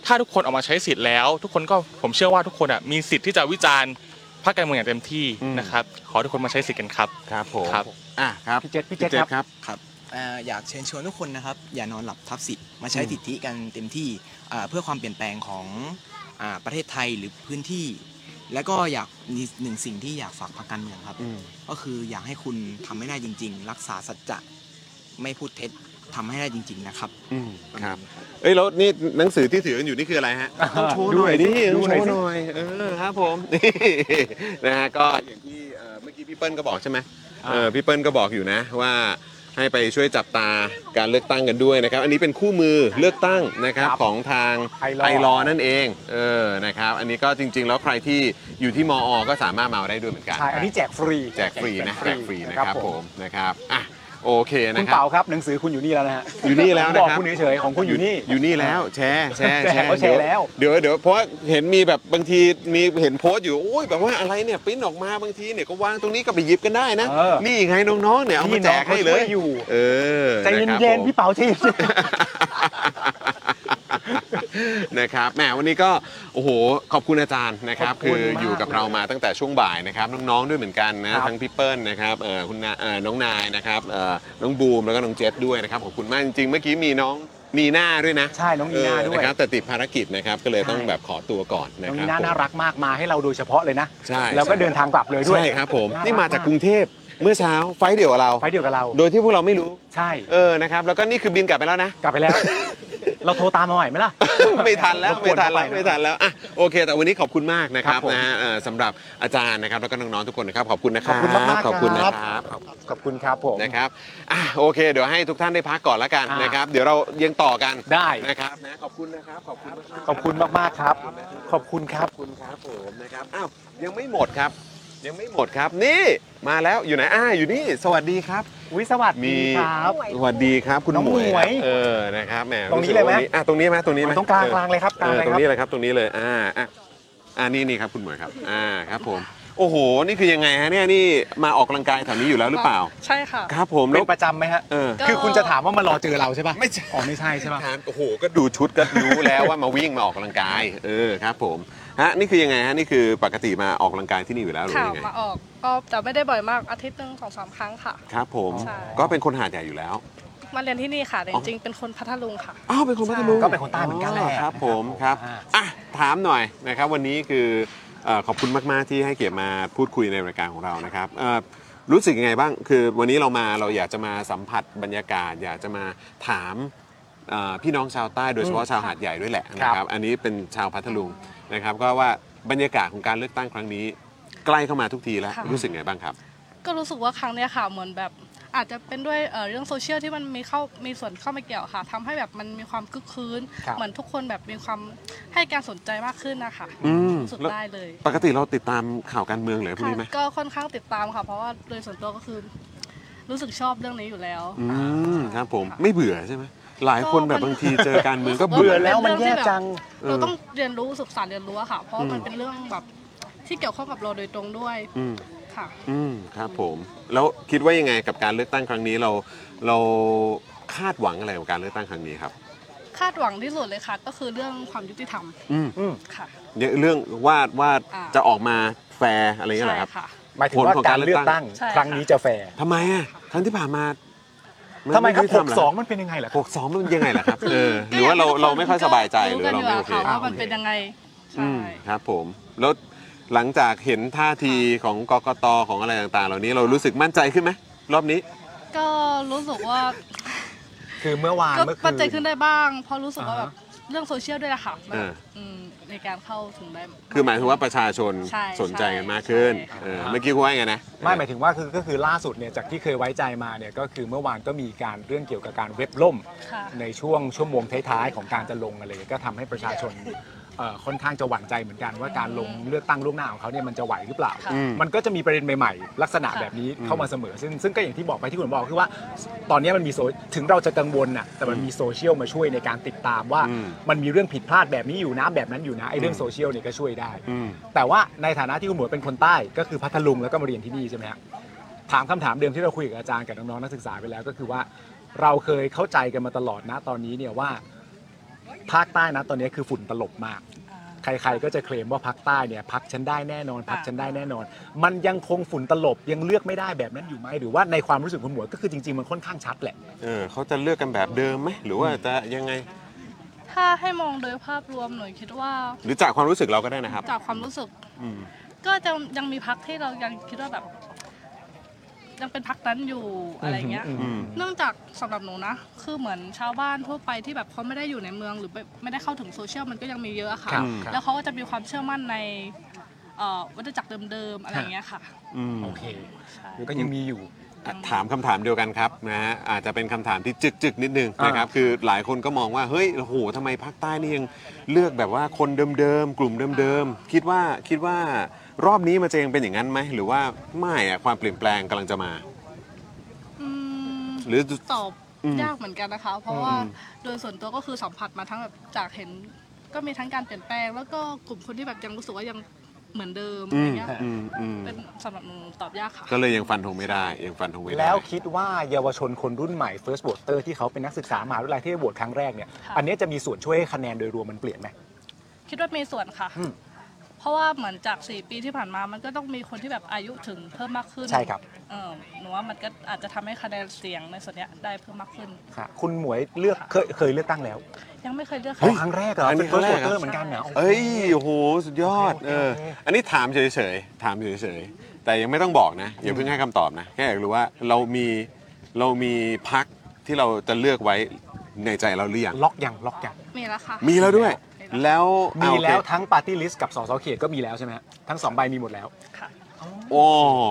Speaker 5: ถ้าทุกคนออกมาใช้สิทธิ์แล้ว ทุกคนก็ผมเชื่อว่าทุกคนอ่ะมีสิทธิ์ที่จะวิจารณ์พรรคการเมืองอย่างเต็มที่นะครับ ขอทุกคนมาใช้สิทธิ์กันครับ
Speaker 1: ครับผม
Speaker 5: ครับ
Speaker 1: อ่ะครับพี่เจษพี่เจษครับ
Speaker 6: ครับอ่าอยากเชิญชวนทุกคนนะครับ อย่านอนหลับทับสิทธิ์มาใช้
Speaker 1: อืม
Speaker 6: สิทธิกันเต็มที่อ่าเพื่อความเปลี่ยนแปลงของอ่าประเทศไทยหรือพื้นที่ และก็อยากมีหนึ่งสิ่งที่อยากฝากพรรคการเมืองครับ ก็คืออยากให้คุณทำให้ได้จริง ๆ รักษาสัจจะไม่พูดเท็จทำให้ได้จริง ๆ นะครับ
Speaker 1: อืมครับเอ้ยแล้วนี่หนังสือที่ถือกันอยู่นี่คืออะไรฮะ
Speaker 6: ต้องโชว์หน่อยดิ
Speaker 1: ดูหน่อยสิเออครับผมนี่ นะฮะก็อย่างที่เอ่อเมื่อกี้พี่เปิ้ลก็บอกใช่ไหมเออพี่เปิ้ลก็บอกอยู่นะว่าให้ไปช่วยจับตาการเลือกตั้งกันด้วยนะครับ อันนี้เป็นคู่มือเลือกตั้งนะครับของทาง
Speaker 2: ILAW
Speaker 1: ไอรอนั่นเองเออนะครับอันนี้ก็จริง ๆ แล้วใครที่อยู่ที่มอ ก็สามารถมาเอาได้ด้วยเหมือนกัน
Speaker 2: ใช่อันนี้แจกฟรี
Speaker 1: แจกฟรีนะแจกฟรีนะครับผมนะครับอ่ะโอเคนะ
Speaker 2: คุณ
Speaker 1: ครับ
Speaker 2: เปาครับหนังสือคุณอยู่นี่แล้วนะฮะ
Speaker 1: อยู่นี่แล้วนะ
Speaker 2: ผมบอก
Speaker 1: ครับ
Speaker 2: คุณเฉยๆของคุณอยู่นี่
Speaker 1: อยู่นี่แล้วแชร์แชร์
Speaker 2: แชร์เขาแชร์แล้ว
Speaker 1: เดี๋ยวเดี๋ยวเพราะเห็นมีแบบบางทีมีเห็นโพสต์อยู่โอ้ยแบบว่าอะไรเนี่ยปริ้นออกมาบางทีเนี่ยก็วางตรงนี้ก็ไปหยิบกันได้นะ นี่ไงน้องๆเนี่ยเอามาแจกให้เล
Speaker 2: พี่น้องเขาช่วย ยอยู่
Speaker 1: เออ
Speaker 2: ใจ
Speaker 1: ะครับ
Speaker 2: เย็น
Speaker 1: ผม
Speaker 2: ๆพี่เปาที่
Speaker 1: นะครับแหมวันนี้ก็โอ้โหขอบคุณอาจารย์นะครับ
Speaker 2: ขอบคุ
Speaker 1: คื
Speaker 2: ณ
Speaker 1: อ
Speaker 2: มาก
Speaker 1: อยู่กับเรามาตั้งแต่ช่วงบ่ายนะครับน้องๆด้วยเหมือนกัน
Speaker 2: ครั
Speaker 1: นะ
Speaker 2: บ
Speaker 1: ทั้งพี่เปิ้ลนะครับเอ่อคุณนาเอ่อน้องนายนะครับเอ่อน้องบูมแล้วก็น้องเจษด้วยนะครับขอบคุณมากจริงๆเมื่อกี้มีน้อง นีน่าด้วยนะ
Speaker 2: ใช่น้องนีน่าด้วย
Speaker 1: เออะครับแต่ติดภารกิจนะครับก็เลยต้องแบบขอตัวก่อนนะ
Speaker 2: น้อง
Speaker 1: ค
Speaker 2: นี
Speaker 1: รับ
Speaker 2: น่าน่า
Speaker 1: ผม
Speaker 2: รักมากมาให้เราโดยเฉพาะเลยนะ
Speaker 1: ใช่
Speaker 2: แล้วก็เดินทางกลับเลยด้วย
Speaker 1: ใช่ครับผม
Speaker 2: น่รั
Speaker 1: นี่มาจากกรุงเทพเมื่อเช้าไฟล์เดียวกับเรา
Speaker 2: ไฟล์เดียวกับเรา
Speaker 1: โดยที่พวกเราไม่รู้
Speaker 2: ใช่
Speaker 1: เออนะครับแล้วก็นี่คือบินกลับไปแล้วนะ
Speaker 2: กลับไปแล้ว เราโทรตามมาใหม่ไหมล่ะ
Speaker 1: ไม่ทันแล้วไม่ทันแล้ว
Speaker 2: รบกวนเข้าไปนะ
Speaker 1: ไม่ทันแล้วอ่ะโอเค แต่วันนี้ขอบคุณมากนะค
Speaker 2: ค
Speaker 1: รั
Speaker 2: รั
Speaker 1: บบ
Speaker 2: ผม
Speaker 1: นะฮะเอ่อสำหรับอาจารย์นะครับ แล้วก็น้องๆทุกคนนะครับขอบคุณนะค
Speaker 2: ข
Speaker 1: รั
Speaker 2: อบบ คุณมากๆ
Speaker 1: ขอบคุณนะ
Speaker 2: บ
Speaker 1: ครับ
Speaker 2: ขอบคุณครับผม
Speaker 1: นะครับอ่ะโอเค เดี๋ยวให้ทุกท่านได้พักก่อนละกัน
Speaker 2: อ่าน
Speaker 1: นะครับ เดี๋ยวเรายังต่อกัน
Speaker 2: ได้
Speaker 1: นะครับนะขอบคุณนะครับขอบคุณมากๆ
Speaker 2: ขอบคุณมากๆครับ ขอบคุณครับ
Speaker 1: ขอบคุณครับผมนะครับอ้าวยังไม่หมดครับ ยังไม่หมดครับนี่มาแล้วอยู่ไหนอ่าอยู่นี่สวัสดีครับ
Speaker 2: วิสวัสดี
Speaker 1: มี
Speaker 2: ครับ
Speaker 1: สวัสดีครับคุณ
Speaker 2: น้อง
Speaker 1: หมวยครับ
Speaker 2: หมวย
Speaker 1: เออนะครับแหม
Speaker 2: ตรงนี้เลยไหม
Speaker 1: สึกว่าวัอ่ะตรงนี้ไหมตรงนี้ไหม
Speaker 2: ตรงกลางกลางเลยครับกลางเล
Speaker 1: ออตร
Speaker 2: ยครับ
Speaker 1: งนี้เลยครับตรงนี้เลยอ่าอ่ะอ่านี่นี่ครับคุณหมวยครับอ่าครับผมโอ้โหนี่คือยังไงฮะเนี่ยนี่มาออกกำลังกายแถวนี้อยู่แล้วหรือเปล่า
Speaker 3: ใช่ค่ะ
Speaker 1: ครับผม
Speaker 2: เป็นประจำไหมฮะ
Speaker 1: เออ
Speaker 2: คือคุณจะถามว่ามารอเจอเราใช่ปะ
Speaker 1: ไม่ใช่
Speaker 2: อ๋อไม่ใช่ใช่ปะ
Speaker 1: ถามโอ้โห ก็ดูชุดก็รู้แล้วว่ามาวิ่งมาออกกำลังกาย เออครับผม ฮะ นี่คือยังไงฮะ นี่คือปกติมาออกกำลังกายที่นี่อยู่แล้วหรือ
Speaker 3: ค่ะ
Speaker 1: ยังไง
Speaker 3: มาออกก็แต่ไม่ได้บ่อยมากอาทิตย์หนึ่งสองสามครั้งค่ะ
Speaker 1: ครับผม
Speaker 3: ใช่
Speaker 1: ก็เป็นคนหาดใหญ่อยู่แล้ว
Speaker 3: มาเรียนที่นี่ค่ะแต่
Speaker 1: อ๋
Speaker 3: จ
Speaker 1: อ
Speaker 3: ริงๆเป็นคนพัทลุงค่ะ
Speaker 1: อ้าวเป็นคนพัทลุง
Speaker 2: ก็เป็นคนใต้เหมือนกันแหละ
Speaker 1: ครับผมครับ อ่ะ ถามหน่อยนะครับ วันนี้คือเอ่อขอบคุณมากๆที่ให้เกียรติมาพูดคุยในรายการของเรานะครับเอ่อรู้สึกยังไงบ้าง คือวันนี้เรามาเราอยากจะมาสัมผัสบรรยากาศ อยากจะมาถามเอ่อพี่น้องชาวใต้โดยเฉพาะชาวหาดใหญ่ด้วยแหละนะค
Speaker 2: ครั
Speaker 1: รับ
Speaker 2: บ
Speaker 1: อันนี้เป็นชาวพัทลุงนะครับก็ว่าบรรยากาศของการเลือกตั้งครั้งนี้ ใกล้เข้ามาทุกทีแล้ว
Speaker 3: ค่ะ
Speaker 1: รู้สึกไงบ้างครับ
Speaker 3: ก็รู้สึกว่าครั้งเนี้ยค่ะเหมือนแบบอาจจะเป็นด้วยเอ่อเรื่องโซเชียลที่มันมีเข้ามีส่วนเข้ามาเกี่ยวค่ะทำให้แบบมันมีความคึกคืน
Speaker 1: ครับ
Speaker 3: เหมือนทุกคนแบบมีความให้การสนใจมากขึ้นนะคะ
Speaker 1: อืม
Speaker 3: สุด
Speaker 1: แล้ว
Speaker 3: ได้เลย
Speaker 1: ปกติเราติดตามข่าวการเมืองหรือพวก
Speaker 3: ค่ะ
Speaker 1: นี้ไหม
Speaker 3: ก็ค่อนข้างติดตามค่ะ เพราะว่าโดยส่วนตัวก็คือ รู้สึกชอบเรื่องนี้อยู่แล้ว
Speaker 1: อืมครับผมไม่เบื่อใช่ไหมหลายคนแบบบางทีเจอการเมืองก็
Speaker 3: เบื่
Speaker 1: เบื่อ
Speaker 3: อแล้วมันแย่จัง
Speaker 1: เออ
Speaker 3: เราต้องเรียนรู้ศึกษาเรียนรู้อะค่ะ เพราะ
Speaker 1: อืม
Speaker 3: มันเป็นเรื่องแบบที่เกี่ยวข้องกับเราโดยตรงด้วย
Speaker 1: อืม
Speaker 3: ค่ะ
Speaker 1: อืมครับผม แล้วคิดว่ายังไงกับการเลือกตั้งครั้งนี้เราเราคาดหวังอะไรกับการเลือกตั้งครั้งนี้ครับ
Speaker 3: คาดหวังที่สุดเลยค่ะ ก็คือเรื่องความยุติธรรม
Speaker 1: อืม
Speaker 3: ค่ะ
Speaker 1: เนี่ยเรื่องวาดวาด
Speaker 3: อ่า
Speaker 1: จะออกมาแฟร์อะไรอย่างเงี้ยเหรอ
Speaker 3: ใช่
Speaker 1: ครับ
Speaker 3: ค่ะ
Speaker 2: หมายถึงว่า
Speaker 1: ผลของ
Speaker 2: กา
Speaker 1: การ รเลื
Speaker 2: เลือ
Speaker 1: อก กตั้
Speaker 2: ตั้ง
Speaker 1: ง
Speaker 2: ครั้งนี้จะแฟร์
Speaker 1: ทำไมอ่ะครั้งที่ผ่านมา
Speaker 2: ทำไมครับ
Speaker 1: ยุติ
Speaker 2: ห
Speaker 1: ธ
Speaker 2: ก
Speaker 1: เหอ
Speaker 2: สองมันเป็นยังไงล่ะ
Speaker 1: หกสองมันยังไงล่ะครับเออหรือว่าเราเราไม่ค่อยสบายใจหรือ
Speaker 3: กัน
Speaker 1: เรา
Speaker 3: ยู่
Speaker 1: ไม่
Speaker 3: แล้
Speaker 1: โอ
Speaker 3: ว
Speaker 1: เค
Speaker 3: ค่ะว่ามันเป็นยังไง
Speaker 1: อื
Speaker 3: ใช่
Speaker 1: มครับผมแล้วหลังจากเห็นท่าทีของกกตของอะไรต่างๆ เหล่านี้เรารู้สึกมั่นใจขึ้นไหมรอบนี้
Speaker 3: ก็รู้สึกว่า
Speaker 2: คือเมื่อวาน
Speaker 3: ก็
Speaker 2: เมื่อคื
Speaker 3: ปัจจัย
Speaker 2: น
Speaker 3: ขึ้นได้บ้าง เพราะรู้สึกว่า
Speaker 2: อ่า
Speaker 3: แบ
Speaker 2: ฮะ
Speaker 3: บเรื่องโซเชียลด้วยละค่ะแบบ
Speaker 1: เออ
Speaker 3: อืมในการเข้าถึงได้
Speaker 1: คือหมายถึงว่าประชาชน
Speaker 3: ใช่
Speaker 1: สนใจกันมากขึ้น
Speaker 3: ใช่ค่ะ
Speaker 1: เออเมื่อกี้คุณว่าไงนะ
Speaker 2: ไม่หมายถึงว่าคือก็คือล่าสุดเนี่ยจากที่เคยไว้ใจมาเนี่ยก็คือเมื่อวานก็มีการเรื่องเกี่ยวกับการเว็บล่ม
Speaker 3: ค่ะ
Speaker 2: ในช่วงชั่วโมงท้ายๆของการจะลงอะไรอย่างเงี้ยก็ทำให้ประชาชนเอ่อค่อนข้างจะหวั่นใจเหมือนกันว่าการลงเลือกตั้งล่วงหน้าของเขาเนี่ยมันจะไหวหรือเปล่า
Speaker 3: ค่ะ
Speaker 2: มันก็จะมีประเด็นใหม่ๆ ลักษณะแบบนี้เข้ามาเสมอ ซึ่งซึ่งก็อย่างที่บอกไปที่คุณบอกคือว่า ตอนเนี้ยมันมีโซถึงเราจะกังวลน่ะแต่มันมีโซเชียลมาช่วยในการติดตามว่า
Speaker 1: อืม
Speaker 2: มันมีเรื่องผิดพลาดแบบนี้อยู่นะแบบนั้นอยู่นะไอ้เรื่องโซเชียลเนี่ยก็ช่วยได้
Speaker 1: อืม
Speaker 2: แต่ว่าในฐานะที่คุณหมวยเป็นคนใต้ก็คือพัทลุงแล้วก็มาเรียนที่นี่ใช่ไหมฮะถามคำถามเดิมที่เราคุยกับอาจารย์กับน้องๆนักศึกษาไปแล้วก็คือว่า เราเคยเข้าใจกันมาตลอดนะตอนนี้เนี่ยว่าภาคใต้นะตอนนี้คือฝุ่นตลบมาก ใครๆก็จะเคลมว่าพักใต้เนี่ยพักฉันได้แน่นอนพักฉันได้แน่นอน มันยังคงฝุ่นตลบยังเลือกไม่ได้แบบนั้นอยู่ไหมหรือว่าในความรู้สึกคุณหมวยก็คือจริงๆมันค่อนข้างชัดแหละ
Speaker 1: เออเขาจะเลือกกันแบบเดิมไหมหรือว่าจะยังไง
Speaker 3: ถ้าให้มองโดยภาพรวมหน่อยคิดว่า
Speaker 1: หรือจากความรู้สึกเราก็ได้นะครับ
Speaker 3: จากความรู้สึก
Speaker 1: อืม
Speaker 3: ก็จะยังมีพักที่เรายังคิดว่าแบบ ยังเป็นพักนั้นอยู่อะไรเงี้ย
Speaker 1: อืมอืม
Speaker 3: เนื่องจากสำหรับหนูนะ คือเหมือนชาวบ้านทั่วไปที่แบบเขาไม่ได้อยู่ในเมืองหรือไม่ไม่ได้เข้าถึงโซเชียลมันก็ยังมีเยอะอะค่ะ
Speaker 2: ครับครับ
Speaker 3: แล้วเขาก็จะมีความเชื่อมั่นในเอ่อวัฏจักรเดิมๆอะไรเงี้ยค่ะ
Speaker 1: อืม
Speaker 2: โอเคแล้วก็ยังมีอยู่
Speaker 1: อ่ะถามคำถามเดียวกันครับนะฮะอาจจะเป็นคำถามที่จึกจึกๆนิดนึงนะครับ คือหลายคนก็มองว่าเฮ้ยโอ้โหทำไมภาคใต้นี่ยังเลือกแบบว่าคนเดิมๆกลุ่มเดิมๆคิดว่าคิดว่ารอบนี้มันจะยังเป็นอย่างนั้นไหมหรือว่าไม่อะความเปลี่ยนแปลงกำลังจะมา
Speaker 3: อืม
Speaker 1: หรือ
Speaker 3: ตอบ
Speaker 1: อืม
Speaker 3: ยากเหมือนกันนะคะ เพราะว่าโดยส่วนตัวก็คือสัมผัสมาทั้งแบบจากเห็น ก็มีทั้งการเปลี่ยนแปลง แล้วก็กลุ่มคนที่แบบยังรู้สึกว่ายังเหมือนเดิม
Speaker 1: อื
Speaker 3: อะไร
Speaker 1: ม
Speaker 3: เงี้ย
Speaker 1: อืมอืม
Speaker 3: เป็นสำหรับหนูตอบยากค่ะ
Speaker 1: ก็เลยยังฟันธงไม่ได้ยังฟันธงไม่ได้
Speaker 2: แล้วคิดว่าเยาวชนคนรุ่นใหม่ first voter ที่เขาเป็นนักศึกษามหาวิทยาลัยที่ได้โหวตครั้งแรกเนี่ย
Speaker 3: ค่ะ
Speaker 2: อันเนี้ยจะมีส่วนช่วยให้คะแนนโดยรวมมันเปลี่ยนไหม
Speaker 3: คิดว่ามีส่วนค่ะ
Speaker 2: อืม
Speaker 3: เพราะว่าเหมือนจาก 4 ปีที่ผ่านมามันก็ต้องมีคนที่แบบอายุถึงเพิ่มมากขึ้น
Speaker 2: ใช่ครับ
Speaker 3: เออหนูว่ามันก็อาจจะทำให้คะแนนเสียงในส่วนเนี้ยได้เพิ่มมากขึ้น
Speaker 2: ค่ะคุณหมวยเลือกเคยเคยเลือกตั้งแล้ว
Speaker 3: ยังไม่เคยเลือก
Speaker 2: เฮ้ยครั้งแรกเหรอ
Speaker 1: นี้คงแะ
Speaker 2: First Voter เหมือนกันเหรอ
Speaker 1: เอ้ยโอ้โหสุดยอดเอออันนี้ถามเฉยๆถามเฉยๆแต่ยังไม่ต้องบอกนะอย่าเพิ่งให้คำตอบนะแค่อยากรู้ว่าเรามีเรามีพักที่เราจะเลือกไว้ในใจเราหรือยัง
Speaker 2: ล็อกยังล็อกยัง
Speaker 3: มีแล้วค่ะ
Speaker 1: มีแล้วด้วย แล้วอ่ะ
Speaker 2: มี
Speaker 1: โอเค
Speaker 2: แล้วทั้งปาร์ตี้ลิสต์กับสสเขตก็มีแล้วใช่ไหมฮะทั้งสองใบมีหมดแล้ว
Speaker 1: โอ้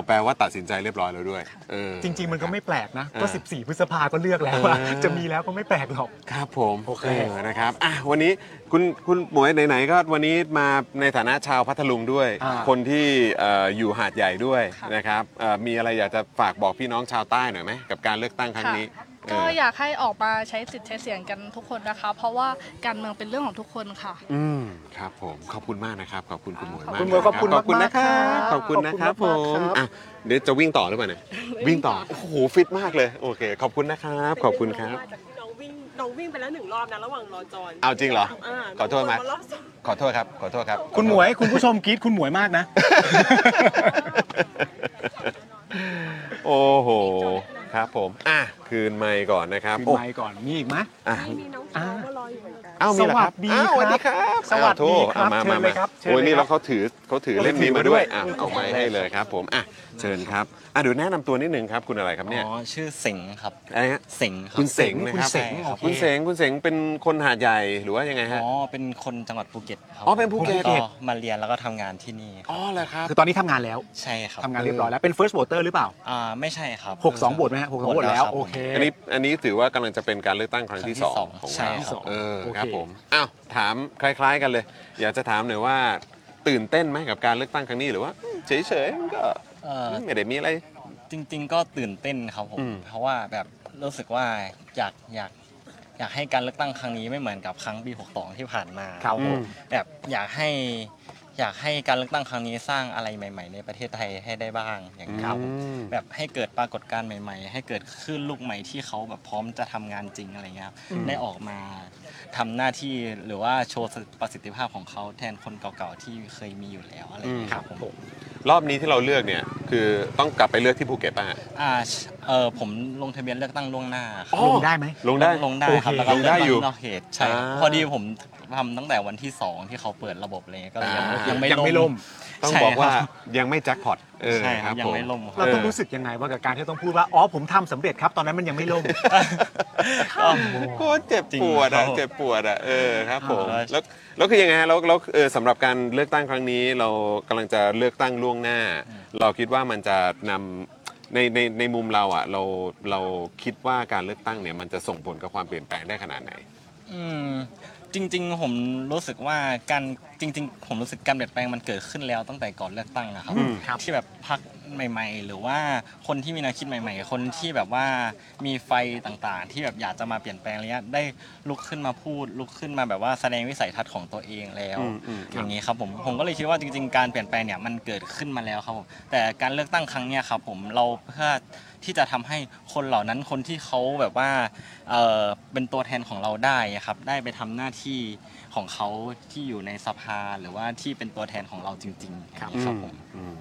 Speaker 1: แปลว่าตัดสินใจเรียบร้อยแล้วด้วยเออ
Speaker 2: จริง ๆ มันก็ไม่แปลกนะ ก็
Speaker 1: เออ
Speaker 2: 14 พฤษภาก็เลือกแล้วว่า
Speaker 1: เออ
Speaker 2: จะมีแล้วก็ไม่แปลกหรอก
Speaker 1: ครับผม
Speaker 2: โอเค
Speaker 1: อนะครับอ่ะวันนี้คุณคุณหมวยไหนๆก็วันนี้มาในฐานะชาวพัทลุงด้วย
Speaker 2: อ่า
Speaker 1: คนที่เอ่ออยู่หาดใหญ่ด้วยนะครับเอ่อมีอะไรอยากจะฝากบอกพี่น้องชาวใต้หน่อยไหมกับการเลือกตั้งครั้งนี้เอ
Speaker 3: ก็
Speaker 1: อ
Speaker 3: อยากให้ออกมาใช้สิทธิ์ใช้เสียงกันทุกคนนะคะ เพราะว่าการเมืองเป็นเรื่องของทุกคนค่ะ
Speaker 1: อืมครับผมขอบคุณมากนะครับขอบคุณคุณหมวยมาก
Speaker 3: คุณหมวยขอบคุณ
Speaker 1: นะรัขอบคุณ
Speaker 3: มากๆ
Speaker 1: นะครับ
Speaker 3: ค่ะ
Speaker 1: ขอบคุณนะครับ
Speaker 3: ข
Speaker 1: ผ
Speaker 3: อบคุณมากๆค
Speaker 1: ม
Speaker 3: รับ
Speaker 1: อ่ะเดี๋ยวจะวิ่งต่อหรือเปล่าเนี่ย
Speaker 3: วิ่
Speaker 1: วิ่ง
Speaker 3: งต่
Speaker 1: ต่อ
Speaker 3: อ
Speaker 1: โอ้โหฟิตมากเลยโอเค ขอบคุณนะครับขอบคุณครับ
Speaker 10: เราวิ่งเราวิ่งไปแล้วหนึ่งรอบนะระหว่างรอจอน
Speaker 1: เอาจริงเหรอขอโทษไหม
Speaker 10: มารอบสอง
Speaker 1: ขอโทษครับขอโทษครับ
Speaker 2: คุณหมวยคุณผู้ชมกรี๊ดคุณหมวยมากนะ
Speaker 1: โอ้โหครับผมอ่ะคืนไมค์ก่อนนะครับ
Speaker 2: คืนไมค์ก่อนมีอีกไหม
Speaker 1: อ่ะ
Speaker 2: อ่า
Speaker 1: อ้าวมีเหรอครับ
Speaker 2: สวัสดีครับ
Speaker 1: อ้าวสวัสดีครับ
Speaker 2: สวัสดีครับ
Speaker 1: อ้าวโถ่อ่ะมา
Speaker 2: เชิ
Speaker 1: มา
Speaker 2: ญเล
Speaker 1: มาย
Speaker 2: ครับเชิญเลยครับ
Speaker 1: โอ้ยนี่แล้วเขาถือเขาถือเล่มนี้มาด้วย
Speaker 2: เล่มนี้มาด้วย
Speaker 1: อ่ะเอาไม้ให้เลยครับ ผมอ่ะเชิญครับอ่ะเดี๋ยวแนะนำตัวนิดนึงครับคุณอะไรครับเนี่ย
Speaker 11: อ๋อ ชื่อเสงครับ
Speaker 1: อะไรฮะ
Speaker 11: เสงครับ
Speaker 1: คุณเสงนะครับ
Speaker 11: คุณเสงโอเค
Speaker 1: คุณเสงคุณเสงเป็นคนหาดใหญ่หรือว่ายังไงฮะ
Speaker 11: อ๋อ เป็นคนจังหวัดภูเก็ตครับ
Speaker 1: อ๋อเป็นภูเก็ต
Speaker 11: แล้วมาเรียนแล้วก็ทำงานที่นี่ครับ
Speaker 1: อ๋อเหรอครับ
Speaker 2: คือตอนนี้ทำงานแล้ว
Speaker 11: ใช่ครับ
Speaker 2: ทำงานเรียบร้อยแล้วเป็น first voter หรือเปล่า
Speaker 11: อ่าไม่ใช่ครับ
Speaker 2: หกสองบทไหมฮะหกสองบทแล้ว
Speaker 11: รับ
Speaker 2: โอเค
Speaker 1: อันนี้อันนี้ถือว่ากำลังจะเป็นการเลือกตั้งครั้งที่สองของ
Speaker 11: ใช่ครั
Speaker 1: เรา
Speaker 11: บ
Speaker 1: เออครับผมอ้าวถามคล้าย ๆ กันเลย อยากจะถามหน่อยว่า ตื่นเต้นไหมกับการเลือกตั้งครั้งนี้หรือว่าเฉยๆมันก็
Speaker 11: เอ่อ
Speaker 1: ไม่ได้มีอะไร
Speaker 11: จริง ๆ ก็ตื่นเต้นครับผม
Speaker 1: อืม
Speaker 11: เพราะว่าแบบรู้สึกว่าอยากอยากอยากให้การเลือกตั้งครั้งนี้ไม่เหมือนกับครั้งปี62ที่ผ่านมา
Speaker 2: ครับผม
Speaker 11: แบบอยากให้อยากให้การเลือกตั้งครั้งนี้สร้างอะไรใหม่ ๆ ในประเทศไทยให้ได้บ้างอย่างเงี้ยครับผม แบบให้เกิดปรากฏการณ์ใหม่ ๆ ให้เกิดคลื่นลูกใหม่ที่เขาแบบพร้อมจะทำงานจริงอะไรเงี้ยครับ
Speaker 2: อืม
Speaker 11: ได้ออกมาทำหน้าที่หรือว่าโชว์ประสิทธิภาพของเขาแทนคนเก่าๆที่เคยมีอยู่แล้วอะไร
Speaker 1: อืม
Speaker 11: เงี้ยครับผม
Speaker 1: รอบนี้ที่เราเลือกเนี่ยคือต้องกลับไปเลือกที่ภูเก็ตป่ะฮะ
Speaker 11: อ่าชเออผมลงทะเบียนเลือกตั้งล่วงหน้าครับ
Speaker 1: อ๋อลงได้ไหมลงได้
Speaker 11: ลงได้ครับ
Speaker 1: โอเค
Speaker 11: แล้วก็
Speaker 1: ลงได้อยู่
Speaker 11: เลืกตั้นอกเขตใช่ครับ
Speaker 1: อ่า
Speaker 11: พอดีผมทำตั้งแต่วันที่ 2 ที่เขาเปิดระบบเลยก็เลยยัง
Speaker 1: อ่ายั
Speaker 11: ยัง
Speaker 1: ยังไม่
Speaker 11: ไม่
Speaker 1: ล่
Speaker 11: ล่
Speaker 1: ม
Speaker 11: ม
Speaker 1: ต้อง
Speaker 11: ใช่
Speaker 1: บอกว่า
Speaker 11: ครับ
Speaker 1: ยังไม่แจ็คพอตเออ
Speaker 11: ใช่ครับ
Speaker 1: ผ
Speaker 11: ยังไม่ล่ม
Speaker 2: เราต้องรู้สึกยังไงว่ากับการที่ต้องพูดว่า อ๋อ ผมทำสำเร็จครับ ตอนนั้นมันยังไม่ล่ม
Speaker 1: โคตรเจ็บปวด
Speaker 2: จริงครั
Speaker 1: อ่ะ
Speaker 2: บ
Speaker 1: เจ็บปวดอ่ะเออครับผม
Speaker 2: อ่า
Speaker 1: แล้วแล้วคือยังไงฮะแล้วแล้วเออสำหรับการเลือกตั้งครั้งนี้ เรากำลังจะเลือกตั้งล่วงหน้า เราคิดว่ามันจะนำในในในมุมเราอ่ะเราเราคิดว่าการเลือกตั้งเนี่ยมันจะส่งผลกับความเปลี่ยนแปลงได้ขนาดไหน
Speaker 11: อืมจริง ๆ ผมรู้สึกว่าการจริง ๆ ผมรู้สึกการเปลี่ยนแปลงมันเกิดขึ้นแล้วตั้งแต่ก่อนเลือกตั้งนะครับ
Speaker 1: อืมครับ
Speaker 11: ที่แบบพักใหม่ ๆ หรือว่าคนที่มีแนวคิดใหม่ ๆ คนที่แบบว่ามีไฟต่างๆ ที่แบบอยากจะมาเปลี่ยนแปลงอะไรเงี้ยได้ลุกขึ้นมาพูด ลุกขึ้นมาแบบว่าแสดงวิสัยทัศน์ของตัวเองแล้ว
Speaker 1: อืมอืมครับ
Speaker 11: อย่างนี้ครับผมผมก็เลยคิดว่าจริง ๆ การเปลี่ยนแปลงเนี่ยมันเกิดขึ้นมาแล้วครับผมแต่การเลือกตั้งครั้งเนี้ยครับผมเราเพื่อที่จะทำให้คนเหล่านั้นคนที่เขาแบบว่าเออเป็นตัวแทนของเราได้อะครับได้ไปทำหน้าที่ของเขาที่อยู่ในสภาหรือว่าที่เป็นตัวแทนของเราจริงๆอย่างนี้ครับผม
Speaker 1: อืม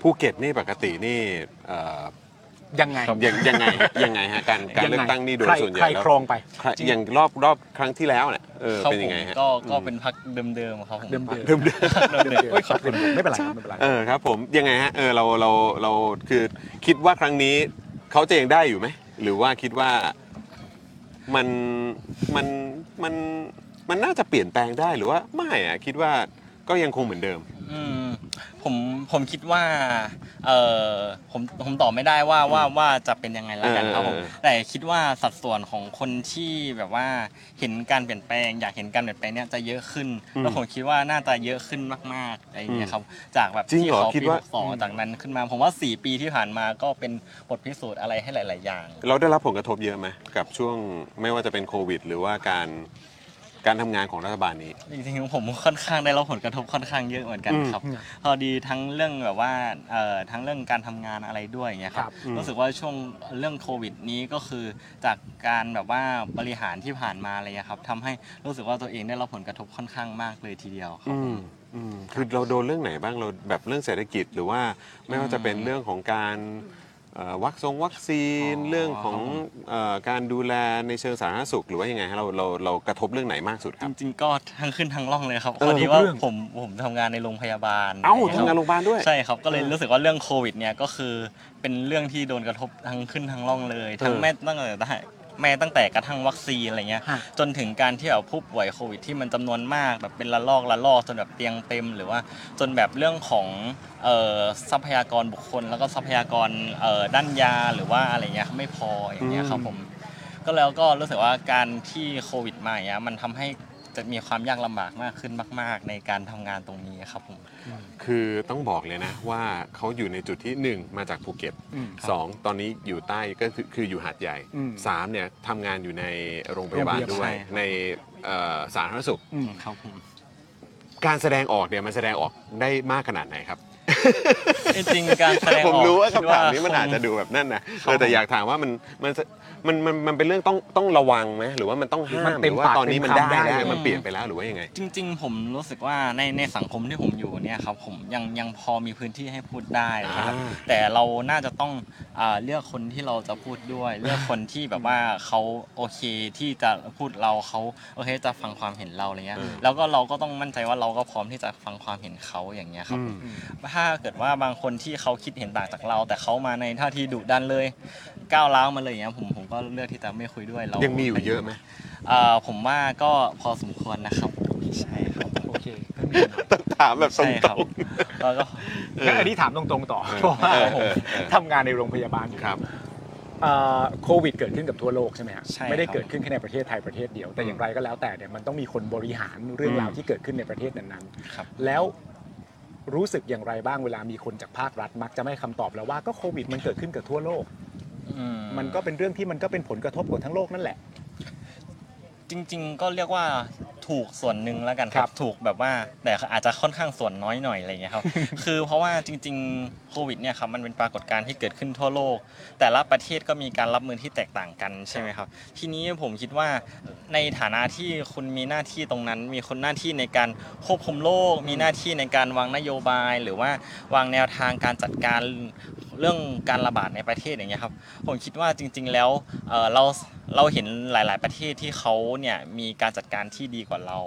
Speaker 1: ภูเก็ตนี่ปกตินี่เอ่อ
Speaker 2: ยังไง
Speaker 1: ยังยังไงฮะยังไงฮะการการ
Speaker 2: ยังไง
Speaker 1: เลือกตั้งนี่โดย
Speaker 2: ใคร
Speaker 1: ส่วนใหญ่
Speaker 2: ใคร
Speaker 1: แล้ว
Speaker 2: ครองไป
Speaker 1: ใครอย่างรอบรอบครั้งที่แล้วเนี่ยเออ
Speaker 11: ครับ
Speaker 1: เป็นยังไง
Speaker 11: ผม
Speaker 1: ฮะ
Speaker 11: ก็ก็เป็นพักเดิมๆครับผม
Speaker 2: เดิมๆ
Speaker 11: เดิมๆเดิมๆ
Speaker 2: ขอบคุณไม่เป็นไรไม่เป็นไร
Speaker 1: เออครับผมยังไงฮะเออเราเราเราคือคิดว่าครั้งนี้เขาจะยังได้อยู่ไหมหรือว่าคิดว่ามันมันมันมันน่าจะเปลี่ยนแปลงได้หรือว่าไม่อะคิดว่าก็ยังคงเหมือนเดิม
Speaker 11: อืมผมผมคิดว่าเออผมผมตอบไม่ได้ว่าว่าว่าจะเป็นยังไงแล้วกัน
Speaker 1: เออ
Speaker 11: ครับผม
Speaker 1: เออเออ
Speaker 11: แต่คิดว่าสัดส่วนของคนที่แบบว่าเห็นการเปลี่ยนแปลง อยากเห็นการเปลี่ยนแปลงเนี่ยจะเยอะขึ้น
Speaker 1: อืม
Speaker 11: แล้วผมคิดว่าน่าจะเยอะขึ้นมากๆอะไรอย่างเงี้ยครับจากแบบ
Speaker 1: จริง
Speaker 11: ที่
Speaker 1: เหรอ
Speaker 11: เขา
Speaker 1: คิด
Speaker 11: ปี
Speaker 1: ว่า
Speaker 11: สองจากนั้นขึ้นมา ผมว่า 4 ปีที่ผ่านมาก็เป็นบทพิสูจน์อะไรให้หลาย ๆ อย่าง
Speaker 1: เราได้รับผลกระทบเยอะไหมกับช่วงไม่ว่าจะเป็นโควิด หรือว่าการ การทำงานของรัฐบาลนี้
Speaker 11: จริงๆผมค่อนข้างได้รับผลกระทบค่อนข้างเยอะเหมือนกันครับ
Speaker 1: อืม
Speaker 11: พอดีทั้งเรื่องแบบว่าเอ่อทั้งเรื่องการทำงานอะไรด้วยอย่างเงี้ยค
Speaker 1: ครั
Speaker 11: รั
Speaker 1: บบ อืม
Speaker 11: รู้สึกว่าช่วงเรื่องโควิดนี้ก็คือจากการแบบว่าบริหารที่ผ่านมาอะไรเงี้ยครับทำให้รู้สึกว่าตัวเองได้รับผลกระทบค่อนข้างมากเลยทีเดียวครับ
Speaker 1: อืมอืมคือเราโดนเรื่องไหนบ้างเราแบบเรื่องเศรษฐกิจหรือว่าไม่ว่าจะเป็นเรื่องของการเอ่อวัคซงวัคซีนเรื่องของเอ่อการดูแลในเชิงสาธารณสุข หรือว่ายังไงฮะเราเราเรากระทบเรื่องไหนมากสุดครับ
Speaker 11: จริงๆก็ทั้งขึ้นทั้งล่องเลยครับ
Speaker 1: เอ
Speaker 11: พ
Speaker 1: อ
Speaker 11: อดีว่า
Speaker 1: ทุกเรื่อง
Speaker 11: ผมผมทำงานในโรงพยาบาล
Speaker 1: เอ้า
Speaker 11: ะไคบ
Speaker 1: ทำงานโรงพยาบาลด้วย
Speaker 11: ใช่ครับก็เลย
Speaker 1: เออ
Speaker 11: รู้สึกว่าเรื่องโควิดเนี่ยก็คือเป็นเรื่องที่โดนกระทบทั้งขึ้นทั้งล่องเลย ทั้ง
Speaker 1: เออ
Speaker 11: แม่ตั้งแต่ได้แม่ตั้งแต่กระทั่งวัคซีนอะไรเงี้ยจนถึงการที่แบบผู้ป่วยโควิดที่มันจำนวนมากแบบเป็นละลอกละลอกจนแบบเตียงเต็ม หรือว่าจนแบบเรื่องของเอ่อทรัพยากรบุคคล แล้วก็ทรัพยากรเอ่อด้านยาหรือว่าอะไรเงี้ยไม่พออย่างเงี้ยครับผม ก็แล้วก็รู้สึกว่าการที่โควิดมาอย่างเงี้ยมันทำให้จะมีความยากลำบากมากขึ้นมาก ๆ ในการทำงานตรงนี้ครับผม
Speaker 1: คือต้องบอกเลยนะว่าเขาอยู่ในจุดที่หนึ่งมาจากภูเก็ต
Speaker 11: อืมครับ
Speaker 1: สองตอนนี้อยู่ใต้ก็คือคืออยู่หาดใหญ่
Speaker 11: อืม
Speaker 1: สามเนี่ยทำงานอยู่ในโรงพยาบาล
Speaker 11: โรงพยาบาล
Speaker 1: ด้วย
Speaker 11: ใช่ครับ
Speaker 1: ในเอ่อสาธารณสุข
Speaker 11: อืมครับผม
Speaker 1: การแสดงออกเนี่ยมันแสดงออกได้มากขนาดไหนครับ
Speaker 11: จริงๆการแสดงออก
Speaker 1: ผมรู้ว่า
Speaker 11: คิด
Speaker 1: คำถามนี้มัน
Speaker 11: คง
Speaker 1: อาจจะดูแบบนั่นนะ
Speaker 11: ค
Speaker 1: เอ
Speaker 11: รับ
Speaker 1: อแต่อยากถามว่ามันมันมันมันมันเป็นเรื่องต้องต้องระวังไหมหรือว่ามันต้องห้าม
Speaker 11: มัน
Speaker 1: ห
Speaker 11: เต็ม
Speaker 1: รือว่า
Speaker 11: ปาก
Speaker 1: ตอนนี้มันได้
Speaker 11: เต็มคำได้
Speaker 1: แล้ว
Speaker 11: เลย
Speaker 1: มันเปลี่ยนไปแล้วหรือว่ายังไง
Speaker 11: จริง ๆ ผมรู้สึกว่าในในสังคมที่ผมอยู่เนี่ยครับผมยังยังพอมีพื้นที่ให้พูดได้นะครับ
Speaker 1: อ่า
Speaker 11: แต่เราน่าจะต้องอาเลือกคนที่เราจะพูดด้วย เลือกคนที่แบบว่าเขาโอเคที่จะพูดเราเขาโอเคจะฟังความเห็นเราอะไรเงี้ย
Speaker 1: อืม
Speaker 11: แล้วก็เราก็ต้องมั่นใจว่าเราก็พร้อมที่จะฟังความเห็นเขาอย่างเงี้ยครับผม ถ้าเกิดว่าบางคนที่เขาคิดเห็นต่างจากเรา แต่เขามาในท่าทีดุดันเลยก้าวร้าวมาเลยอย่างเงี้ยผมผมก็เลือกที่จะไม่คุยด้วยเรา
Speaker 1: ยั
Speaker 11: ยัง
Speaker 1: มีอยู่เยอะไหม
Speaker 11: ผมว่าก็พอสมควรนะครับใช่ครับโอเค
Speaker 1: ถามแบบตรง
Speaker 11: ๆแล้วก็
Speaker 2: งั้นอันนี้ถามตรงๆต่อ
Speaker 11: เออ
Speaker 2: เพราะว่า
Speaker 11: เออเออ
Speaker 2: ผมทำงานในโรงพยาบาลอยู่
Speaker 1: ครับ
Speaker 2: โควิดเกิดขึ้นกับทั่วโลกใช่ไหมฮะ
Speaker 11: ใช่ครับ
Speaker 2: ไม่ได้เกิดขึ้นแค่ในประเทศไทยประเทศเดียว แต่อย่างไรก็แล้วแต่เนี่ยมันต้องมีคนบริหารเรื่องราว
Speaker 11: อืม
Speaker 2: ที่เกิดขึ้นในประเทศนั้น
Speaker 11: ครับ
Speaker 2: ๆ แล้วรู้สึกอย่างไรบ้างเวลามีคนจากภาครัฐมักจะไม่ให้คำตอบแล้วว่าก็โควิดมันเกิดขึ้นกับทั่วโลก มันก็เป็นเรื่องที่มันก็เป็นผลกระทบกับทั้งโลกนั่นแหละ
Speaker 11: จริง ๆ ก็เรียกว่าถูกส่วนหนึ่งแล้วกันครับ ถูกแบบว่าแต่อาจจะค่อนข้างส่วนน้อยหน่อยอะไรอย่างเงี้ยครับ คือเพราะว่าจริง ๆ โควิดเนี่ยครับมันเป็นปรากฏการณ์ที่เกิดขึ้นทั่วโลก แต่ละประเทศก็มีการรับมือที่แตกต่างกันใช่ไหมครับ ทีนี้ผมคิดว่าในฐานะที่คุณมีหน้าที่ตรงนั้น มีคนหน้าที่ในการควบคุมโลก มีหน้าที่ในการวางนโยบาย หรือว่าวางแนวทางการจัดการเรื่องการระบาดในประเทศอย่างเงี้ยครับ ผมคิดว่าจริง ๆ แล้วเอ่อเราเราเห็นหลาย ๆ ประเทศที่เขาเนี่ยมีการจัดการที่ดีกว่าเรา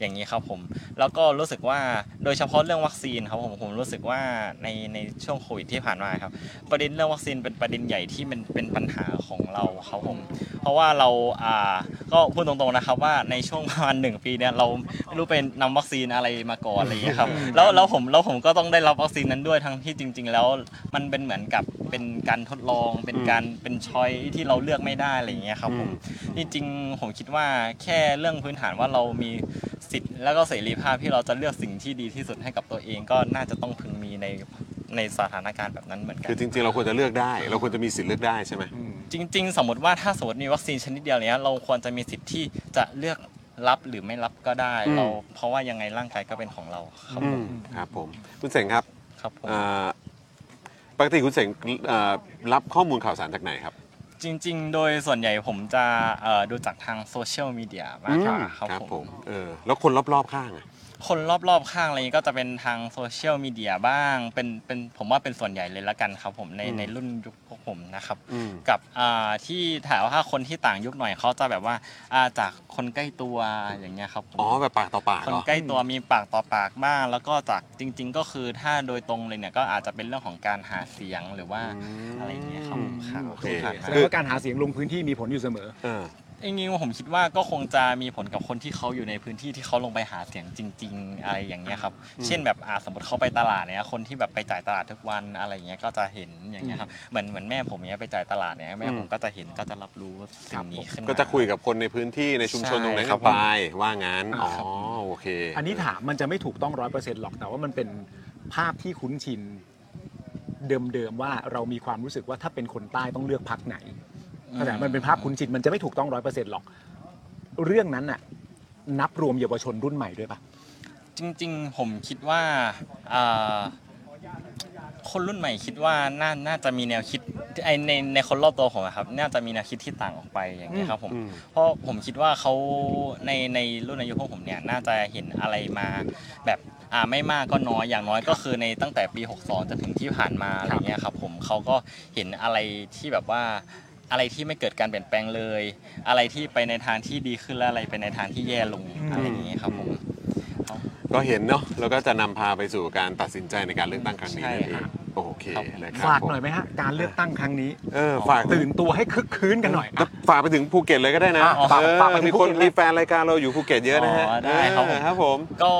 Speaker 11: อย่างนี้ครับผม แล้วก็รู้สึกว่าโดยเฉพาะเรื่องวัคซีนครับผมผมรู้สึกว่าในในช่วงโควิดที่ผ่านมาครับ ประเด็นเรื่องวัคซีนเป็นประเด็นใหญ่ที่มันเป็นปัญหาของเราครับผม เพราะว่าเราอ่าก็พูดตรงๆนะครับว่าในช่วงประมาณหนึ่งปีเนี่ยเราไม่รู้เป็นนำวัคซีนอะไรมาก่อนอะไรอย่างเงี้ยครับแล้วแล้วผมแล้วผมก็ต้องได้รับวัคซีนนั้นด้วยทั้งที่จริง ๆ แล้วมันเป็นเหมือนกับเป็นการทดลอง เป็นการเป็นช้อยที่เราเลือกไม่ได้อะไรอย่างเงี้ยครับผมจริงๆผมคิดว่าแค่เรื่องพื้นฐานว่าเรามีสิทธิ์แล้วก็เสรีภาพที่เราจะเลือกสิ่งที่ดีที่สุดให้กับตัวเองก็น่าจะต้องพึงมีในในสถานการณ์แบบนั้นเหมือนกัน
Speaker 1: คือจริง ๆ เราควรจะเลือกได้ เราควรจะมีสิทธิ์เลือกได้ใช่ไหม
Speaker 11: จริง ๆ สมมติว่าถ้าสมมติมีวัคซีนชนิดเดียวเนี้ยเราควรจะมีสิทธิ์ที่จะเลือกรับหรือไม่รับก็ได้
Speaker 1: อืม
Speaker 11: เราเพราะว่ายังไงร่างกายก็เป็นของเราครับ
Speaker 1: อื
Speaker 11: ผม ม
Speaker 1: ครับผมคุณเสงครับ
Speaker 11: ครับผม
Speaker 1: เอ่อปกติคุณเสงเอ่อรับข้อมูลข่าวสารจากไหนครับ
Speaker 11: จริง ๆ โดยส่วนใหญ่ผมจะเอ่อดูจากทางโซเชียลมีเดียมากกว่า
Speaker 1: อืม
Speaker 11: ครับ
Speaker 1: ครับ
Speaker 11: ผม
Speaker 1: เออแล้วคนรอบๆข้างอะ
Speaker 11: คนรอบๆข้างอะไรนี้ก็จะเป็นทางโซเชียลมีเดียบ้างเป็นเป็นผมว่าเป็นส่วนใหญ่เลยละกันครับผมใน
Speaker 1: อืม
Speaker 11: ในรุ่นยุคพวกผมนะครับ
Speaker 1: อืม
Speaker 11: กับอ่าที่ถามว่าคนที่ต่างยุคหน่อยเขาจะแบบว่าอ่าจากคนใกล้ตัวอย่างเงี้ยครับผม
Speaker 1: อ๋อแบบปากต่อปาก
Speaker 11: คน
Speaker 1: เหรอ
Speaker 11: ใกล้ตัวมีปากต่อปากบ้าง แล้วก็จากจริง ๆ ก็คือถ้าโดยตรงเลยเนี่ยก็อาจจะเป็นเรื่องของการหาเสียงหรือว่าอะไรอย่างเงี้ยครับผมครับ
Speaker 2: โอเค
Speaker 11: ครับ
Speaker 2: แสดงว่าการหาเสียงลงพื้นที่มีผลอยู่เสมอ
Speaker 11: จริงๆผมคิดว่าก็คงจะมีผลกับคนที่เขาอยู่ในพื้นที่ที่เขาลงไปหาเสียงจริง ๆ อะไรอย่างเงี้ยครับ
Speaker 2: อืม
Speaker 11: เช่นแบบอ่าสมมติเขาไปตลาดเนี่ยคนที่แบบไปจ่ายตลาดทุกวันอะไรอย่างเงี้ยก็จะเห็นอย่างเงี้ยครับเหมือนเหมือนแม่ผมเนี้ยไปจ่ายตลาดเนี่ยแม่
Speaker 1: อืม
Speaker 11: ผมก็จะเห็นก็จะรับรู้สิ่งนี้ขึ้นมา
Speaker 1: ก็จะคุยกับคนในพื้นที่ในชุมชนตรงนั้น
Speaker 11: ใช่ครับ
Speaker 1: ไปว่างั้น อ๋อ
Speaker 11: ครับ
Speaker 1: โอเค
Speaker 2: อันนี้ถามมันจะไม่ถูกต้องร้อยเปอร์เซ็นต์หรอกแต่ว่ามันเป็นภาพที่คุ้นชินเดิมๆว่าเรามีความรู้สึกว่าถ้าเป็นคนใต้ต้องเลือกพักไหน
Speaker 11: อืม
Speaker 2: แต่มันเป็นภาพคุ้นชินมันจะไม่ถูกต้องร้อยเปอร์เซ็นต์หรอก เรื่องนั้นน่ะ นับรวมเยาวชนรุ่นใหม่ด้วยปะ
Speaker 11: จริงๆ ผมคิดว่าเอ่อคนรุ่นใหม่คิดว่าน่าน่าจะมีแนวคิดไอในในคนรอบตัวผมอะครับ น่าจะมีแนวคิดที่ต่างออกไปอย่างเงี้ยครับผม
Speaker 2: อืม
Speaker 11: เพราะผมคิดว่าเขาในในรุ่นอายุพวกผมเนี่ยน่าจะเห็นอะไรมาแบบอ่าไม่มากก็น้อยอย่างน้อยก็คือในตั้งแต่ปี 62จนถึงที่ผ่านมาอะไรเงี้ยครับผมเขาก็เห็นอะไรที่แบบว่าอะไรที่ไม่เกิดการเปลี่ยนแปลงเลย อะไรที่ไปในทางที่ดีขึ้นและอะไรไปในทางที่แย่ลงอะไรอย่างเงี้ยครับผม
Speaker 1: ก็เห็นเนาะแล้วก็จะนำพาไปสู่การตัดสินใจในการเลือกตั้งครั้งนี้นั่นเองโอเคนะครับ
Speaker 2: ฝากหน่อ
Speaker 1: ผ
Speaker 2: ย
Speaker 1: ม
Speaker 2: ไหมฮะการเลือกตั้งครั้งนี้
Speaker 1: เออฝาก
Speaker 2: ตื่นตัวให้คึกคืนกันหน่อย
Speaker 1: ฝากไปถึงภูเก็ตเลยก็ได้นะ
Speaker 2: อ่ะฝาก
Speaker 1: เออ
Speaker 2: ฝากไปถึง
Speaker 1: มีคน
Speaker 2: ภูเก็ตเลย
Speaker 1: มีแฟนรายการเราอยู่ภูเก็ตเยอะนะฮะ
Speaker 11: อ๋อได้ครับ
Speaker 1: เออครับผม
Speaker 11: ก็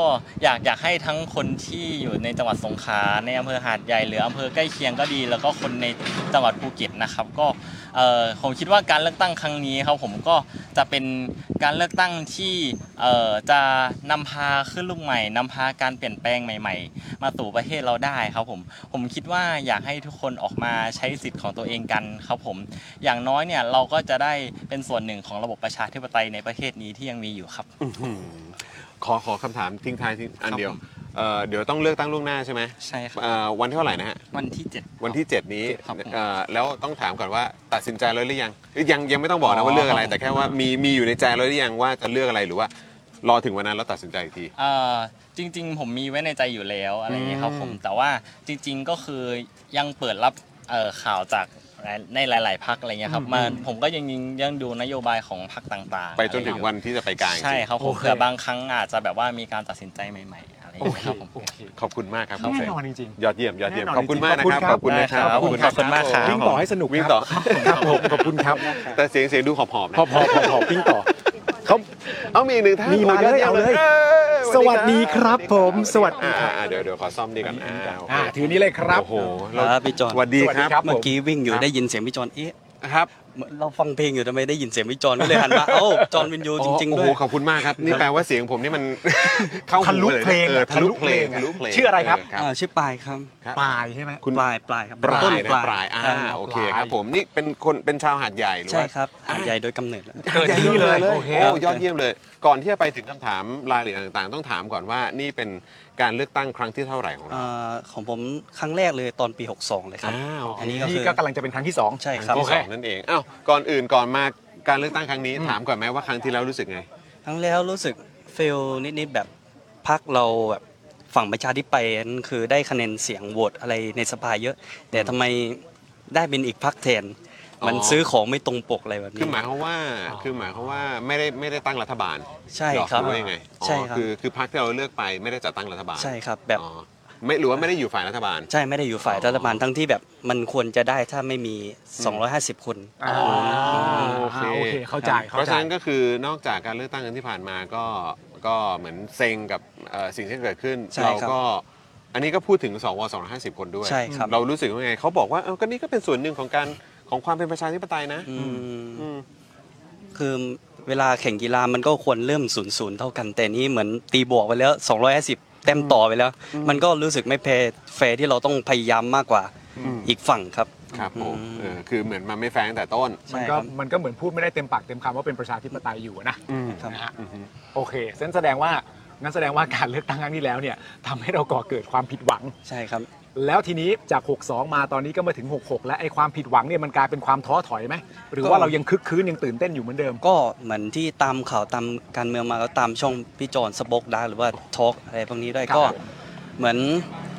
Speaker 11: อยากอยากให้ทั้งคนที่อยู่ในจังหวัดสงขลาในอำเภอหาดใหญ่หรืออำเภอใกล้เคียงก็ดี แล้วก็คนในจังหวัดภูเก็ตนะครับก็เอ่อผมคิดว่าการเลือกตั้งครั้งนี้ครับผมก็จะเป็นการเลือกตั้งที่เอ่อจะนำพาขึ้นลูกใหม่นำพาการเปลี่ยนแปลงใหม่ ๆ มาสู่ประเทศเราได้ครับผมผมคิดว่าอยากให้ทุกคนออกมาใช้สิทธิ์ของตัวเองกันครับผม อย่างน้อยเนี่ยเราก็จะได้เป็นส่วนหนึ่งของระบบประชาธิปไตยในประเทศนี้ที่ยังมีอยู่ครับ
Speaker 1: อื้อหือขอขอคำถามทิ้งท้ายทิ้งอันเดียวเอ่อเดี๋ยวต้องเลือกตั้งล่วงหน้าใช่ไหม
Speaker 11: ใช่
Speaker 1: ครับวันที่เท่าไหร่นะฮะ
Speaker 11: วันที่ 7
Speaker 1: วันที่ 7 นี้เอ่อแล้วต้องถามก่อนว่าตัดสินใจแล้วหรือยังเอ้ยยังยังไม่ต้องบอกนะว่าเลือกอะไร แต่แค่ว่ามีมีอยู่ในใจแล้วหรือยังว่าจะเลือกอะไรหรือว่ารอถึงวันนั้นแล้วตัดสินใจอีกที
Speaker 11: เอ่อจริง ๆ ผมมีไว้ในใจอยู่แล้วอะไรอย่างเงี้ยครับผมแต่ว่าจริง ๆก็คือยังเปิดรับเอ่อข่าวจากหลายในหลาย ๆพักอะไรเงี้ยครับ
Speaker 1: อืม
Speaker 11: มาผมก็ยังยังดูนโยบายของพักต่างๆ
Speaker 1: ไปจนถึงวันที่จะไปกลาง
Speaker 11: ใช่ครับผม
Speaker 1: โอเ
Speaker 11: เผื่อบางครั้งอาจจะแบบว่ามีการตัดสินใจใหม่ๆอะไรอย่างเงี้ยครับผม
Speaker 1: ขอบคุณมากครับ
Speaker 11: แน่นอน
Speaker 1: คุณเสก
Speaker 11: จริง
Speaker 1: ยอดเยี่ยมยอดเยี่ยม
Speaker 11: แน่นอน
Speaker 1: ขอบคุณมากนะครับ
Speaker 11: จริงๆ
Speaker 1: ขอบคุณนะครับ
Speaker 11: ขอบคุณครับขอบคุณมากครับ
Speaker 1: วิ่งต่อให้สนุกวิ่งต่อ
Speaker 2: ครับผมขอบคุณครับ
Speaker 1: แต่เสียงเสียงดูหอบหอบนะ
Speaker 2: พอพอพอพอวิ่งต่อ
Speaker 1: เขาเอามีอีกหนึ่งท่าน
Speaker 2: มีมาแล้ว
Speaker 1: โ
Speaker 2: เอาเลย
Speaker 1: อ
Speaker 2: สวัสดีครับผม สวัสดี
Speaker 1: อ่าอ่าเดี๋ยวเดี๋ยวขอซ่อมดีกันอ่าโอเค
Speaker 2: อ่าถือนี้เลยครับ
Speaker 1: โอ้โห
Speaker 12: ครับพี่จอน
Speaker 1: สวัสดีครับ
Speaker 12: เมื่อกี้วิ่งอยู่
Speaker 1: ครับ
Speaker 12: ได้ยินเสียงพี่จอนเอ๊ะ
Speaker 1: ครับ
Speaker 12: เราฟังเพลงอยู่ทำไมได้ยินเสียงพี่จอนก็เลยหันมาเอ้าจอนวินยูจริงๆ
Speaker 1: โอ้
Speaker 12: ด้
Speaker 1: โห
Speaker 12: วย
Speaker 1: ขอบคุณมากครับ นี่แปลว่าเสียงผมนี่มัน เข้าหู
Speaker 12: ทะลุ
Speaker 1: ยนะ
Speaker 12: เพลง
Speaker 1: ออทะลุเพลง
Speaker 12: ทะ
Speaker 1: ทะ
Speaker 12: ลุ
Speaker 1: ลุ
Speaker 12: เพ
Speaker 1: เพ
Speaker 12: ล
Speaker 1: ล
Speaker 12: ง
Speaker 1: ง
Speaker 12: อ่าชื่อปลายครับ
Speaker 1: ปลาย
Speaker 2: ใช่ไหม
Speaker 12: ปลายปลายครับ
Speaker 1: ปลายนะ
Speaker 12: ต้น
Speaker 1: ปลายอ่า
Speaker 12: ใช่
Speaker 1: โอเคครับผมนี่เป็นคนเป็นชาวหาดใหญ่หรือ
Speaker 12: ใช่
Speaker 1: ว่า
Speaker 12: ครับหาดใหญ่โดยกำเนิดแล้ว
Speaker 1: เกิดที่เลย
Speaker 12: โอเค
Speaker 1: โอ้ยอดเยี่ยมเลย ก่อนที่จะไปถึงคำถามรายละเอียดต่างๆ ต้องถามก่อนว่านี่เป็นการเลือกตั้งครั้งที่เท่าไหร่ของเรา
Speaker 12: อ่าของผมครั้งแรกเลยตอนปี 62 เลยครับ
Speaker 1: อ้าว
Speaker 12: อันนี้ก็
Speaker 2: นี่
Speaker 12: คือ
Speaker 2: ก็กำลังจะเป็นครั้งที่2
Speaker 12: ใช่ครับ
Speaker 1: ครั้งที่สองนั่นเองอ้าวก่อนอื่นก่อนมาการเลือกตั้งครั้งนี้ ถามก่อนไหมว่าครั้งที่แล้วรู้สึกไง
Speaker 12: ครั้งแล้วรู้สึกเฟลนิดๆแบบพักเราแบบฝั่งประชาธิปไตยนั้นคือได้คะแนนเสียงโหวตอะไรในสภาเยอะ แต่ทำไมได้เป็นอีกพักแทน มัน
Speaker 1: อ๋อ
Speaker 12: ซื้อของไม่ตรงปกอะไรแบบ
Speaker 1: คือ
Speaker 12: นี้
Speaker 1: หมายความว่าคือหมายความว่าไม่ได้ไม่ได้ตั้งรัฐบาล
Speaker 12: ใช่ครับ
Speaker 1: หอว่ายังไงอ๋อ
Speaker 12: ใช่ครับ
Speaker 1: คือคือพรรคที่เราเลือกไปไม่ได้จัดตั้งรัฐบาล
Speaker 12: ใช่ครับแบบ
Speaker 1: ไม่หรือว่าไม่ได้อยู่ฝ่ายรัฐบาล
Speaker 12: ใช่ไม่ได้อยู่ฝ่ายรัฐบาลทั้งที่แบบมันควรจะได้ถ้าไม่มี 250 คน
Speaker 1: โอเค
Speaker 12: า
Speaker 1: เพราะฉะนั้นก็คือนอกจากการเลือกตั้งครั้งที่ผ่านมาก็ก็เหมือนเซ็งกับเอ่อสิ่งที่เกิดขึ้น
Speaker 12: ใช่ครับ
Speaker 1: เราก็อันนี้ก็พูดถึงสว250 คนด้วย
Speaker 12: ใช่ครับ
Speaker 1: เรารู้สึกว่าไงเขาบอกว่าเออก็นี่ก็เป็นส่วนหนึ่งของการของความเป็นประชาธิปไตยนะ
Speaker 12: อืมคือเวลาแข่งกีฬามันก็ควรเริ่มศูนย์ศูนย์เท่ากัน แต่นี่เหมือนตีบวกไปแล้ว 250 แต้มต่อไปแล้ว มันก็รู้สึกไม่แพ้แฟร์ที่เราต้องพยายามมากกว่า
Speaker 1: อืม
Speaker 12: อีกฝั่งครับ
Speaker 1: ครับผมเออคือเหมือนมันไม่แฟร์ตั้งแต่ต้น
Speaker 2: มันก็มันก็เหมือนพูดไม่ได้เต็มปากเต็มคำว่าเป็นประชาธิปไตยอยู่นะ
Speaker 1: อืม
Speaker 2: นะฮะโอเคงั้นแสดงว่างั้นแสดงว่าการเลือกตั้งครั้งที่แล้วเนี่ยทำให้เราก่อเกิดความผิดหวัง
Speaker 12: ใช่ครับ
Speaker 2: แล้วทีนี้จาก 62 มาตอนนี้ก็มาถึง 66 และไอ้ความผิดหวังเนี่ยมันกลายเป็นความท้อถอยไหมหรือว่าเรายังคึกคืนยังตื่นเต้นอยู่เหมือนเดิม
Speaker 12: ก็เหมือนที่ตามข่าวตามการเมืองมาแล้วตามช่องพี่จอนสป็อกดาร์หรือว่าทอล์กอะไรพวกนี้ด้วย
Speaker 2: ครับ
Speaker 12: ก็เหมือน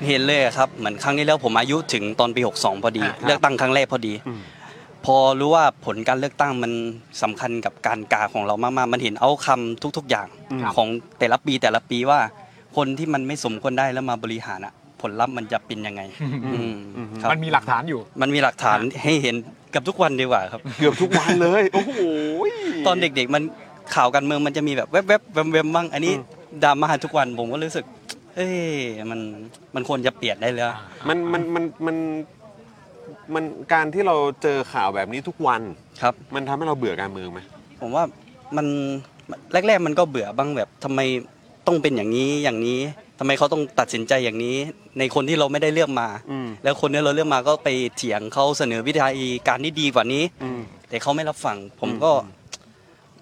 Speaker 12: เห็นเลยอะครับ เหมือนครั้งนี้แล้วผมอายุถึงตอนปี 62 พอดี
Speaker 2: อ่าครับ
Speaker 12: เลือกตั้งครั้งแรกพอดี พอรู้ว่าผลการเลือกตั้งมันสำคัญกับการกาของเรามากๆ มันเห็นเอาคำทุก ๆ อย่าง
Speaker 3: อืมครับ
Speaker 12: ของแต่ละปีแต่ละปีว่า คนที่มันไม่สมควรได้แล้วมาบริหารอะผลลัพธ์มันจะเป็นยังไงอืมครับ
Speaker 2: มันมีหลักฐานอยู่
Speaker 12: มันมีหลักฐานให้เห็นเกับทุกวันดีกว่าครับ
Speaker 1: เกือบทุกวัน เลยโอ้โห
Speaker 12: ตอนเด็กๆมันข่าวการเมืองมันจะมีแบบแวบๆแวมๆบ้างอันนี้ดราม่าทุกวันผมก็รู้สึก เอ้ยมันมันควรจะเปลี่ยนได้แล้ว
Speaker 1: มันมันมันมันมันการที่เราเจอข่าวแบบนี้ทุกวัน
Speaker 12: ครับ
Speaker 1: มันทำให้เราเบื่อการเมืองไหม
Speaker 12: ผมว่ามันแรก ๆ มันก็เบื่อบ้างแบบทำไมต้องเป็นอย่างนี้อย่างนี้ทำไมเขาต้องตัดสินใจอย่างนี้ ในคนที่เราไม่ได้เลือกมา
Speaker 1: อืม
Speaker 12: แล้วคนที่เราเลือกมาก็ไปเถียงเขาเสนอวิธีการที่ดีกว่านี้ แต่เขาไม่รับฟัง ผมก็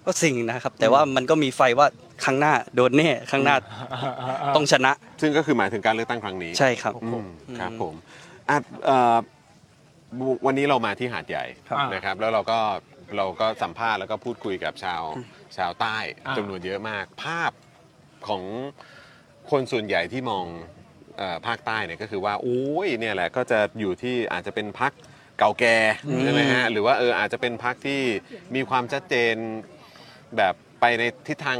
Speaker 12: ก็สิ่งนะครับ แต่ว่ามันก็มีไฟว่า ครั้งหน้าโดนแน่ครั้งหน้า ต้องชนะ
Speaker 1: ซึ่งก็คือหมายถึงการเลือกตั้งครั้งนี้
Speaker 12: ใช่ครับ
Speaker 1: อืมครับผมอ่ะเอ่อวันนี้เรามาที่หาดใหญ่นะครับ แล้วเราก็เราก็สัมภาษณ์แล้วก็พูดคุยกับชาวชาวใต้
Speaker 2: อ่า
Speaker 1: จำนวนเยอะมาก ภาพของคนส่วนใหญ่ที่มองเอ่อภาคใต้เนี่ยก็คือว่าโอ้ยเนี่ยแหละก็จะอยู่ที่อาจจะเป็นพักเก่าแก่
Speaker 2: อืม
Speaker 1: ใช่ไหมฮะหรือว่าเอออาจจะเป็นพักที่มีความชัดเจนแบบไปในทิศทาง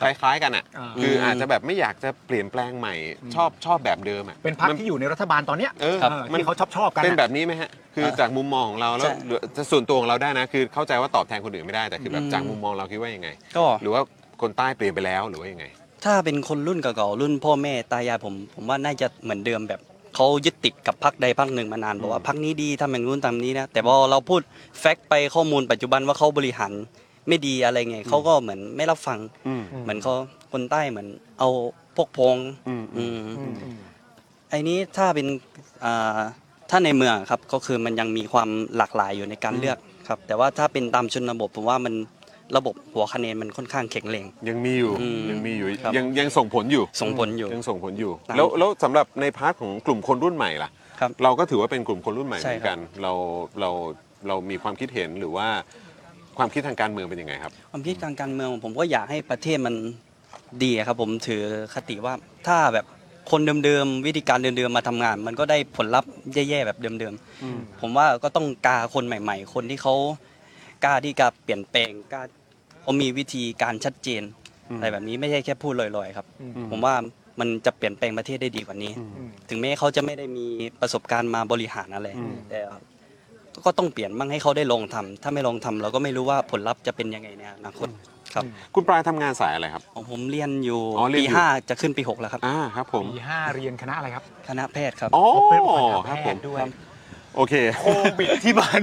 Speaker 1: คล้ายๆกันอ่ะ
Speaker 2: อ่า
Speaker 1: คืออาจจะแบบไม่อยากจะเปลี่ยนแปลงใหม่ ชอบชอบแบบเดิมอ่ะ
Speaker 2: เป็นพรรคที่อยู่ในรัฐบาลตอนเนี้ย
Speaker 1: เออ
Speaker 2: เออ
Speaker 1: มัน
Speaker 2: ที่เขาชอบชอบๆกัน
Speaker 1: เป็น
Speaker 2: อะ
Speaker 1: แบบนี้ไหมฮะ คือ
Speaker 2: เออ
Speaker 1: จากมุมมองของเราแล้วหรือจะส่วนตัวของเราได้นะ คือเข้าใจว่าตอบแทนคนอื่นไม่ได้ แต่คือแบบ
Speaker 12: อืม
Speaker 1: จากมุมมองเราคิดว่ายังไง
Speaker 12: ก็
Speaker 1: หรือว่าคนใต้เปลี่ยนไปแล้วหรือว่ายังไง
Speaker 12: ถ้าเป็นคนรุ่นเก่าๆรุ่นพ่อแม่ตายายผม ผมว่าน่าจะเหมือนเดิมแบบเขายึดติดกับพักใดพักหนึ่งมานานบอกว่าพักนี้ดีทำอย่างนู้นทำนี้นะแต่พอเราพูดแฟกต์ไปข้อมูลปัจจุบันว่าเขาบริหารไม่ดีอะไรไงเขาก็เหมือนไม่รับฟัง
Speaker 1: อืม
Speaker 12: เหมือนเขาคนใต้เหมือนเอาพวกพงอืมไอ้นี้ถ้าเป็นอ่าถ้าในเมืองครับก็คือมันยังมีความหลากหลายอยู่ในการเลือกครับ แต่ว่าถ้าเป็นตามชนบทผมว่ามันระบบหัวคะแนนมันค่อนข้างแข็งแรง
Speaker 1: ยังมีอยู่
Speaker 12: อืม
Speaker 1: ยังมีอยู่
Speaker 12: ครับ
Speaker 1: ยังยังส่งผลอยู่
Speaker 12: ส่งผลอยู่
Speaker 1: ยังส่งผลอยู่
Speaker 12: ตาม
Speaker 1: แล้วแล้วสำหรับในพาร์ทของกลุ่มคนรุ่นใหม่ล่ะ เราก็ถือว่าเป็นกลุ่มคนรุ่นใหม่เห
Speaker 12: ใช่
Speaker 1: มือนกัน เราเราเรามีความคิดเห็นหรือว่าความคิดทางการเมืองเป็นยังไงครับ
Speaker 12: ความคิดทางการเมืองของผมก็อยากให้ประเทศมันดีครับผมถือคติว่าถ้าแบบคนเดิมๆวิธีการเดิมๆมาทำงาน มันก็ได้ผลลัพธ์แย่ๆแบบเดิมๆ ผมว่าก็ต้องกาคนใหม่ ๆ คนที่เขากล้าที่จะเปลี่ยนแปลงกล้าเขามีวิธีการชัดเจน อะไรแบบนี้ไม่ใช่แค่พูดลอยๆครับ
Speaker 2: อืม
Speaker 12: ผมว่ามันจะเปลี่ยนแปลงประเทศได้ดีกว่านี้ ถึงแม้เขาจะไม่ได้มีประสบการณ์มาบริหารอะไร
Speaker 2: อืม
Speaker 12: แต่ก็ต้องเปลี่ยนบ้างให้เขาได้ลองทำถ้าไม่ลองทำเราก็ไม่รู้ว่าผลลัพธ์จะเป็นยังไงในอนาคตครับ
Speaker 1: คุณปลายทำงานสายอะไรครับ
Speaker 12: ของผมเรียนอยู่
Speaker 1: อ๋อเรียน
Speaker 12: ปี
Speaker 1: อยู่
Speaker 12: ห้าจะขึ้นปีหกแล้วครับ
Speaker 1: อ่าครับผม
Speaker 2: ปีห้าเรียนคณะอะไรครับ
Speaker 12: คณะแพทย์ครับ
Speaker 1: อ๋อ
Speaker 12: เป็น
Speaker 1: ค
Speaker 12: ค
Speaker 1: รั
Speaker 12: ณะ
Speaker 1: บ
Speaker 12: แพท
Speaker 1: ผม
Speaker 12: ย์ด้วย
Speaker 1: โอเคโค
Speaker 2: วิดที่บ้าน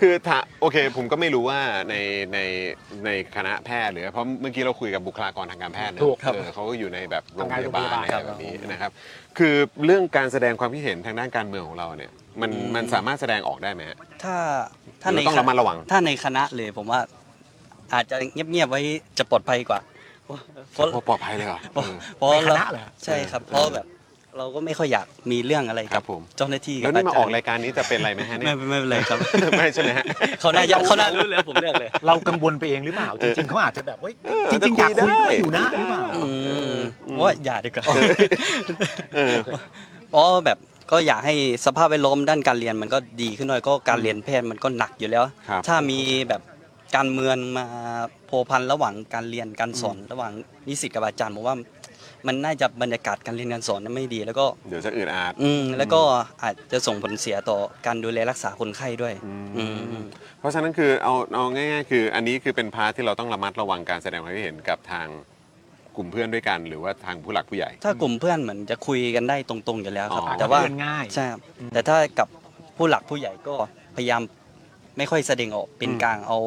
Speaker 1: คือถ้าโอเค ผมก็ไม่รู้ว่าในในในคณะแพทย์หรือเพราะเมื่อกี้เราคุยกับบุคลากรทางการแพทย์เนอะ
Speaker 2: ถูกครับ
Speaker 1: เออเขาก็อยู่ในแบบโรงพยาบาล
Speaker 2: ทำงาน
Speaker 1: อะไร
Speaker 2: โรงพยาบาล
Speaker 1: แบบนี้นะครับ คือเรื่องการแสดงความคิดเห็นทางด้านการเมืองของเราเนี่ย มัน
Speaker 12: อืม
Speaker 1: มันสามารถแสดงออกได้ไหมฮะ
Speaker 12: ถ้าถ้า
Speaker 1: หรื
Speaker 12: ใน
Speaker 1: อต้องระมัดระวัง
Speaker 12: ถ้าในคณะเลยผมว่า อาจจะเงียบๆไว้จะปลอดภัยกว่าเพราะ
Speaker 1: ปลอดภัยเลยเหรอเออ
Speaker 12: เพราะเรา
Speaker 1: ในคณะเหรอ
Speaker 12: ใช่ครับเพราะแบบ เราก็ไม่ค่อยอยากมีเรื่องอะไรกับเจ้าหน้าที่
Speaker 1: แล้วนี่มาออกราย
Speaker 12: บ
Speaker 1: การนี้จะเป็นอะไรไหมฮะเนี่
Speaker 12: ไม่
Speaker 1: ย
Speaker 12: ไม่ไม่เป็นไรครับ
Speaker 1: ไม่ใช่ไหมฮะ
Speaker 12: เขาน่าจะเขาน่ารู้เลยว่าผมเลือกเลย
Speaker 2: เรากังวลไปเองหรือเปล่า จริงๆเขาอาจจะแบบเว้ยจริงๆอยากคุยด้วยอยู่นะหรือเปล่า
Speaker 12: ผมว่าอย่าดีกว่าเพราะแบบก็อยากให้สภาพแวดล้อมด้านการเรียนมันก็ดีขึ้นหน่อยก็การเรียนแพทย์มันก็หนักอยู่แล้ว
Speaker 1: ครับ
Speaker 12: ถ้ามีแบบการเมืองมาพัวพันระหว่างการเรียนการสอนระหว่างนิสิตกับอาจารย์ผมว่ามันน่าจะบรรยากาศการเรียนการสอนนั้นไม่ดี แล้วก็
Speaker 1: เดี๋ยวจะอืดอาด
Speaker 12: อืมแล้วก็อาจจะส่งผลเสียต่อการดูแลรักษาคนไข้ด้วย อืม
Speaker 1: เพราะฉะนั้นคือเอาเอาง่ายๆ คือ อันนี้คือเป็นพาร์ทที่เราต้องระมัดระวังการแสดงความคิดเห็นกับทางกลุ่มเพื่อนด้วยกัน หรือว่าทางผู้หลักผู้ใหญ่
Speaker 12: ถ้ากลุ่มเพื่อนเหมือนจะคุยกันได้ตรงๆอยู่แล้วครับ
Speaker 1: อ๋อ
Speaker 12: แต่ว่า
Speaker 1: เพื่อนง่าย
Speaker 12: ใช่ครับแต่ถ้ากับผู้หลักผู้ใหญ่ก็พยายามไม่ค่อยแสดงออกเป็นกลางเอา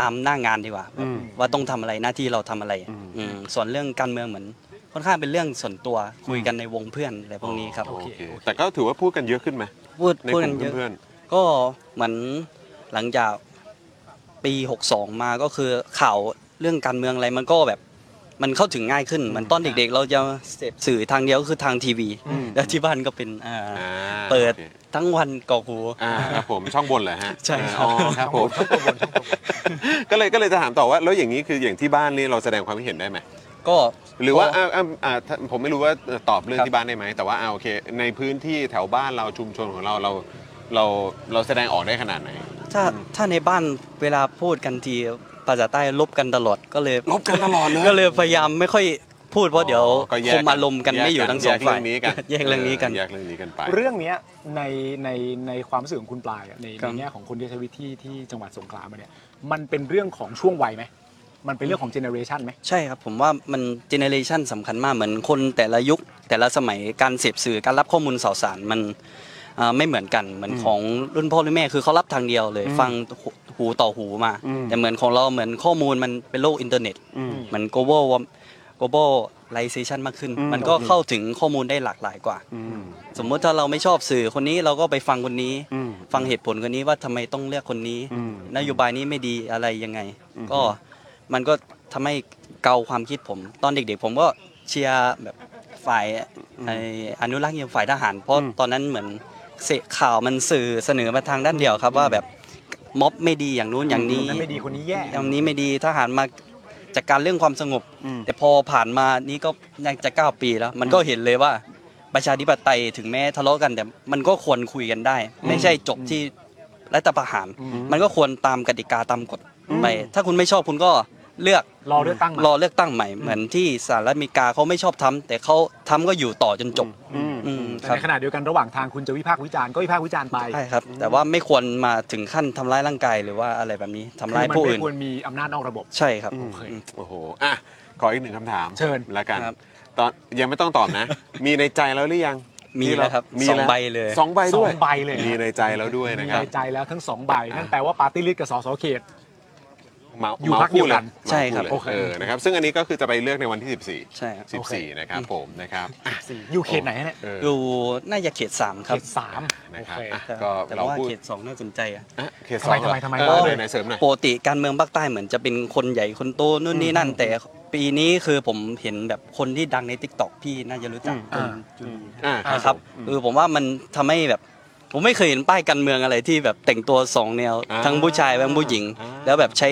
Speaker 12: ตามหน้างานดีกว่าแบบ
Speaker 2: อืม
Speaker 12: ว่าต้องทำอะไรหน้าที่เราทำอะไรอืมส่วนเรื่องการเมืองเหมือน ค่อนข้างเป็นเรื่องส่วนตัวคุยกันในวงเพื่อนอะไรพวกนี้ครับ
Speaker 1: โอเคแต่ก็ถือว่าพูดกันเยอะขึ้นไหม
Speaker 12: พูด
Speaker 1: ใน
Speaker 12: พูด
Speaker 1: ก
Speaker 12: กั
Speaker 1: ลุ่
Speaker 12: น
Speaker 1: ม
Speaker 12: เยอะ
Speaker 1: เพื่อน
Speaker 12: ก็เหมือนหลังจากปี 62 มาก็คือข่าวเรื่องการเมืองอะไรมันก็แบบมันเข้าถึงง่ายขึ้นเหมือนตอนเด็กๆ เราจะเสพสื่อทางเดียวก็คือทางทีวี
Speaker 1: อืม
Speaker 12: แล้วที่บ้านก็เป็นอ่า
Speaker 1: ๆ
Speaker 12: เปิดทั้งวันกอกหู
Speaker 1: อ่าครับผมช่องบนเหรอฮะ
Speaker 12: ใช่ครับ
Speaker 1: อ๋อครับผม ก็เลยก็เลยจะถามต่อว่าแล้วอย่างนี้คืออย่างที่บ้านนี่เราแสดงความคิดเห็นได้ไหม
Speaker 12: ก็
Speaker 1: หรือว่าอ่าอ่าอ่าถ้าผมไม่รู้ว่าตอบเรื่องที่บ้านได้ไหมแต่ว่าอ่าโอเค ในพื้นที่แถวบ้านเราชุมชนของเราเราเราเราแสดงออกได้ขนาดไหน
Speaker 12: ถ้าถ้าในบ้านเวลาพูดกันทีภาษาใต้ลบกันตลอดก็เลย
Speaker 1: ลบกันตลอดเลย
Speaker 12: ก็เลยพยายามไม่ค่อยพูดเพราะเดี๋ยว
Speaker 1: ก็แย
Speaker 12: ค
Speaker 1: ก
Speaker 12: มอารมณ์กันไม่อยู่ทั้งสองฝ่าย
Speaker 1: แยกเรื่องนี้กัน
Speaker 12: แยกเรื่องนี้กัน
Speaker 1: แยกเรื่องนี้กันไป
Speaker 2: เรื่องเนี้ยในในในความรู้สึกของคุณปลายอะใน
Speaker 12: ครั
Speaker 2: ใน
Speaker 12: บ
Speaker 2: แง่ของคนที่ใช้วิธีที่จังหวัดสงขลามาเนี่ยมันเป็นเรื่องของช่วงวัยไหมมันเป็นเรื่องของเจเนอเรชันไหม
Speaker 12: ใช่ครับ ผมว่ามันเจเนเรชันสำคัญมากเหมือนคนแต่ละยุค แต่ละสมัยการเสพสื่อการรับข้อมูลข่าวสารมันเอ่อไม่เหมือนกันเหมือนของรุ่นพ่อรุ่นแม่คือเขารับทางเดียวเลย
Speaker 2: อืม
Speaker 12: ฟังหูหูต่อหูมา แต่เหมือนของเราเหมือนข้อมูลมันเป็นโลกอินเทอร์เน็ต
Speaker 2: อืม
Speaker 12: เหมือน global warm- globalization มากขึ้น
Speaker 2: อืม
Speaker 12: มันก็
Speaker 2: โอเค
Speaker 12: เข้าถึงข้อมูลได้หลากหลายกว่า สมมุติถ้าเราไม่ชอบสื่อคนนี้เราก็ไปฟังคนนี้ ฟังเหตุผลคนนี้ว่าทำไมต้องเลือกคนนี้ นโยบายนี้ไม่ดีอะไรยังไง ก็มันก็ ทำให้เกาความคิดผม ตอนเด็กๆ ผมก็เชียร์แบบฝ่ายไอ้อนุรักษ์นิยมฝ่ายทหาร เพราะตอนนั้นเหมือนเสะข่าวมันสื่อเสนอมาทางด้านเดียวครับว่าแบบม็อบไม่ดีอย่างนู้นอย่างนี้
Speaker 13: ไม่ดีคนนี้แย่
Speaker 12: อย่างนี้ไม่ดีทหารมาจัดการเรื่องความสงบ แต่พอผ่านมานี่ก็ยังจะ 9 ปีแล้ว มันก็เห็นเลยว่าประชาธิปไตยถึงแม้ทะเลาะกันแต่มันก็ควรคุยกันได้ ไม่ใช่จบที่รัฐประหาร
Speaker 13: อืม
Speaker 12: มันก็ควรตามกติกาตามกฎไป ถ้าคุณไม่ชอบคุณก็เลือก
Speaker 13: รอเลือกตั้งใหม่
Speaker 12: รอเลือกตั้งใหม่ เหมือนที่สหรัฐอเมริกาเขาไม่ชอบทำแต่เขาทำก็อยู่ต่อจนจบอืม
Speaker 13: แต่
Speaker 12: ครับ
Speaker 13: ในขณะเดียวกันระหว่างทางคุณจะวิพากษ์วิจารณ์ก็วิพากษ์วิจารณ์ไป
Speaker 12: ใช่ครับ แต่ว่าไม่ควรมาถึงขั้นทำร้ายร่างกายหรือว่าอะไรแบบนี้
Speaker 13: คื
Speaker 12: ทำ
Speaker 13: อ
Speaker 12: ร้าย
Speaker 13: มัน
Speaker 12: ผู้
Speaker 13: ไม่
Speaker 12: อื่น
Speaker 13: ควรมีอำนาจนอกระบบ
Speaker 12: ใช่ครับ
Speaker 1: โอ้โห อ่ะ ขออีกหนึ่งคำถาม เชิญละกัน ตอนยังไม่ต้องตอบนะ มีในใจแล้วหรือยัง
Speaker 12: มี
Speaker 1: ที่
Speaker 12: แล้
Speaker 1: เาว
Speaker 12: ครับ
Speaker 1: มี
Speaker 12: สอง
Speaker 1: แล้ว
Speaker 12: ใบเลย
Speaker 1: สองใบด้วย
Speaker 13: สองใบเลย
Speaker 1: มีในใจแล้วด้วยนะ
Speaker 13: มี
Speaker 1: ครับ
Speaker 13: ในใจแล้วทั้งสองใบนั่นแปลว่าปาร์ตี้ลิสต์กับสสเขต
Speaker 1: เหมา
Speaker 13: อยู่พรรคเดียวกัน
Speaker 1: เหมา
Speaker 13: ใช่ครับ
Speaker 1: เลย
Speaker 13: โอเค
Speaker 1: เออนะครับ ซึ่งอันนี้ก็คือจะไปเลือกในวันที่ 14
Speaker 12: ใช่
Speaker 1: 14 นะครับผมนะครับอ่ะ
Speaker 12: อยู่เขตไหนเนี่ย
Speaker 1: เอออ
Speaker 12: อยู่น่าจะเขตสามครับ เขต
Speaker 13: สาม
Speaker 1: นะครับอ่ะ
Speaker 12: แต่
Speaker 1: ก็
Speaker 12: แต่
Speaker 1: เรา
Speaker 12: ว่า
Speaker 1: พูด
Speaker 12: เขตสองน่าสนใจอ่ะ
Speaker 1: อ่ะเขตสองเหรอทำไมทำไมทำไมเออเล่าหน่อยไหนเสริมหน่อย
Speaker 12: ปกติการเมืองภาคใต้เหมือนจะเป็นคนใหญ่คนโตนู่นนี่นั่น แต่ปีนี้คือผมเห็นแบบคนที่ดังในทิกตอกพี่น่าจะรู้จัก
Speaker 13: อืม
Speaker 12: จุน
Speaker 1: อ่า
Speaker 12: นะครับเออผมว่ามันทำให้แบบ ผมไม่เคยเห็นป้ายการเมืองอะไรที่แบบแต่งตัวสองแนว ทั้งผู้ชายทั้งผู้หญิง แล้วแบบใช้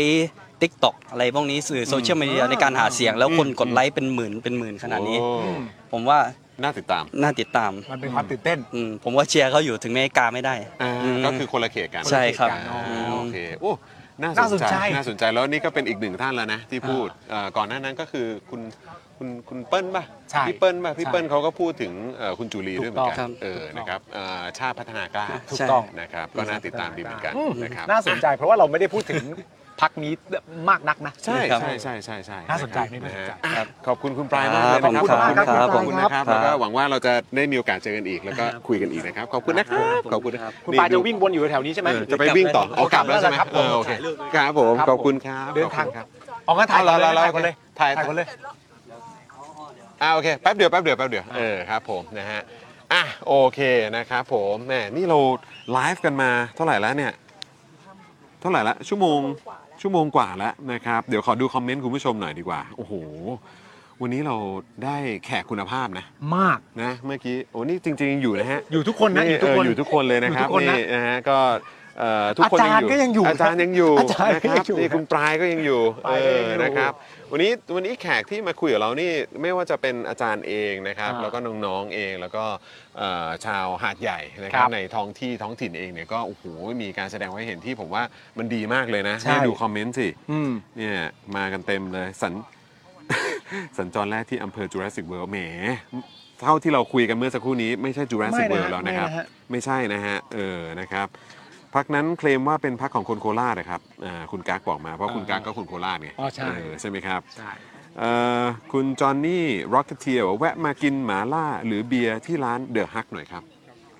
Speaker 12: ทิกตอกอะไรพวกนี้สื่อโซเชียลมีเดียในการหาเสียง แล้วคนกดไลค์เป็นหมื่นเป็นหมื่นขนาดนี้
Speaker 1: โอ้
Speaker 12: ผมว่า
Speaker 1: น่าติดตาม
Speaker 12: น่าติดตาม
Speaker 1: มันเป็นความตื่นเต้น
Speaker 12: อืมผมว่าเชียร์เขาอยู่ถึงแม้กาไม่ได้ม
Speaker 1: ก็คือคนละเขตกัน
Speaker 12: ใช่ครับ
Speaker 1: อ่าโอเคโอ้น่า
Speaker 12: น่า
Speaker 1: ส
Speaker 12: ส
Speaker 1: น
Speaker 12: น
Speaker 1: ใจ
Speaker 12: ใจ
Speaker 1: น่าสนใจแล้วนี่ก็เป็นอีกหนึ่งท่านแล้วนะที่พูดเอ่อก่อนหน้านั้นก็คือคุณคุณคุณเปิ้ลป่ะ
Speaker 13: ใช่
Speaker 1: พี่เปิ้ลป่ะพี่
Speaker 13: ใช่
Speaker 1: เปิ้ลเขาก็พูดถึงเอ่อคุณจุลีด้วยเหมือนกั
Speaker 13: ถูกต้อน ง
Speaker 1: เออนะครับเอ่อชาติพัฒนากล้า
Speaker 13: ถูกต้อง
Speaker 1: นะครับก็น่าติดตามดีเหมือนกัน
Speaker 13: อืม
Speaker 1: นะครับ
Speaker 13: น่าสนใจเพราะว่าเราไม่ได้พูดถึงพักนี้มากนักนะ
Speaker 1: ใช่ใช่ใช่ใช่ใช่
Speaker 13: น่าสนใจ
Speaker 1: ะครับอ่ะขอบคุณคุณปลายมาก
Speaker 13: ค
Speaker 1: เล
Speaker 13: รั
Speaker 1: ย
Speaker 13: บ
Speaker 1: นะครับ
Speaker 13: ขอบคุณมากครับ
Speaker 1: ข
Speaker 13: ขอคุณครั
Speaker 1: อบบคุณนะครับบ แล้วก็หวังว่าเราจะได้มีโอกาสเจอกันอีก แล้วก็คุยกันอีกนะครับขอบคุณนะครับขอบคุณนะครับ
Speaker 13: คุณปาจะวิ่งวนอยู่แถวนี้ใช่ไหม
Speaker 1: เออจะไปวิ่งต่อเอากลับแล้วใช่ไหม
Speaker 13: ครับผ
Speaker 1: เออโอเคครับผมขอบคุณครับ
Speaker 13: เดินทาง
Speaker 1: ข
Speaker 13: ครั
Speaker 1: อบคุณครั
Speaker 13: บบ ออกงั้นถ่าย
Speaker 1: เอา
Speaker 13: ถ่าย
Speaker 1: ละเอาละ
Speaker 13: คนเลย
Speaker 1: ถ่าย
Speaker 13: ถ่ายคนเลย
Speaker 1: อ่าโอเคแป๊บเดียวแป๊บเดียวแป๊บเดียวเออครับผมนะฮะอ่ะโอเคนะครับผมแหมนี่เราไลฟ์กันมาเท่าไหร่แล้วเนี่ยเท่าไหร่ละชั่วโมงชั่วโมงกว่าแล้วนะครับเดี๋ยวขอดูคอมเมนต์คุณผู้ชมหน่อยดีกว่าโอ้โหวันนี้เราได้แขกคุณภาพนะ
Speaker 13: มาก
Speaker 1: นะเมื่อกี้โอ้นี่จริง ๆ อยู่นะฮะ
Speaker 13: อยู่ทุกคนนะอยู่ทุกคน
Speaker 1: เอยู่ทุกคนเลยนะครับ
Speaker 13: อยู่ทุกคนนะ
Speaker 1: นี่นะฮะก็เอ่อทุกคน
Speaker 13: อาจารย์ก็ยังอยู่
Speaker 1: อาจารย์ยังอยู่
Speaker 13: อาจารย์
Speaker 1: นะ
Speaker 13: ก็
Speaker 1: ค
Speaker 13: ยั
Speaker 1: รับ
Speaker 13: งอยู่
Speaker 1: นี่คุณปลายก็ยังอยู่
Speaker 13: ป
Speaker 1: เอ
Speaker 13: ลายก็ยังอ
Speaker 1: อ
Speaker 13: ยู่
Speaker 1: นะครับ วันนี้วันนี้แขกที่มาคุยกับเรานี่ไม่ว่าจะเป็นอาจารย์เองนะครับ
Speaker 13: อ่า
Speaker 1: แล้วก็น้องๆเองแล้วก็เอ่อชาวหาดใหญ่นะค
Speaker 13: ครั
Speaker 1: รับบ ในท้องที่ท้องถิ่นเองเนี่ยก็โอ้โหมีการแสดงไว้เห็นที่ผมว่ามันดีมากเลยนะ
Speaker 13: ใช่
Speaker 1: นี่ดูคอมเมนต์สิ
Speaker 13: อืม
Speaker 1: เนี่ยมากันเต็มเลยสัน สัญจรแรกที่อำเภอจูราสสิกเวิลด์แหม เท่าที่เราคุยกันเมื่อสักครู่นี้ไม่ใช่จูราสสิก
Speaker 13: ไม่
Speaker 1: เวิล
Speaker 13: นะ
Speaker 1: ด์แล้วนะครับ
Speaker 13: ไม่นะฮะ
Speaker 1: ไม่ใช่นะฮะ เออนะครับพักนั้นเคลมว่าเป็นพักของคนโคราชนะครับอ่าคุณกั๊กบอกมาเพราะคุณกั๊กก็คนโคราชไง
Speaker 13: อ๋อใช่
Speaker 1: เอใช่ไหมครับ
Speaker 13: ใช่
Speaker 1: เอ่อคุณจอห์นนี่ร็อกเก e เทียแวะมากินหมาล่าหรือเบียร์ที่ร้านเดอะฮักหน่อยครับ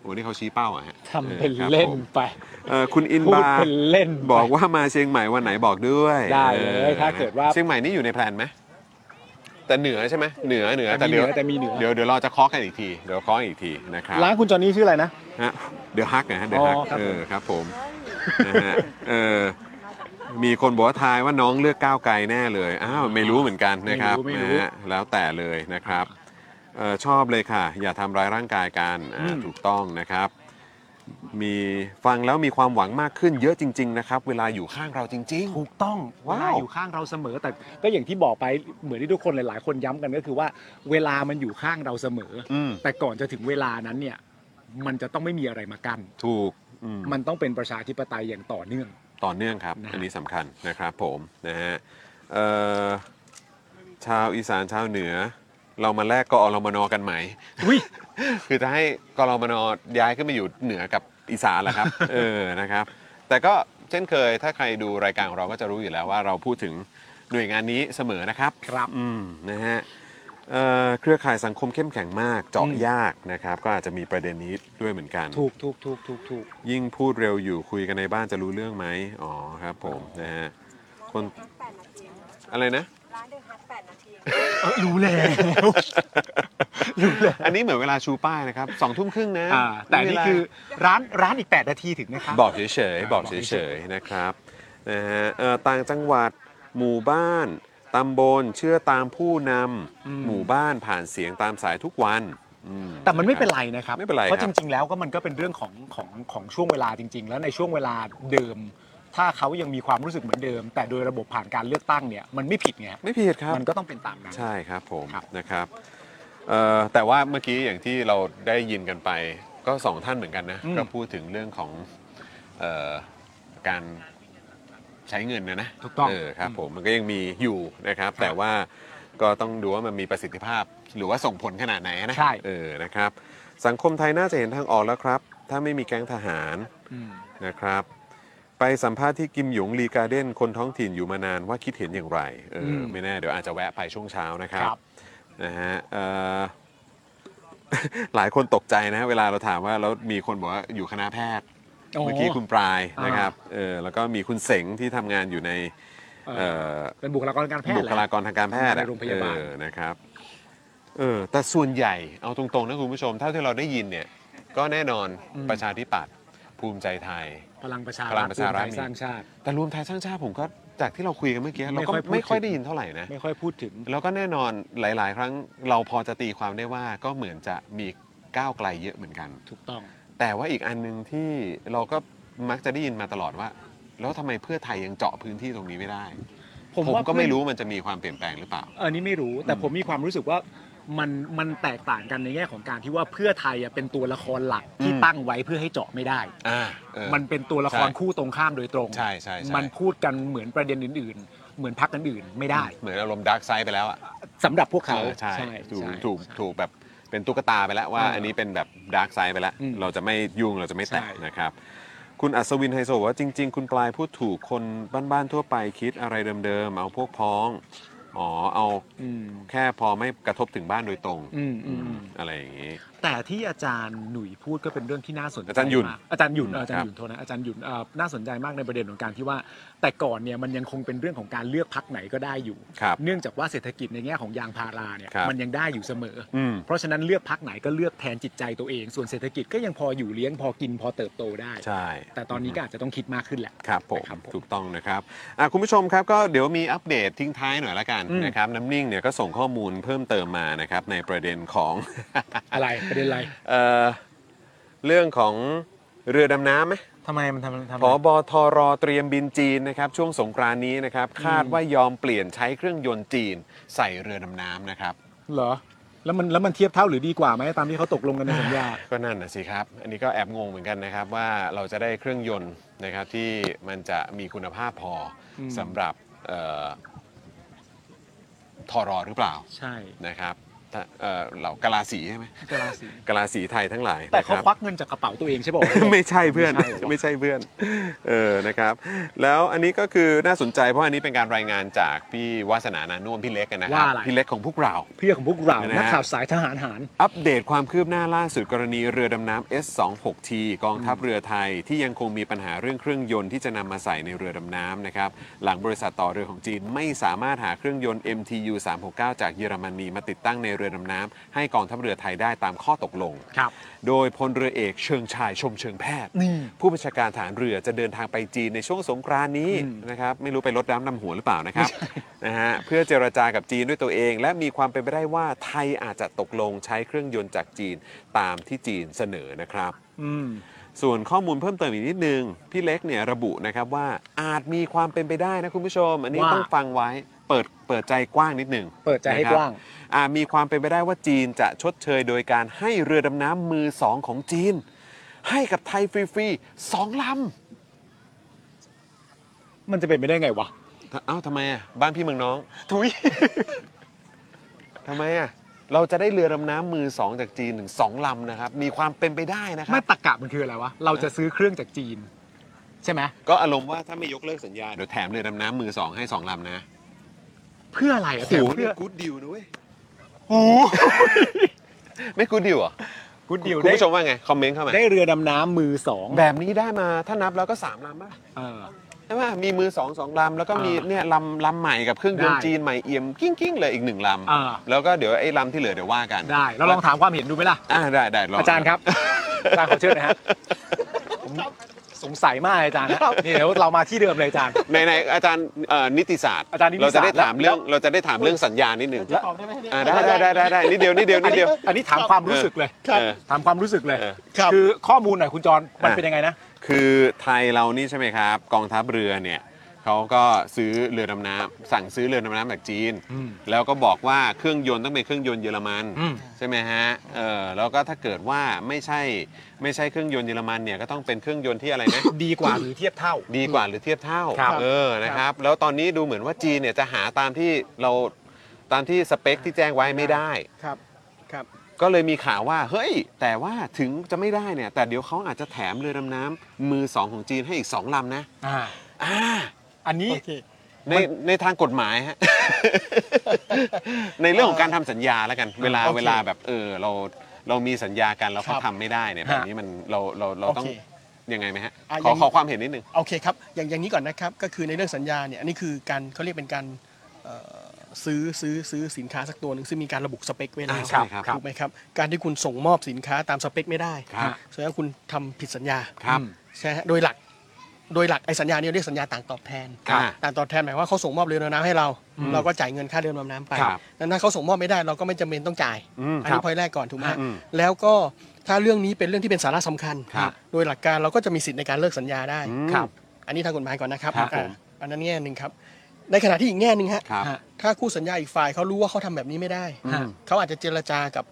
Speaker 1: โอ้นี่เขาชี้เป้าอะฮะ
Speaker 13: ทำเป็น
Speaker 1: ออครับ
Speaker 13: เล่น
Speaker 1: ผม
Speaker 13: ไป
Speaker 1: เอ่อคุณอิน
Speaker 13: พูด
Speaker 1: บาร์
Speaker 13: เป็นเล่นไป
Speaker 1: บอกว่ามาเชียงใหม่วันไหนบอกด้วย
Speaker 13: ได้เลย
Speaker 1: ออ
Speaker 13: ถ้าเกิดว่า
Speaker 1: เชียงใหม่นี่อยู่ในแพลนไหม แต่เหนือใช่ไหมเหนือเหนือ
Speaker 13: แต่มี
Speaker 1: เดี๋ยว
Speaker 13: เหนือแต่มีเหนือ
Speaker 1: เดี๋ยวเดี๋ยวเราจะเคาะกันอีกทีเดี๋ยวเคาะอีกทีนะครับ
Speaker 13: ร้านคุณจอห์นนี่ชื่ออะไรนะ
Speaker 1: ฮะเดี๋ยวฮักนะฮะเดี๋ยวฮัก
Speaker 13: อ๋อครับ
Speaker 1: เออครับผมนะฮะเออมีคนบอกว่าทายว่าน้องเลือกก้าวไกลแน่เลยอ้าวไม่รู้เหมือนกันนะครับ
Speaker 13: ไม่รู้ไม่รู้
Speaker 1: นะฮะแล้วแต่เลยนะครับเออชอบเลยค่ะ อย่าทำร้ายร่างกายกันอ่า
Speaker 13: อืม
Speaker 1: ถูกต้องนะครับ มีฟังแล้วมีความหวังมากขึ้นเยอะจริง ๆ นะครับ เวลาอยู่ข้างเราจริง
Speaker 13: ถูกต้อง
Speaker 1: ว้าว
Speaker 13: เอยู่ข้างเราเสมอแต่ก็อย่างที่บอกไปเหมือนที่ทุกคนหลาย ๆ คนย้ำกันก็คือว่า เวลามันอยู่ข้างเราเสมออ
Speaker 1: ม
Speaker 13: แต่ก่อนจะถึงเวลานั้นเนี่ย มันจะต้องไม่มีอะไรมากั้น
Speaker 1: ๆ ถูกอืม
Speaker 13: มันต้องเป็นประชาธิปไตยอย่างต่อเนื่อง
Speaker 1: ต่อเนื่องครับ อันนี้สำคัญนะครับผมนะฮะเอ่อชาวอีสานชาวเหนือ เรามาแลกกอรมนกันไหม คือจะให้กอรมนย้ายขึ้นมาอยู่เหนือกับอีสานเหรอ ครับ เออนะครับ แต่ก็เช่นเคยถ้าใครดูรายการของเราก็จะรู้อยู่แล้วว่าเราพูดถึงหน่วยงานนี้เสมอนะครับ
Speaker 13: ครับ
Speaker 1: อืมนะฮะเอ่อเครือข่ายสังคมเข้มแข็งมากเจาะ
Speaker 13: อืม
Speaker 1: ยากนะครับ ก็อาจจะมีประเด็นนี้ด้วยเหมือนกัน
Speaker 13: ถูกถูกถูกถูกถูก
Speaker 1: ยิ่งพูดเร็วอยู่คุยกันในบ้านจะรู้เรื่องไหมอ๋อครับผมนะฮะคนอะไรนะ
Speaker 13: รู้แล้ว
Speaker 1: อันนี้เหมือนเวลาชูป้ายนะครับสองทุ่มครึ่งนะ
Speaker 13: อ่าแต่อันนี่คือร้านร้านอีก 8 นาทีถึงนะครับ
Speaker 1: บอกเฉยๆบอกเฉยๆนะครับนะฮะเอ่อต่างจังหวัดหมู่บ้าน ตำบลเชื่อตามผู้นำหมู่บ้านผ่านเสียงตามสายทุกวันอืม
Speaker 2: แต่มันไม่เป็นไรนะครับ
Speaker 1: ไม่เป็นไร
Speaker 2: เพราะ
Speaker 1: ค
Speaker 2: จ
Speaker 1: รับ
Speaker 2: ริง ๆ แล้วก็มันก็เป็นเรื่องของของของช่วงเวลาจริง ๆ แล้วในช่วงเวลาเดิม ถ้าเขายังมีความรู้สึกเหมือนเดิม แต่โดยระบบผ่านการเลือกตั้งเนี่ยมันไม่ผิดไง
Speaker 1: ไม่ผิดครับ
Speaker 2: มันก็ต้องเป็นตามนั้น
Speaker 1: ใช่ครับผมนะครับเอ่อแต่ว่าเมื่อกี้อย่างที่เราได้ยินกันไป ก็สองท่านเหมือนกันนะ
Speaker 2: อืม
Speaker 1: ก็พูดถึงเรื่องของเออการใช้เงินนะนะ
Speaker 2: ถูกต้อง
Speaker 1: เออครับผมมันก็ยังมีอยู่นะครับ แต่ว่าก็ต้องดูว่ามันมีประสิทธิภาพ หรือว่าส่งผลขนาดไหนนะ
Speaker 2: ใช่
Speaker 1: เออนะครับ สังคมไทยน่าจะเห็นทางออกแล้วครับ ถ้าไม่มีแก๊งทหาร
Speaker 2: อืม
Speaker 1: นะครับไปสัมภาษณ์ที่กิมหยงลีการ์เด้นคนท้องถิ่นอยู่มานานว่าคิดเห็นอย่างไรเอออ
Speaker 2: ม
Speaker 1: ไม่แน่เดี๋ยวอาจจะแวะไปช่วงเช้านะครับ
Speaker 2: ครับ
Speaker 1: นะฮะเอ่อ หลายคนตกใจนะฮะเวลาเราถามว่าแล้วมีคนบอกว่าอยู่คณะแพทย์
Speaker 2: โอ้
Speaker 1: เมื่อกี้คุณปลาย
Speaker 2: อ่าน
Speaker 1: นะครับเออแล้วก็มีคุณเสงที่ทำงานอยู่ในเอ่อ
Speaker 2: เป็นบุคลากรทางการแพทย์
Speaker 1: บุ
Speaker 2: แหะ
Speaker 1: คลากรทางการแพทย์อะ
Speaker 2: ในโรงพยาบาล
Speaker 1: เออนะครับเออแต่ส่วนใหญ่เอาตรงๆนะคุณผู้ชมเท่าที่เราได้ยินเนี่ย ก็แน่นอนประชาธิปัตย์ภูมิใจไทย
Speaker 2: พลังประชา
Speaker 1: พลังประชารัฐ
Speaker 2: วมไทยสร้างชาติ
Speaker 1: แต่รวมไทยสร้างชาติผมก็จากที่เราคุยกันเมื่อกี้เราก็
Speaker 2: ไม่
Speaker 1: ไม่
Speaker 2: ค่อยพูด
Speaker 1: ค่อย
Speaker 2: ถึง
Speaker 1: ได้ยินเท่าไหร่นะ
Speaker 2: ไม่ค่อยพูดถึง
Speaker 1: แล้วก็แน่นอนหลาย ๆ ครั้งเราพอจะตีความได้ว่าก็เหมือนจะมีก้าวไกลเยอะเหมือนกัน
Speaker 2: ถูกต้อง
Speaker 1: แต่ว่าอีกอันหนึ่งที่เราก็มักจะได้ยินมาตลอดว่า แล้วทำไมเพื่อไทยยังเจาะพื้นที่ตรงนี้ไม่ได้
Speaker 2: ผม
Speaker 1: ผม
Speaker 2: ว่า
Speaker 1: ก็ไม่
Speaker 2: เพื่อน
Speaker 1: รู้มันจะมีความเปลี่ยนแปลงหรือเปล่า
Speaker 2: อันนี้ไม่รู้แต่ผมมีความรู้สึกว่ามันมันแตกต่างกันในแง่ของการที่ว่าเพื่อไทยอะเป็นตัวละครหลักที่
Speaker 1: อืม
Speaker 2: ตั้งไว้เพื่อให้เจาะไม่ได้
Speaker 1: อ่าเออ
Speaker 2: มันเป็นตัวละคร
Speaker 1: ใช่
Speaker 2: คู่ตรงข้ามโดยตรง
Speaker 1: ใช่ใช่ใช่
Speaker 2: มันพูดกันเหมือนประเด็นอื่น ๆ เหมือนพักอื่นๆไม่ได้
Speaker 1: เหมือนอารมณ์ดาร์กไซด์ไปแล้วอะ
Speaker 2: สำหรับพวกเขา
Speaker 1: ออใช่
Speaker 2: ใช่
Speaker 1: ถูก
Speaker 2: ใช่
Speaker 1: ถูกถูกแบบเป็นตุ๊กตาไปแล้วว่า อันนี้เป็นแบบดาร์กไซด์ไปแล้ว เราจะไม่ยุ่งเราจะไม่แตะนะครับ คุณอัศวินไฮโซบอกว่าจริง ๆ คุณปลายพูดถูกคนบ้านๆทั่วไปคิดอะไรเดิมๆ เอาพวกพ้อง อ๋อ เอา
Speaker 2: อืม
Speaker 1: แค่พอไม่กระทบถึงบ้านโดยตรง
Speaker 2: อืมอืม
Speaker 1: อะไรอย่างนี้
Speaker 2: แต่ที่อาจารย์หนุ่ยพูดก็เป็นเรื่องที่น่าสนใจ
Speaker 1: อาจารย์หยุ่น
Speaker 2: มกอาจารย์หยุ่นเอออาจาร
Speaker 1: ครั
Speaker 2: ย์
Speaker 1: บ
Speaker 2: หยุ่นโทษนะอาจารย์หยุ่นเอ่อน่าสนใจมากในประเด็นของการที่ว่า แต่ก่อนเนี่ยมันยังคงเป็นเรื่องของการเลือกพักไหนก็ได้อยู่
Speaker 1: ครับ
Speaker 2: เนื่องจากว่าเศรษฐกิจในแง่ของยางพาราเนี่ย
Speaker 1: ครับ
Speaker 2: มันยังได้อยู่เสมออ
Speaker 1: ม
Speaker 2: เพราะฉะนั้นเลือกพักไหนก็เลือกแทนจิตใจตัวเอง ส่วนเศรษฐกิจก็ยังพออยู่เลี้ยงพอกินพอเติบโตได้
Speaker 1: ใช่
Speaker 2: แต่ตอนนี้ก็อาจจะต้องคิดมากขึ้นแหละ
Speaker 1: ครับผมถูกต้องนะครับอ่ะคุณผู้ชมครับก็เดี๋ยวมีอัปเดตทิ้งท้ายหน่อยละกัน
Speaker 2: อืม
Speaker 1: นะครับน้ำนิ่งเนี่ยก็ส่งข้อมูลเพิ่มเติมมานะครับในประเด็นของ
Speaker 2: อะไรประเด็นอะไร
Speaker 1: เอ่อเรื่องของเรือดำน้ำไหม
Speaker 8: ทำไมมันทำทำ
Speaker 1: พอบอทรเตรียมบินจีนนะครับช่วงสงกรานต์นี้นะครับคาดว่ายอมเปลี่ยนใช้เครื่องยนต์จีน ใส่เรือดำน้ำนะครับ
Speaker 2: เหรอ แล้วมันแล้วมันเทียบเท่าหรือดีกว่าไหมตามที่เขาตกลงกันในสัญญา
Speaker 1: ก็นั่นนะสิครับ อันนี้ก็แอบงงเหมือนกันนะครับว่าเราจะได้เครื่องยนต์นะครับที่มันจะมีคุณภาพพออ
Speaker 2: ม
Speaker 1: สำหรับเอ่อทรหรือเปล่า
Speaker 2: ใช่
Speaker 1: นะครับถ้าเอ่อเหล่ากะลาสีใช่ไหม
Speaker 2: กราศี
Speaker 1: กะลาสีไทยทั้งหลาย
Speaker 2: แต่
Speaker 1: นะค
Speaker 2: เขา
Speaker 1: รับ
Speaker 2: ควักเงินจากกระเป๋าตัวเองใช่ป่ะ
Speaker 1: ไม่ใช่เพื่อน
Speaker 2: ไม่ใช่หร อ
Speaker 1: ไม่ใช่เพื่อน เออนะครับ แล้วอันนี้ก็คือน่าสนใจเพราะอันนี้เป็นการรายงานจากพี่วาสนานานุ่วมพี่เล็กนะครั
Speaker 2: ว่าอะไร
Speaker 1: พี่เล็กของพวกเรา
Speaker 2: เพื่อของพวกเรา
Speaker 1: เนี่ยนะ
Speaker 2: นักข่าวสายทหารหาร
Speaker 1: อัปเดตความคืบหน้าล่าสุดกรณีเรือดำน้ำ S26T กองทัพเรือไทยที่ยังคงมีปัญหาเรื่องเครื่องยนต์ที่จะนำมาใส่ในเรือดำน้ำนะครับ หลังบริษัทต่อเรือของจีนไม่สามารถหาเครื่องยนต์ MTU 369 จากเยอรมนีมาติดตั้งในเรือดำน้ำให้กองทัพเรือไทยได้ตามข้อตกลง
Speaker 2: ครับ
Speaker 1: โดยพลเรือเอกเชิงชายชมเชิงแพทย์
Speaker 2: นี่
Speaker 1: ผู้บัญชาการฐานเรือจะเดินทางไปจีนในช่วงสงกรานต์นี้นะครับ ไม่รู้ไปลดน้ำนำหัวหรือเปล่านะครับนะฮะเพื่อเจรจากับจีนด้วยตัวเอง และมีความเป็นไปได้ว่าไทยอาจจะตกลงใช้เครื่องยนต์จากจีนตามที่จีนเสนอนะครับ
Speaker 2: อืม
Speaker 1: ส่วนข้อมูลเพิ่มเติมอีกนิดนึง พี่เล็กเนี่ยระบุนะครับว่าอาจมีความเป็นไปได้นะคุณผู้ชม อันนี้
Speaker 2: ว่า
Speaker 1: ต้องฟังไว้เปิดเปิดใจกว้างนิดหนึ่ง
Speaker 2: เปิดใจให้
Speaker 1: นะครับ
Speaker 2: กว้าง
Speaker 1: อาจมีความเป็นไปได้ว่าจีนจะชดเชยโดยการให้เรือดำน้ำมือสองของจีน ให้กับไทยฟรีๆสองล
Speaker 2: มันจะเป็นไปได้ไงวะ
Speaker 1: ำเอ้าทำไมอ่ะบ้านพี่เมืองน้อง
Speaker 2: ทุย
Speaker 1: ทำไมอ่ะเราจะได้เรือดำน้ำมือสองจากจีนถึงสองลำนะครับมีความเป็นไปได้นะครั
Speaker 2: ไม่
Speaker 1: บ
Speaker 2: ตะกะมันคืออะไรวะ เราจะซื้อเครื่องจากจีน ใช่ไหม
Speaker 1: ก็อารมณ์ว่าถ้าไม่ยกเลิกสัญญาเดี๋ยวแถมเรือดำน้ำมือสองให้สองลำนะ
Speaker 2: เพื่ออะไรอะ
Speaker 1: โอ้โห
Speaker 2: เพื่อ
Speaker 1: นี่กูดดิวนะเว้ยไม่กูดดิวเหรอ่ะ
Speaker 2: Good deal
Speaker 1: คุณ
Speaker 2: ได้
Speaker 1: ผู้ชมว่าไง คอมเมนต์เข้ามา
Speaker 2: ได้เรือดำน้ำมือสอง
Speaker 1: แบบนี้ได้มาถ้านับแล้วก็สามลำป่ะ
Speaker 2: เออ
Speaker 1: ใช่ป่ะมีมือสองสองลำแล้วก็มี
Speaker 2: อ่า
Speaker 1: เนี่ยลำลำใหม่กับเครื่องยนต์
Speaker 2: ได้
Speaker 1: จีนใหม่เอี่ยมกิ้งกิ้งเลยอีกหนึ่งล
Speaker 2: อ่า
Speaker 1: ำแล้วก็เดี๋ยวไอ้ลำที่เหลือเดี๋ยวว่ากัน
Speaker 2: ได้เราลองถามความเห็นดูไหมล่ะ
Speaker 1: อ่าได้ได้ลอง
Speaker 2: อาจารย์ครับอาจารย์ขอเชิญนะฮะผม สงสัยมากเลยอาจารย์นะนี่เดี๋ยวเรามาที่เดิมเลยอาจารย์
Speaker 1: ในในอาจารย์เอ่อนิติศาสตร์
Speaker 2: อาจารย์นิติ
Speaker 1: เรา
Speaker 2: ศาสตร์
Speaker 1: จะได้ถาม
Speaker 2: แล้
Speaker 1: เรื่อ
Speaker 2: ว
Speaker 1: งเราจะได้ถามเรื่องสัญญานิดหนึ่ง
Speaker 2: แล้ว
Speaker 1: อ่าได้ได้ได้ได้ได้นิดเดียวนิดเดียวนิดเดียว
Speaker 2: อัอันนี้ถามความรู้สึกเลย
Speaker 1: ครับ
Speaker 2: ถามความรู้สึกเลยคือข้อมูลหน่อยคุณจรมันเป็นยังไงนะ
Speaker 1: คือไทยเรานี่ใช่ไหมครับ กองทัพเรือเนี่ยเขาก็ซื้อเรือดำน้ำสั่งซื้อเรือดำน้ำจากจีน แล้วก็บอกว่าเครื่องยนต์ต้องเป็นเครื่องยนต์เยอรมัน
Speaker 2: อืม
Speaker 1: ใช่ไหมฮะเออแล้วก็ถ้าเกิดว่าไม่ใช่ไม่ใช่เครื่องยนต์เยอรมันเนี่ยก็ต้องเป็นเครื่องยนต์ที่อะไร นะ
Speaker 2: ดีกว่าหรือเทียบเท่า
Speaker 1: ดีกว่าหรือเทียบเท่า
Speaker 2: ครับ
Speaker 1: เออนะครับ แล้วตอนนี้ดูเหมือนว่าจีนเนี่ยจะหาตามที่เราตามที่สเปคที่แจ้งไว้ไม่ได้
Speaker 4: ครับครับ
Speaker 1: ก็เลยมีข่าวว่า เฮ้ย แต่ว่าถึงจะไม่ได้เนี่ย แต่เดี๋ยวเขาอาจจะแถมเรือดำน้ำมือสองของจีนให้อีกสองลำนะ
Speaker 2: อ่า
Speaker 1: อ่า
Speaker 2: อันนี้
Speaker 1: ในในทางกฎหมายฮะ ในเรื่องของการทำสัญญาแล้วกัน เวลา
Speaker 2: โอเค
Speaker 1: เวลาแบบเออเราเรามีสัญญากันแล้ว
Speaker 4: ครับ
Speaker 1: เขาทำไม่ได้เนี่ยแบบ
Speaker 4: ฮะ
Speaker 1: นี้มันเราเราเราต้อง
Speaker 4: โอเค
Speaker 1: ยังไงไหมฮะ
Speaker 4: อ่ะ
Speaker 1: ขอ
Speaker 4: ยัง
Speaker 1: ขอความเห็นนิดนึง
Speaker 4: โอเคครับ อย่างอย่างนี้ก่อนนะครับ ก็คือในเรื่องสัญญาเนี่ยอันนี้คือการเขาเรียกเป็นการเอ่อซื้อซื้อซื้อสินค้าสักตัวหนึ่งซึ่งมีการระบุสเปคไว้แล้
Speaker 1: อ่าว ใช่ครับ
Speaker 4: ถูกไหมครับ การที่คุณส่งมอบสินค้าตามสเปคไม่ได้
Speaker 1: ครับ
Speaker 4: แสดงว่าคุณทำผิดสัญญา
Speaker 1: ครับ
Speaker 4: ใช่ฮะโดยหลักโดยหลักไอ้สัญญาเนี่ยเรียกสัญญาต่างตอบแทน
Speaker 1: ครับ
Speaker 4: ต่างตอบแทนหมายว่าเขาส่งมอบเรือดำน้ำให้เรา
Speaker 1: อืม
Speaker 4: เราก็จ่ายเงินค่าเรือดำน้ำไป
Speaker 1: ครับ
Speaker 4: นั้นถ้าเขาส่งมอบไม่ได้เราก็ไม่จำเป็นต้องจ่าย
Speaker 1: อืม
Speaker 4: อัน
Speaker 1: ครั
Speaker 4: นี้
Speaker 1: บ
Speaker 4: พอยแรกก่อนถูกไหมฮะ
Speaker 1: อืม
Speaker 4: แล้วก็ถ้าเรื่องนี้เป็นเรื่องที่เป็นสาระสำคัญ
Speaker 1: ครับ
Speaker 4: โดยหลักการเราก็จะมีสิทธิ์ในการเลิกสัญญาได้
Speaker 1: อืมครับ
Speaker 4: อันนี้ทางกฎหมายก่อนนะครับ
Speaker 1: ครับ
Speaker 4: อ่า
Speaker 1: ผม
Speaker 4: อันนั้นแง่หนึ่งครับ ในขณะที่อีกแง่หนึ่งฮะ
Speaker 1: ครับ
Speaker 4: ถ้าคู่สัญญาอีกฝ่ายเขารู้ว่าเขาทำแบบนี้ไม่ได้
Speaker 1: อืม
Speaker 4: เขาอาจจะเจรจากับ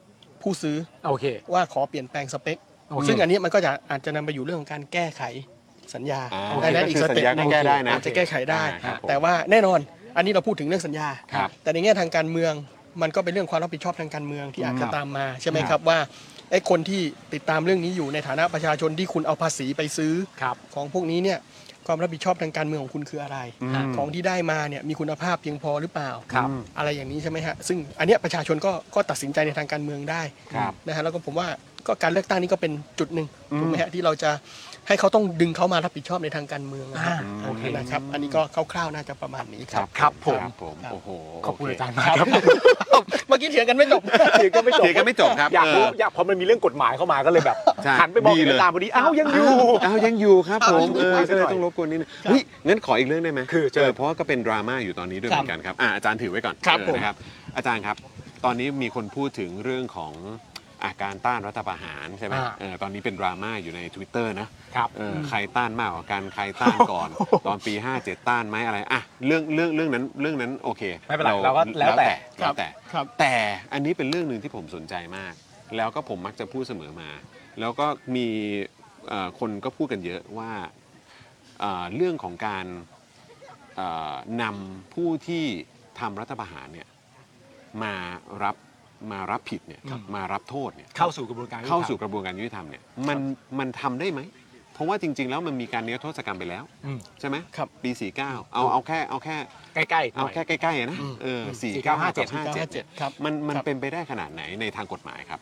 Speaker 4: ผู้ซื้อ
Speaker 2: โอเค
Speaker 4: ว่าขอเปลี่ยนแปลงสเปค
Speaker 2: โอเค
Speaker 4: ซึ่งอันนี้มันก็จะอาจจะนำไปอยู่เรื่องของการแก้ไขสัญญา
Speaker 1: อ่า
Speaker 4: ในนั้นอีกสเต็ป
Speaker 1: ก็คือสัญญาก็แก้ได้นะ
Speaker 4: อาจจะแก้ไขได้
Speaker 1: อ่าครับผม
Speaker 4: แต่ว่าแน่นอน อันนี้เราพูดถึงเรื่องสัญญา
Speaker 1: ครับ
Speaker 4: แต่ในแง่ทางการเมืองมันก็เป็นเรื่องความรับผิดชอบทางการเมืองที่อาจ
Speaker 1: ครั
Speaker 4: จะ
Speaker 1: บ
Speaker 4: ตามมาใช่ไหมครับว่าไอ้คนที่ติดตามเรื่องนี้อยู่ในฐานะประชาชนที่คุณเอาภาษีไปซื้อ ของพวกนี้เนี่ยความรับผิดชอบทางการเมืองของคุณคืออะไร
Speaker 2: อืม
Speaker 4: ของที่ได้มาเนี่ยมีคุณภาพเพียงพอหรือเปล่า
Speaker 2: ครับอืม
Speaker 4: อะไรอย่างนี้ใช่ไหมฮะซึ่งอันเนี้ยประชาชนก็ก็ตัดสินใจในทางการเมืองได้
Speaker 2: ครับ
Speaker 4: นะฮะแล้วก็ผมว่าก็การเลือกตั้งนี้ก็เป็นจุดหนึ่ง
Speaker 2: อืม
Speaker 4: ถูกไหมฮะที่เราจะให้เขาต้องดึงเขามารับผิดชอบในทางการเมืองนะครับ
Speaker 2: อ่าโอเค
Speaker 4: นะครับอันนี้ก็คร่าวๆน่าจะประมาณนี้ครับ
Speaker 2: ครับผม
Speaker 1: ครับผมโอ้โห
Speaker 2: ขอบคุณ
Speaker 1: โเ
Speaker 2: อาจารย์มากครับ
Speaker 4: เมื่อกี้เถียงกันไม่จบ
Speaker 2: เถียงกันไม่จบ
Speaker 1: เถียงกันไม่จบครับ
Speaker 2: อยากรู้
Speaker 1: เอออย
Speaker 2: อากพอมันมีเรื่องกฎหมายเข้ามาก็เลยแบบ
Speaker 1: ใช่
Speaker 2: หันไปมอง
Speaker 1: ดีเลย
Speaker 2: เห็นตามพอดีอ้าวยังอยู่
Speaker 1: อ้าวยังอยู่ครับผม
Speaker 2: อ้าวยังอยู่
Speaker 1: เออ
Speaker 2: ไป
Speaker 1: ก็เลย
Speaker 2: ซะหน่อย
Speaker 1: ต้องรบกวนนิดนึงเฮ้ยงั้นขออีกเรื่องได้ไหมคือเออเพราะว่าก็เป็นดราม่าอยู่ตอนนี้ด้วยเหมือนกันครับอ่ะอาจารย์ถือไว้ก่อน
Speaker 2: ครับ
Speaker 1: เออ
Speaker 2: ผม
Speaker 1: นะครับ อาจารย์ครับ ตอนนี้มีคนพูดถึงเรื่องของอาการต้านรัฐประหารใช่ไหม
Speaker 2: อ่า
Speaker 1: เออตอนนี้เป็นดราม่าอยู่ใน Twitter นะครับ เอออ
Speaker 2: ม
Speaker 1: ใครต้านมากกว่ากันใครต้านก่อน ตอนปี 57 ต้านไหมอะไรอ่ะเรื่องเรื่องเรื่องนั้นเรื่องนั้นโอเค
Speaker 2: ไม่เป็นไรเราก็แล้วแต่
Speaker 1: แล้วแต่แต่อันนี้เป็นเรื่องหนึ่งที่ผมสนใจมาก แล้วก็ผมมักจะพูดเสมอมา แล้วก็มีเอ่อคนก็พูดกันเยอะว่าเอ่อเรื่องของการเอ่อนำผู้ที่ทำรัฐประหารเนี่ยมารับมารับผิดเนี่ย
Speaker 2: ครับ
Speaker 1: มารับโทษเนี่ย
Speaker 2: เข้าสู่กระบวนการยุติธรรม
Speaker 1: เข้าสู่กระบวนการยุติธรรมเนี่ยมันมันทำได้ไหม เพราะว่าจริง ๆ แล้วมันมีการเนื้อโทษกรรมไปแล้ว
Speaker 2: อืม
Speaker 1: ใช่ไหมครับปี 49 เอาเอาแค่เอาแค่
Speaker 2: ใกล้ๆหน่อย
Speaker 1: เอาแค่ใกล้ๆนะเออสี่เก้าห้าเจ็ดห้าเจ็ด
Speaker 4: 4957ครับ
Speaker 1: มันมันเป็นไปได้ขนาดไหนในทางกฎหมายครับ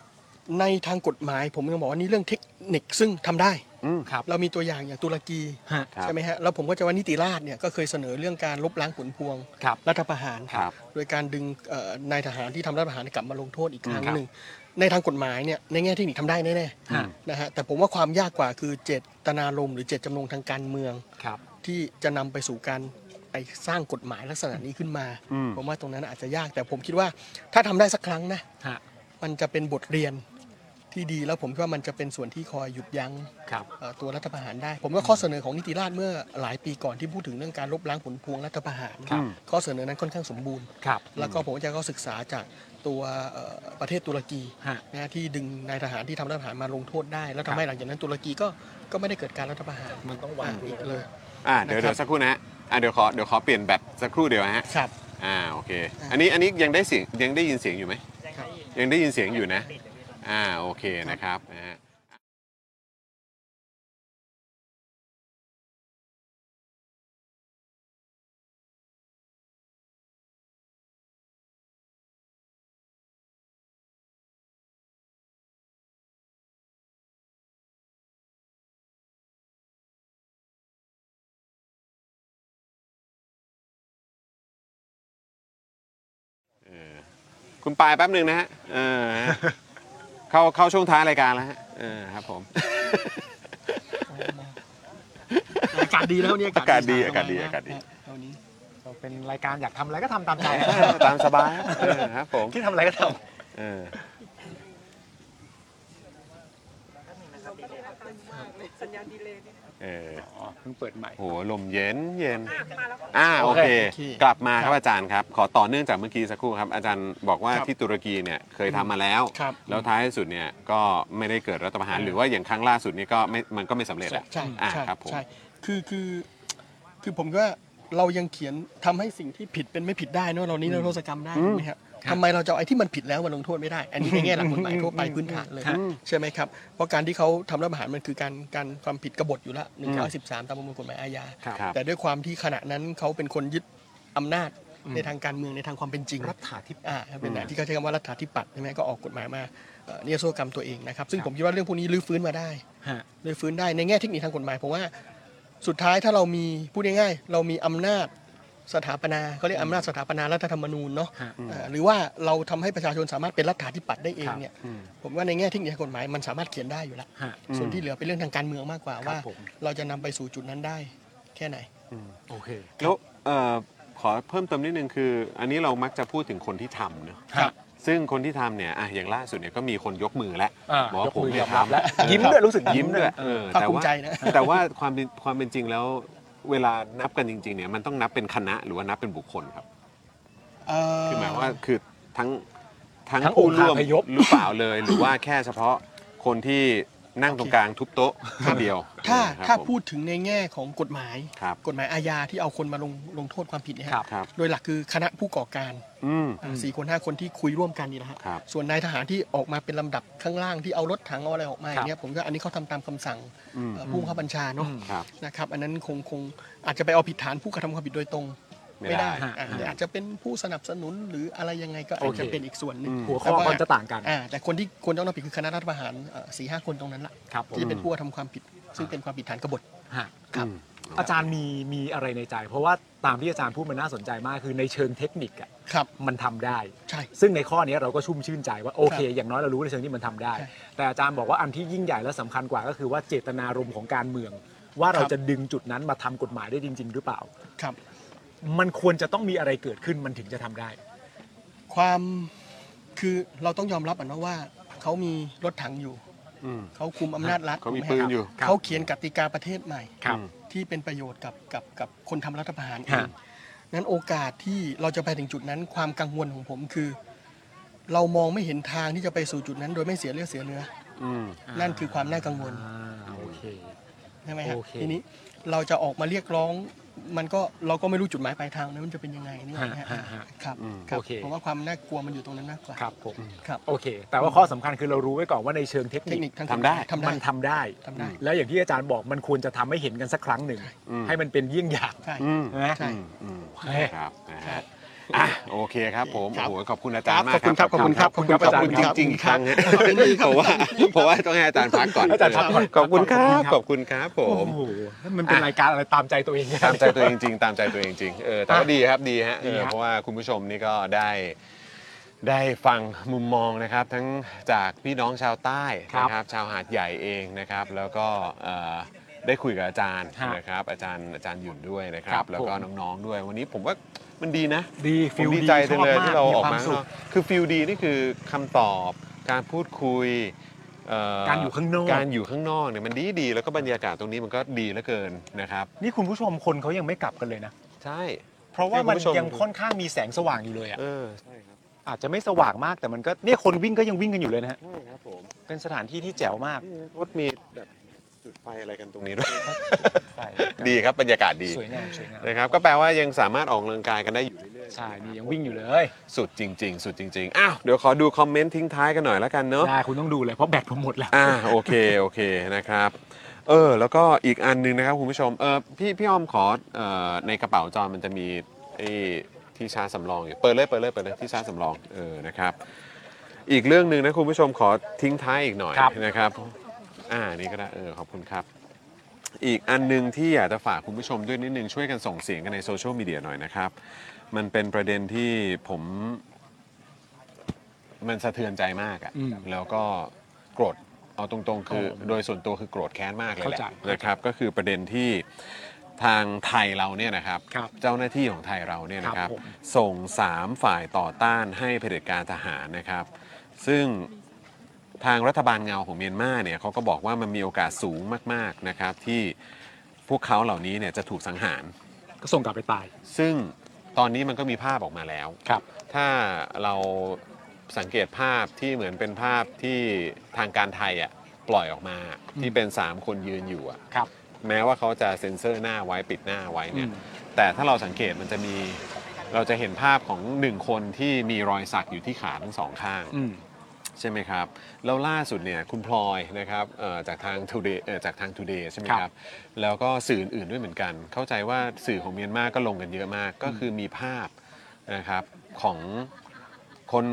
Speaker 4: ในทางกฎหมายผมต้องบอกว่านี่เรื่องเทคนิคซึ่งทำได้
Speaker 1: อืม
Speaker 4: เรามีตัวอย่างอย่างตุรกี
Speaker 1: ฮะครับ
Speaker 4: ใช่ไหมฮะแล้วผมก็จะว่านิติราษฎร์เนี่ยก็เคยเสนอเรื่องการลบล้างผลพวง
Speaker 2: ครับ
Speaker 4: รัฐประหาร
Speaker 1: ครับ
Speaker 4: โดยการดึงเอ่อนายทหารที่ทำรัฐประหารกลับมาลงโทษอีกครั้ง
Speaker 1: ครับ
Speaker 4: หนึ่งในทางกฎหมายเนี่ยในแง่เทคนิคทำได้แน่
Speaker 1: ฮะ
Speaker 4: ๆนะฮะแต่ผมว่าความยากกว่าคือเจตนารมณ์หรือเจตจำนงทางการเมือง
Speaker 2: ครับ
Speaker 4: ที่จะนำไปสู่การไปสร้างกฎหมายลักษณะนี้ขึ้นมา
Speaker 2: อืม
Speaker 4: ผมว่าตรงนั้นอาจจะยากแต่ผมคิดว่าถ้าทำได้สักครั้งนะ
Speaker 2: ฮะ
Speaker 4: มันจะเป็นบทเรียนที่ดีแล้วผมคิดว่ามันจะเป็นส่วนที่คอยหยุดยั้ง
Speaker 2: ครับ
Speaker 4: เอ่อตัวรัฐประหารได้ ผมว่าข้อเสนอของนิติราษฎร์เมื่อหลายปีก่อนที่พูดถึงเรื่องการลบล้างผลพวงรัฐประหาร
Speaker 2: ครับ
Speaker 4: ข้อเสนอนั้นค่อนข้างสมบูรณ์
Speaker 2: ครับ
Speaker 4: แล้วก็ผมจะก็ศึกษาจากตัวเอ่อประเทศตุรกี
Speaker 2: ฮะ
Speaker 4: นะฮะที่ดึงนายทหารที่ทำรัฐประหารมาลงโทษได้ แล้วทำให้หลังจากนั้นตุรกีก็ก็ไม่ได้เกิดการรัฐประหาร
Speaker 2: มันต้องวาง
Speaker 4: อีกเลย
Speaker 1: อ่าเดี๋ยว
Speaker 4: นะครับ
Speaker 1: เดี๋ยวสักครู่นะฮะอ่าเดี๋ยวขอเดี๋ยวขอเปลี่ยนแบบสักครู่เดียวนะฮะ
Speaker 4: ครับ
Speaker 1: อ่าโอเค อันนี้อันนี้ยังได้เสียงยังได้ยินเสียงอยู่ไหม
Speaker 4: ครับ
Speaker 1: ยังได้ยินเสียงอยู่นะ อ่าโอเคนะครับนะฮะ คุณปายแป๊บหนึ่งนะฮะเออฮะเข้าเข้าช่วงท้ายรายการแล้วฮะเออครับผม
Speaker 4: อากาศดีแล้วเนี่ย
Speaker 1: อากาศดีอากาศดีอากาศดี
Speaker 8: เราเป็นรายการอยากทำอะไรก็ทำตาม ใจ
Speaker 1: ตามสบายเออครับผม
Speaker 8: ที่ทำอะไรก็ท
Speaker 1: เออ
Speaker 10: สัญญาณดีเลยนี่
Speaker 1: เออ
Speaker 8: เพิ่งเปิดใหม่
Speaker 1: โหลมเย็นเย็นอ่าโอเค กลับมาครับอาจารย์ครับ ขอต่อเนื่องจากเมื่อกี้สักครู่ครับ อาจารย์บอกว่า
Speaker 2: ครับ
Speaker 1: ที่ตุรกีเนี่ยเคยทำมาแล้ว
Speaker 2: ครับ
Speaker 1: แล้วท้ายสุดเนี่ยก็ไม่ได้เกิดรัฐประหาร
Speaker 2: อืม
Speaker 1: หรือว่าอย่างครั้งล่าสุดนี่ก็ไม่มันก็ไม่สำเร็จอะ
Speaker 4: ใช่
Speaker 1: อ่า
Speaker 4: ใช่
Speaker 1: ครับผม
Speaker 4: ใช่คือคือคือผมก็เรายังเขียนทำให้สิ่งที่ผิดเป็นไม่ผิดได้เนอะเรานี้เราโทษกรรมได้
Speaker 2: อืม
Speaker 4: ใช่ไหมครับทำไมเราจะเอาไอ้ที่มันผิดแล้วมาลงโทษไม่ได้ อันนี้ในแง่หลักกฎหมายทั่วไป
Speaker 2: อืม
Speaker 4: พื้นฐานเลย
Speaker 2: ครับ
Speaker 4: ใช่ไหมครับเพราะการที่เขาทำรัฐประหารมันคือการการความผิดกบฏอยู่ละ
Speaker 2: อืม
Speaker 4: 113 ตามประมวลกฎหมายอาญา
Speaker 2: ครับ
Speaker 4: แต่ด้วยความที่ขณะนั้นเขาเป็นคนยึดอำนาจในทางการเมืองในทางความเป็นจริง
Speaker 2: รัฐาธิ
Speaker 4: อ่าเป็นแบบที่เขาใช้คำว่ารัฐาธิปัตย์ใช่ไหมก็ออกกฎหมายมาเอ่อนิรโทษกรรมตัวเองนะครับ ซึ่งผมคิดว่าเรื่องพวกนี้รื้อฟื้นมาได้
Speaker 2: ฮะ
Speaker 4: รื้อฟื้นได้ในแง่เทคนิคทางกฎหมายผมว่าสุดท้ายถ้าเรามีพูดง่ายๆเรามีอำนาจสถาปนาเขาเรียกอำนาจสถาปนารัฐธรรมนูญเนาะ
Speaker 2: ฮะ
Speaker 4: เอ่อหรือว่าเราทำให้ประชาชนสามารถเป็นรัฐาธิปัตย์ได้เองเนี่ยผมว่าในแง่เทคนิคทางกฎหมายมันสามารถเขียนได้อยู่แล้ว
Speaker 2: ฮะ
Speaker 4: ส่วนที่เหลือเป็นเรื่องทางการเมืองมากกว่าว่า
Speaker 2: ครับผม
Speaker 4: เราจะนำไปสู่จุดนั้นได้แค่ไหน
Speaker 1: อืม
Speaker 2: โอเค
Speaker 1: แล้วเอ่อขอเพิ่มเติมนิดนึงคือ อันนี้เรามักจะพูดถึงคนที่ทำเนอะ
Speaker 2: ครับ
Speaker 1: ซึ่งคนที่ทำเนี่ยอ่ะอย่างล่าสุดเนี่ยก็มีคนยกมือแล้ว
Speaker 2: อ่า
Speaker 1: บอกว่าผมเนี่ย
Speaker 2: ยกมือยอม
Speaker 1: ทำ
Speaker 2: รับแล้ว
Speaker 1: เออ
Speaker 2: ยิ้มด้วยรู้สึกยิ้
Speaker 1: ยิ้ม
Speaker 2: ม
Speaker 1: ด้
Speaker 2: ด้
Speaker 1: ว
Speaker 2: วย ย
Speaker 1: เออ
Speaker 2: ภาค
Speaker 1: แต่
Speaker 2: ภูมิ
Speaker 1: ว่า
Speaker 2: ใจนะ
Speaker 1: แต่ว่าความเป็นความเป็นจริงแล้ว เวลานับกันจริงๆเนี่ยมันต้องนับเป็นคณะหรือว่านับเป็นบุคคลครับ คือหมายว่าคือทั้ง
Speaker 2: ทั้งองค์
Speaker 1: ร่ว
Speaker 2: คาพยพ
Speaker 1: หรือเปล่าเลย หรือว่าแค่เฉพาะคนที่นั่งตรงกลางทุบโต๊ะคนเดียว
Speaker 4: ถ้า
Speaker 1: ครับ
Speaker 4: ถ้า
Speaker 1: ผม
Speaker 4: พูดถึงในแง่ของกฎหมาย
Speaker 1: ครับ
Speaker 4: กฎหมายอาญาที่เอาคนมาลงลงโทษความผิดเนยฮะ
Speaker 1: ครับ
Speaker 4: โดยหลักคือคณะผู้ก่อการ
Speaker 1: อืม
Speaker 4: อ่าสี่คนห้าคนที่คุยร่วมกันนี่นะฮะ
Speaker 1: ครับ
Speaker 4: ส่วนนายทหารที่ออกมาเป็นลำดับข้างล่างที่เอารถถังเอาอะไรออกมาอย่างเงี้ยผมก็อันนี้เขาทำตามคำสั่ง
Speaker 1: อืม
Speaker 4: เอ่อผู้บังคับบัญชาเนาะ
Speaker 1: ครับ
Speaker 4: นะครับอันนั้นคงคงอาจจะไปเอาผิดฐานผู้กระทำความผิดโดยตรง
Speaker 1: ไม่
Speaker 4: ไม่
Speaker 1: ได้
Speaker 4: ได้
Speaker 1: ฮะ
Speaker 4: อ่าแต่อาจจะเป็นผู้สนับสนุนหรืออะไรยังไงก็
Speaker 2: โอ
Speaker 4: อาจ
Speaker 2: เค
Speaker 4: จะเป็นอีกส่วนหนึ่ง
Speaker 2: อืมหัวข้อ
Speaker 4: แ
Speaker 2: มันจะต่างกัน
Speaker 4: อ่แต่คนที่คนต้องรับผิดคือคณะรัฐประหารเอ่อสี่ห้าคนตรงนั้นละ
Speaker 2: ครับผม
Speaker 4: ที่เป็นผู้กระทำความผิด ซึ่งเป็นความผิดฐานกบฏ
Speaker 2: ฮะ
Speaker 4: ครับ
Speaker 2: อาจารย์มีมีอะไรในใจ เพราะว่าตามที่อาจารย์พูดมันน่าสนใจมากคือในเชิงเทคนิคอ่ะ
Speaker 4: ครับ
Speaker 2: มันทำได้
Speaker 4: ใช่
Speaker 2: ซึ่งในข้อนี้เราก็ชุ่มชื่นใจว่าโอเค
Speaker 4: ครับ
Speaker 2: อย่างน้อยเรารู้ในเชิงที่มันทำได้
Speaker 4: ใช่
Speaker 2: แต่อาจารย์บอกว่าอันที่ยิ่งใหญ่และสำคัญกว่าก็คือว่าเจตนารมณ์ของการเมือง ว่าเรา
Speaker 4: ครับ
Speaker 2: จะดึงจุดนั้นมาทำกฎหมายได้จริง ๆ หรือเปล่า
Speaker 4: ครับ
Speaker 2: มันควรจะต้องมีอะไรเกิดขึ้นมันถึงจะทำได้
Speaker 4: ความคือเราต้องยอมรับอ่ะเนอะว่าเขามีรถถังอยู่
Speaker 1: อืม
Speaker 4: เขาคุมอำนาจรัฐ
Speaker 1: เขามี
Speaker 4: ถูกไห
Speaker 1: ปืนอยู่
Speaker 4: ครับเขาเขียนกติกาประเทศใหม่
Speaker 2: ครับ
Speaker 4: ที่เป็นประโยชน์กับกับกับคนทำรัฐประหารเอ
Speaker 2: ฮะ
Speaker 4: งนั้นโอกาสที่เราจะไปถึงจุดนั้น ความกังวลของผมคือ เรามองไม่เห็นทางที่จะไปสู่จุดนั้น โดยไม่เสียเลือดเสียเนื้อ
Speaker 1: อืม
Speaker 4: อนั่นคือความน่ากังวล
Speaker 2: อ่าโอเค
Speaker 4: ใช่ไหมครับ
Speaker 2: โอเค
Speaker 4: ทีนี้เราจะออกมาเรียกร้อง มันก็เราก็ไม่รู้จุดหมายปลายทางนะมันจะเป็นยังไงนี่นะฮะ
Speaker 2: ฮะฮะ
Speaker 4: ครับ
Speaker 2: อืม
Speaker 4: ครับ
Speaker 2: โอเค
Speaker 4: ผมว่าความน่ากลัวมันอยู่ตรงนั้นมากกว่า
Speaker 2: ครับผม
Speaker 4: ครับ
Speaker 2: โอเค แต่ว่าข้อสำคัญคือเรารู้ไว้ก่อนว่าในเชิงเทคนิ
Speaker 4: เทคนิคทาง
Speaker 2: ทำได้
Speaker 4: ทำได้
Speaker 2: มันทำได้
Speaker 4: ทำได้
Speaker 2: แล้วอย่างที่อาจารย์บอกมันควรจะทำให้เห็นกันสักครั้งหนึ่ง
Speaker 1: อืม
Speaker 2: ให้มันเป็นเยี่ยงอย่าง
Speaker 4: ใช่
Speaker 1: อืม
Speaker 2: นะ
Speaker 4: ใช่
Speaker 1: อืม
Speaker 2: เฮ้ย
Speaker 1: ครับนะฮะอ่ะโอเคครับผมโอ้โหขอบคุณอาจารย์มา
Speaker 4: ค
Speaker 1: ก
Speaker 4: รับขอบคุณครับ
Speaker 1: ขอบคุณครับ
Speaker 4: ข
Speaker 1: ข
Speaker 4: อ
Speaker 1: อ
Speaker 4: บบ คุ
Speaker 1: คุณ ณ
Speaker 4: ค
Speaker 1: จ
Speaker 4: รับ
Speaker 1: ริงๆอีกครั้งฮะ
Speaker 4: ขอบคุณครับ
Speaker 1: เพราะว่า เพราะว่าต้องให้อาจารย์พักก่อน
Speaker 2: อาจารย์พักก่อน
Speaker 1: ขอบคุณครับขอบคุณครับผ
Speaker 2: โอ้
Speaker 1: ม
Speaker 2: โหมันเป็นรายการอะไรตามใจตัวเองเนี่ย
Speaker 1: ตามใจตัวเองจริงตามใจตัวเองจริงเออแต่ก็
Speaker 2: อ่ะ
Speaker 1: ดีครับดีฮะเอ
Speaker 2: ดี
Speaker 1: อ
Speaker 2: ครับ
Speaker 1: เพราะว่าคุณผู้ชมนี่ก็ได้ได้ฟังมุมมองนะครับ ทั้งจากพี่น้องชาวใต้
Speaker 2: ครับ
Speaker 1: นะครับชาวหาดใหญ่เองนะครับ แล้วก็เอ่อได้คุยกับอาจารย์
Speaker 2: ฮะ
Speaker 1: นะครับอาจารย์อาจารย์หยุ่นด้วยนะค
Speaker 2: ค
Speaker 1: รั
Speaker 2: รับ บ
Speaker 1: แล้วก็
Speaker 2: ผม
Speaker 1: น้องๆด้วย วันนี้ผมว่ามันดีนะ
Speaker 2: ดี
Speaker 1: ผ
Speaker 2: ฟิ
Speaker 1: ม
Speaker 2: ล
Speaker 1: ดีใจ
Speaker 2: ช
Speaker 1: จัง
Speaker 2: อบ
Speaker 1: เลย
Speaker 2: มาก
Speaker 1: ที่เรา
Speaker 2: มี
Speaker 1: ออก
Speaker 2: ความ
Speaker 1: มาข้าง
Speaker 2: สุ
Speaker 1: น
Speaker 2: ข
Speaker 1: อกคือฟิลดีนี่คือคำตอบการพูดคุยเ
Speaker 2: การอยู่ข้างนอก
Speaker 1: การอยู่ข้างนอกเนี่ยมันดีดีๆแล้วก็บรรยากาศตรงนี้มันก็ดีเหลือเกินนะครับ
Speaker 2: นี่คุณผู้ชมคนเขายังไม่กลับกันเลยนะ
Speaker 1: ใช่
Speaker 2: เพราะว่ามัน
Speaker 1: เนี่ยคุณผู้ชม
Speaker 2: ยังค่อนข้างมีแสงสว่างอยู่เลยอ่ะ
Speaker 1: เออใช่ครับ
Speaker 2: อาจจะไม่สว่างมากแต่มันก็เนี่ยคนวิ่งก็ยังวิ่งกันอยู่เลยนะฮะ
Speaker 1: ใช่ครับผม
Speaker 2: เป็นสถานที่ที่แจ๋วมาก
Speaker 1: รถมีแบบจุดไฟอะไรกันตรงนี้ด้วย ดีครับบรรยากาศดี
Speaker 2: สวยงามสวยงาม
Speaker 1: นะครับ ก็แปลว่ายังสามารถออกกำลังกายกันได้อยู่เรื่อย
Speaker 2: ใช่นี่ยังวิ่งอยู่เลย
Speaker 1: ๆสุดจริง ๆ สุดจริงๆอ้าวเดี๋ยวขอดูคอมเมนต์ทิ้งท้ายกันหน่อยแล้วกันเนาะ
Speaker 2: ได้คุณต้องดูเลยเพราะแบตผมหมดแล้ว
Speaker 1: อ่าโอเคโอเคนะครับ เออ แล้วก็อีกอันหนึงนะครับคุณผู้ชมเออพี่พี่ออมขอเอ่อในกระเป๋าจอมันจะมีไอ้ที่ชาร์จสำรองอยู่เปิดเลยเปิดเลยเปิดเลยที่ชาร์จสำรองเออนะครับ อีกเรื่องหนึ่งนะคุณผู้ชมขอทิ้งท้ายอีกหน่อย
Speaker 2: ครับ
Speaker 1: นะครับ อ่านี่ก็ได้เออขอบคุณครับ อีกอันหนึงที่อยากจะฝากคุณผู้ชมด้วยนิดนึงช่วยกันส่งเสียงกันในโซเชียลมีเดียหน่อยนะครับ มันเป็นประเด็นที่ผมมันสะเทือนใจมากอะ
Speaker 2: อืม
Speaker 1: แล้วก็โกรธเอาตรงๆ คือ
Speaker 2: โอ้
Speaker 1: โดยส่วนตัวคือโกรธแค้นมากเลยแหละ
Speaker 2: เข้าใจ
Speaker 1: นะครับ ก็คือประเด็นที่ ทางไทยเราเนี่ยนะครับ เจ้าหน้าที่ของไทยเราเนี่ยนะครับ
Speaker 13: ครับผม
Speaker 1: ส่ง 3 ฝ่ายต่อต้านให้เผด็จการทหารนะครับ ซึ่งทางรัฐบาลเงาของเมียนมาเนี่ยเขาก็บอกว่ามันมีโอกาสสูงมากๆนะครับ ที่พวกเขาเหล่านี้เนี่ยจะถูกสังหาร
Speaker 13: ก็ส่งกลับไปตาย
Speaker 1: ซึ่งตอนนี้มันก็มีภาพออกมาแล้ว ถ้าเราสังเกตภาพที่เหมือนเป็นภาพที่ทางการไทยอ่ะปล่อยออกมา
Speaker 13: อืม
Speaker 1: ที่เป็น 3 คนยืนอยู่อ่ะแม้ว่าเขาจะเซ็นเซอร์หน้าไว้ปิดหน้าไว้เนี่ย
Speaker 13: อืม
Speaker 1: แต่ถ้าเราสังเกตมันจะมีเราจะเห็นภาพของหนึ่งคนที่มีรอยสักอยู่ที่ขาทั้งสองข้าง
Speaker 13: อืม
Speaker 1: ใช่ไหมครับ แล้วล่าสุดเนี่ยคุณพลอยนะครับเอ่อจากทาง Today เอ่อจากทาง Today ใช่ไหมครับ แล้วก็สื่ออื่นๆด้วยเหมือนกัน เข้าใจว่าสื่อของเมียนมาก็ลงกันเยอะมาก ก็คือมีภาพนะครับของคน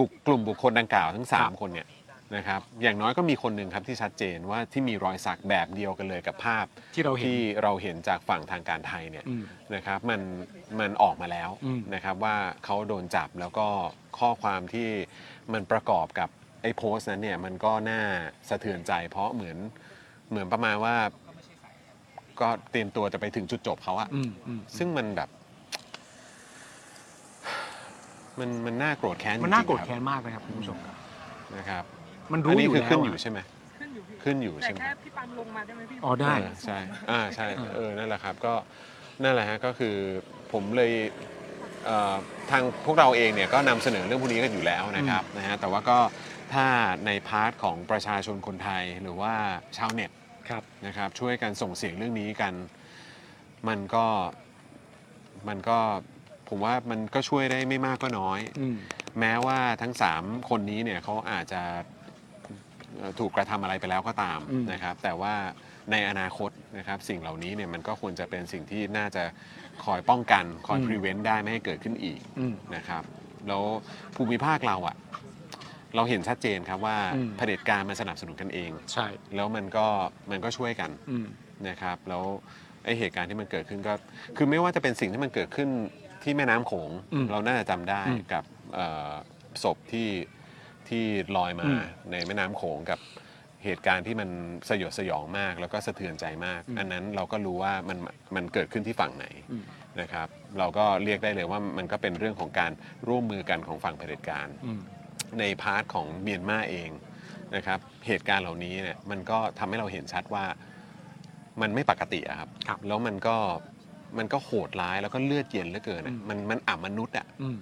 Speaker 1: บุกกลุ่มบุคคลดังกล่าวทั้ง 3 คนเนี่ยนะครับ อย่างน้อยก็มีคนหนึ่งครับที่ชัดเจนว่าที่มีรอยสักแบบเดียวกันเลยกับภาพ
Speaker 13: ที่เราเห็น
Speaker 1: ที่เราเห็นจากฝั่งทางการไทยเนี่ย
Speaker 13: อืม
Speaker 1: นะครับมันมันออกมาแล้ว
Speaker 13: อืม
Speaker 1: นะครับว่าเขาโดนจับแล้วก็ข้อความที่มันประกอบกับไอ้โพสต์นั้นเนี่ยมันก็น่าสะเทือนใจ เพราะเหมือนเหมือนประมาณว่า ก็เตรียมตัวจะไปถึงจุดจบเขาอะ
Speaker 13: อืมอืม
Speaker 1: ซึ่งมันแบบ มันมันน่าโกรธแค้น
Speaker 13: มันน่า
Speaker 1: จ
Speaker 13: โกร
Speaker 1: ง
Speaker 13: ธ
Speaker 1: ๆ
Speaker 13: แค้นมากนะครับคุณผู้ชมครับ
Speaker 1: นะครับ
Speaker 13: มันรู้
Speaker 1: อันี้
Speaker 13: อยู่
Speaker 1: คือ
Speaker 13: แล้ว
Speaker 1: ขึ้น
Speaker 13: อะ
Speaker 1: อยู่ใช่ไหมขึ้นอยู่
Speaker 10: แต่
Speaker 1: ใช่ไหม
Speaker 10: แค่พี่ปันลงมาได้ไหมพี่
Speaker 13: อ๋อได้
Speaker 1: เใช่อ่าใช่เออนั่นแหละครับก็นั่นแหละฮะก็คือผมเลยเอ่อทางพวกเราเองเนี่ยก็นำเสนอเรื่องพวกนี้กันอยู่แล้วนะครับนะฮะแต่ว่าก็ถ้าในพาร์ทของประชาชนคนไทยหรือว่าชาวเน็ตนะครับช่วยกันส่งเสียงเรื่องนี้กัน มันก็มันก็ผมว่ามันก็ช่วยได้ไม่มากก็น้อย
Speaker 13: อืม
Speaker 1: แม้ว่าทั้ง 3 คนนี้เนี่ยเขาอาจจะเอ่อถูกกระทำอะไรไปแล้วก็ตาม
Speaker 13: อืม
Speaker 1: นะครับ แต่ว่าในอนาคตนะครับ สิ่งเหล่านี้เนี่ยมันก็ควรจะเป็นสิ่งที่น่าจะคอยป้องกัน คอย prevent ได้ไม่ให้เกิดขึ้นอีก
Speaker 13: อืม
Speaker 1: นะครับ แล้วภูมิภาคเราอะเราเห็นชัดเจนครับว่า
Speaker 13: อืม
Speaker 1: เผด็จการมันสนับสนุนกันเอง
Speaker 13: ใช่
Speaker 1: แล้วมันก็มันก็ช่วยกัน
Speaker 13: อืม
Speaker 1: นะครับแล้วไอเหตุการณ์ที่มันเกิดขึ้นก็ คือไม่ว่าจะเป็นสิ่งที่มันเกิดขึ้นที่แม่น้ำโขง
Speaker 13: อืม
Speaker 1: เราน่าจะจำได้
Speaker 13: อืม
Speaker 1: กับเอ่อศพที่ที่ลอยมา
Speaker 13: อืม
Speaker 1: ในแม่น้ำโขงกับเหตุการณ์ที่มันสยดสยองมาก แล้วก็สะเทือนใจมาก
Speaker 13: อืม
Speaker 1: อันนั้นเราก็รู้ว่ามันมันเกิดขึ้นที่ฝั่งไหน
Speaker 13: อืม
Speaker 1: นะครับ เราก็เรียกได้เลยว่ามันก็เป็นเรื่องของการร่วมมือกันของฝั่งเผด็จการ
Speaker 13: อืม
Speaker 1: ในพาร์ทของเมียนมาเองนะครับ เหตุการณ์เหล่านี้เนี่ยมันก็ทำให้เราเห็นชัดว่ามันไม่ปกติอะครับ แล้วมันก็มันก็โหดร้ายแล้วก็เลือดเย็นเหลือเกินอะมันมันอับมนุษย์อ่ะ
Speaker 13: อืม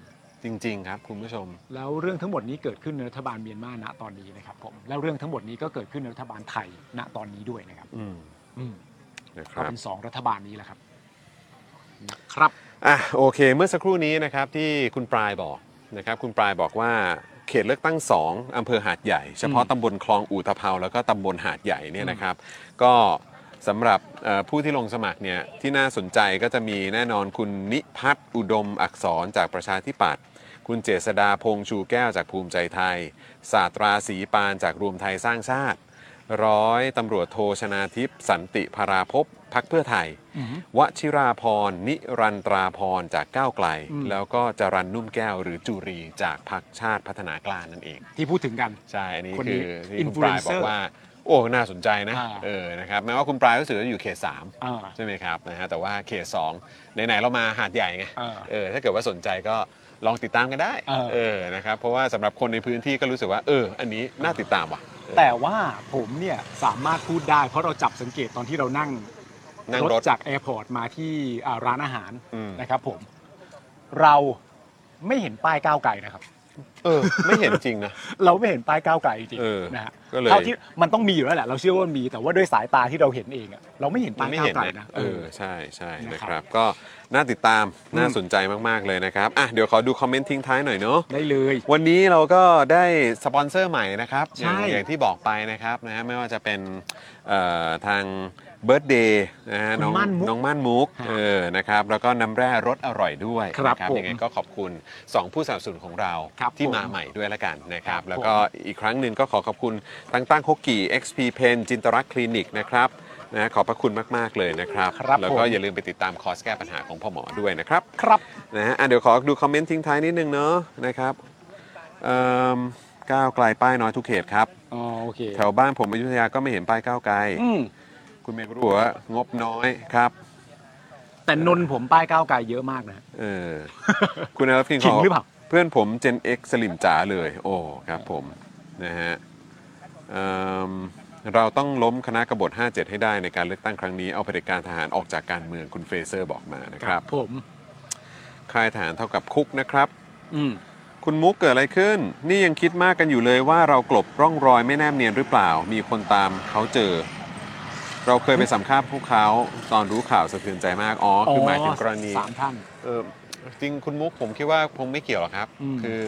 Speaker 1: จริง ๆ ครับ คุณผู้ชม
Speaker 13: แล้วเรื่องทั้งหมดนี้เกิดขึ้นในรัฐบาลเมียนมาณตอนนี้นะครับผม แล้วเรื่องทั้งหมดนี้ก็เกิดขึ้นในรัฐบาลไทยณตอนนี้ด้วยนะครับ
Speaker 1: อืม
Speaker 13: อืม
Speaker 1: นะค
Speaker 13: ก็
Speaker 1: รับ
Speaker 13: เป็นสองรัฐบาลนี้แหละครับ ครับ
Speaker 1: อ่ะโอเค เมื่อสักครู่นี้นะครับที่คุณปลายบอกนะครับ คุณปลายบอกว่าเขตเลือกตั้ง 2อำเภอหาดใหญ่ เฉพาะตำบลคลองอู่ตะเภาแล้วก็ตำบลหาดใหญ่เนี่ยนะครับ ก็สำหรับเอ่อผู้ที่ลงสมัครเนี่ยที่น่าสนใจก็จะมีแน่นอนคุณนิพัฒน์อุดมอักษรจากประชาธิปัตย์คุณเจษดาพงษ์ชูแก้วจากภูมิใจไทย ศาสตราศรีปานจากรวมไทยสร้างชาติ ร้อยตำรวจโทชนาทิพย์สันติพาราภพพักเพื่อไทย
Speaker 13: อืม
Speaker 1: วชิราพรณ์นิรันตราพรณ์จากก้าวไกล
Speaker 13: อืม
Speaker 1: แล้วก็จรันนุ่มแก้วหรือจุรีจากพรรคชาติพัฒนากล้านั่นเอง
Speaker 13: ที่พูดถึงกัน
Speaker 1: ใช่ อันนี้
Speaker 13: คนนี้
Speaker 1: คือที่คุณปลาย
Speaker 13: influencer
Speaker 1: บอกว่า โอ้น่าสนใจนะ
Speaker 13: อ่า
Speaker 1: เออนะครับแม้ว่าคุณปลายรู้สึกว่าอยู่เขตสาม
Speaker 13: อ่า
Speaker 1: ใช่ไหมครับนะฮะแต่ว่าเขตสองไหน ๆ เรามาหาดใหญ่ไง
Speaker 13: เออ
Speaker 1: เออถ้าเกิดว่าสนใจก็ลองติดตามกันได้
Speaker 13: เออ
Speaker 1: เออนะครับเพราะว่าสำหรับคนในพื้นที่ก็รู้สึกว่าเออ อันนี้น่าติดตามว่ะ
Speaker 13: แต่ว่าผมเนี่ยสามารถพูดได้ เพราะเราจับสังเกตตอนที่เรานั่ง
Speaker 1: นั่งรถ
Speaker 13: จากแอร์พอร์ตมาที่อ่าร้านอาหาร
Speaker 1: อืม
Speaker 13: นะครับผม เราไม่เห็นป้ายก้าวไก่นะครับ
Speaker 1: เออ ไม่เห็นจริงนะ
Speaker 13: เราไม่เห็นป้ายก้าวไก่จริง
Speaker 1: เออ
Speaker 13: ๆนะฮะ
Speaker 1: ก็เลย
Speaker 13: เท่าที่มันต้องมีอยู่แล้วแหละเราเชื่อว่ามันมีแต่ว่าด้วยสายตาที่เราเห็นเองอะเราไม่เห็น
Speaker 1: มั
Speaker 13: ป้าน ย
Speaker 1: ไม่
Speaker 13: ก้า
Speaker 1: เห็น
Speaker 13: วไก่
Speaker 1: นะ
Speaker 13: นะ
Speaker 1: เอ
Speaker 13: เออ
Speaker 1: อใช่ใช่นะ
Speaker 13: นะ
Speaker 1: ค
Speaker 13: ครั
Speaker 1: รับ
Speaker 13: บ
Speaker 1: ก็น่าติดตาม
Speaker 13: อืม
Speaker 1: น่าสนใจมาก ๆ เลยนะครับอ่ะเดี๋ยวขอดูคอมเมนต์ทิ้งท้ายหน่อยเนาะ
Speaker 13: ได้เลย
Speaker 1: วันนี้เราก็ได้สปอนเซอร์ใหม่นะครับ
Speaker 13: ใช่
Speaker 1: อย่างอย่างที่บอกไปนะครับนะฮะไม่ว่าจะเป็นเอ่อทางเบิร์ d เดย์นะฮะ
Speaker 13: คุณ
Speaker 1: น้อง
Speaker 13: ม่านมุก
Speaker 1: น้องม่านมุกเออนะครับแล้วก็น้ำแร่รสอร่อยด้วย
Speaker 13: ครับ
Speaker 1: นะ
Speaker 13: ผม
Speaker 1: ยังไงก็ขอบคุณ 2 ผู้สนับสนุนของเรา
Speaker 13: ครับ
Speaker 1: ที่
Speaker 13: ผม
Speaker 1: มาใหม่ด้วยละกันนะครับ
Speaker 13: ครับ
Speaker 1: แล้วก็
Speaker 13: ผม
Speaker 1: อีกครั้งหนึ่งก็ขอขอบคุณตั้งตั้งฮกกี้ XP Pen จินตรักษณ์คลินิกนะครับนะขอบพระคุณมาก ๆ เลยนะครับ
Speaker 13: ครับ
Speaker 1: แล้วก็
Speaker 13: ผม
Speaker 1: อย่าลืมไปติดตามคอร์สแก้ปัญหาของพ่อหมอด้วยนะครับ
Speaker 13: ครับ
Speaker 1: นะฮะอ่ะเดี๋ยวขอดูคอมเมนต์ทิ้งท้ายนิดนึงเนาะนะครับเอิ่มก้าวไกลป้ายน้อยทุกเขตครับ
Speaker 13: อ๋อโอเค
Speaker 1: แถวบ้านผมอยุธยาก็ไม่เห็นป้ายก้าวไกล
Speaker 13: อืม
Speaker 1: คุณเมธรู้ว่างบน้อยครับ
Speaker 13: แต่นนท์ผมป้ายก้าวไกลเยอะมากนะ
Speaker 1: เออ คุณอรัฟกิน
Speaker 13: จริงหรือเปล่า
Speaker 1: เพื่อนผม Gen X สลิมจ๋าเลย โอ้ ครับผมนะฮะเอิ่มเราต้องล้มคณะกบฏ 57 ให้ได้ในการเลือกตั้งครั้งนี้ เอาเผด็จการทหารออกจากการเมืองคุณเฟเซอร์บอกมานะครับ
Speaker 13: ผม
Speaker 1: ค่ายทหารเท่ากับคุกนะครับ คุณมุกเกิดอะไรขึ้น นี่ยังคิดมากกันอยู่เลยว่าเรากลบร่องรอยไม่แนบเนียนหรือเปล่า มีคนตามเขาเจอ เราเคยไปสัมภาษณ์พวกเขาตอนรู้ข่าวสะเทือนใจมาก อ๋อ คือหมายถึงกรณี
Speaker 13: สามท่าน
Speaker 1: เออจริงคุณมุกผมคิดว่าคงไม่เกี่ยวหรอกครับ
Speaker 13: อืม
Speaker 1: คือ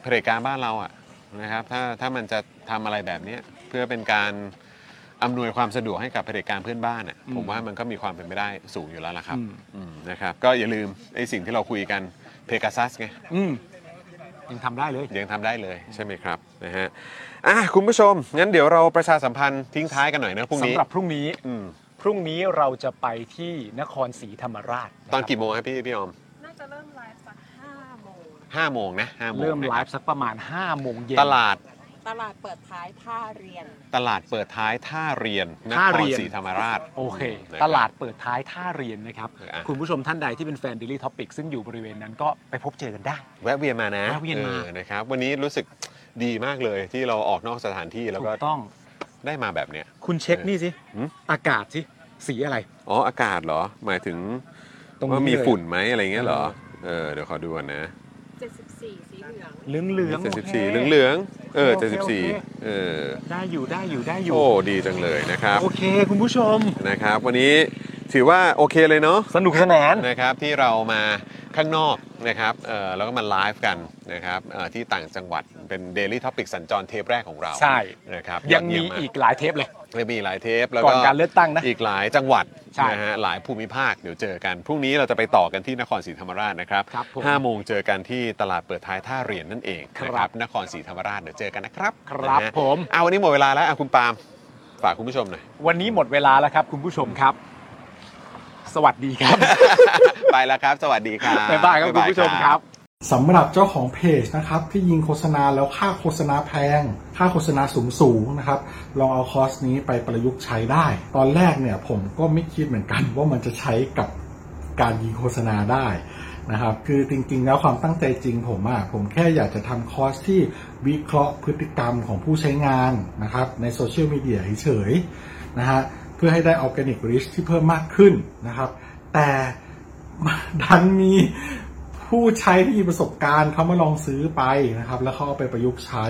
Speaker 1: เผด็จการบ้านเราอะนะครับ ถ้าถ้ามันจะทำอะไรแบบเนี้ยเพื่อเป็นการอำนวยความสะดวกให้กับเผด็จการเพื่อนบ้านอะผมว่ามันก็มีความเป็นไปได้สูงอยู่แล้วล่ะครับอืมนะครับ ก็อย่าลืมไอ้สิ่งที่เราคุยกันเพกาซัสไง
Speaker 13: อืมยังทำได้เลย
Speaker 1: ยังทำได้เลยใช่ไหมครับนะฮะอ่ะคุณผู้ชม งั้นเดี๋ยวเราประชาสัมพันธ์ทิ้งท้ายกันหน่อยนะพรุ่งนี้
Speaker 13: สำหรับพรุ่งนี้
Speaker 1: อืม
Speaker 13: พรุ่งนี้เราจะไปที่นครศรีธรรมราช
Speaker 1: ตอนกี่โมงครับพี่พี่ออม
Speaker 10: น่าจะเริ่มไลฟ์สักห้าโมง
Speaker 1: ห้าโมงนะห้าโมง
Speaker 13: เริ่มไล
Speaker 1: นะคบ
Speaker 13: ฟ์สักประมาณ5้าโมงเย็น
Speaker 1: ตลาด
Speaker 14: ตลาดเปิดท้ายท่าเรียน
Speaker 1: ตลาดเปิดท้ายท่าเรียนน
Speaker 13: ท่า
Speaker 1: คร
Speaker 13: เรียน
Speaker 1: ศรีธรรมราช
Speaker 13: โอเค
Speaker 1: นะรับ
Speaker 13: ตลาดเปิดท้ายท่าเรียนนะครับ
Speaker 1: เอออ่ะ
Speaker 13: คุณผู้ชมท่านใดที่เป็นแฟน Daily Topic ซึ่งอยู่บริเวณนั้นก็ไปพบเจอกันได้
Speaker 1: แวะเวียนมานะ
Speaker 13: แวะเวียนมา
Speaker 1: ออนะครับ วันนี้รู้สึกดีมากเลยที่เราออกนอกสถานที่แล้วก็
Speaker 13: ต้อง
Speaker 1: ได้มาแบบเนี้ย
Speaker 13: คุณเช็คนี่สิ
Speaker 1: หืม
Speaker 13: อากาศสิ สีอะไร
Speaker 1: อ๋ออากาศเหรอ หมายถึง
Speaker 13: ตรงนี้
Speaker 1: ว่ามี
Speaker 13: เลย
Speaker 1: ฝุ่นไหมอะไรเงี้ยเหรอเออเดี๋ยวขอดูก่อนนะ
Speaker 14: 74 สีเหลือง
Speaker 13: เหลืองเหลือง
Speaker 1: เจ็ดสิบสี่
Speaker 13: โค
Speaker 1: เหลืองเหลืองๆเออ
Speaker 13: โค
Speaker 1: เจ็ดสิบสี่
Speaker 13: โอเค
Speaker 1: เออ
Speaker 13: ได้อยู่ได้อยู่ได้อยู่
Speaker 1: โอ้ดีจังเลยนะครับ
Speaker 13: โอเค คุณผู้ชม
Speaker 1: นะครับ วันนี้ถือว่าโอเคเลยเนาะ
Speaker 13: สนุกสนาน
Speaker 1: นะครับที่เรามาข้างนอกนะครับเอ่อแล้วก็มาไลฟ์กันนะครับเอ่อที่ต่างจังหวัดเป็น Daily To อปิกสัญจรเทปแรกของเรา
Speaker 13: ใช่
Speaker 1: นะครับ
Speaker 13: ยังมี
Speaker 1: ดเ
Speaker 13: อีกหลายเทปเลย
Speaker 1: ยังมีหลายเทปแล้ว
Speaker 13: ก่อนการเลือกตั้งนะ
Speaker 1: อีกหลายจังหวัด
Speaker 13: ใช่
Speaker 1: นะฮะหลายภูมิภาคเดี๋ยวเจอกัน พรุ่งนี้เราจะไปต่อกันที่นครศรีธรรมราชนะครับ
Speaker 13: ครับผม
Speaker 1: ห้าโมงเจอกันที่ตลาดเปิดท้ายท่าเรียนนั่นเองนะค
Speaker 13: ครั
Speaker 1: รับบ นครศรีธรรมราชเดี๋ยวเจอกันนะครับ
Speaker 13: ครับ
Speaker 1: นะฮะ
Speaker 13: ผม
Speaker 1: เอาวันนี้หมดเวลาแล้วอ่ะคุณปาล์มฝากคุณผู้ชมหน่อย
Speaker 13: วันนี้หมดเวลาแล้วครับ คุณผู้ชมครับ สวัสดีครับ
Speaker 1: ไปแล้วครับ สวัสดีครับ
Speaker 13: บ๊ายบายครับคุณผู้ชมครับ
Speaker 15: สำหรับเจ้าของเพจนะครับที่ยิงโฆษณาแล้วค่าโฆษณาแพง ค่าโฆษณาสูงสูงๆนะครับลองเอาคอร์สนี้ไปประยุกต์ใช้ได้ ตอนแรกเนี่ยผมก็ไม่คิดเหมือนกัน ว่ามันจะใช้กับการยิงโฆษณาได้นะครับคือจริงๆ แล้วความตั้งใจจริงผมอะผมแค่อยากจะทำคอร์สที่วิเคราะห์พฤติกรรมของผู้ใช้งานนะครับในโซเชียลมีเดียเฉยๆนะฮะเพื่อให้ได้ออร์แกนิกริชที่เพิ่มมากขึ้นนะครับแต่ ดันมี ผู้ใช้ที่มีประสบการณ์เขามาลองซื้อไปนะครับ แล้วเขาเอาไปประยุกต์ใช้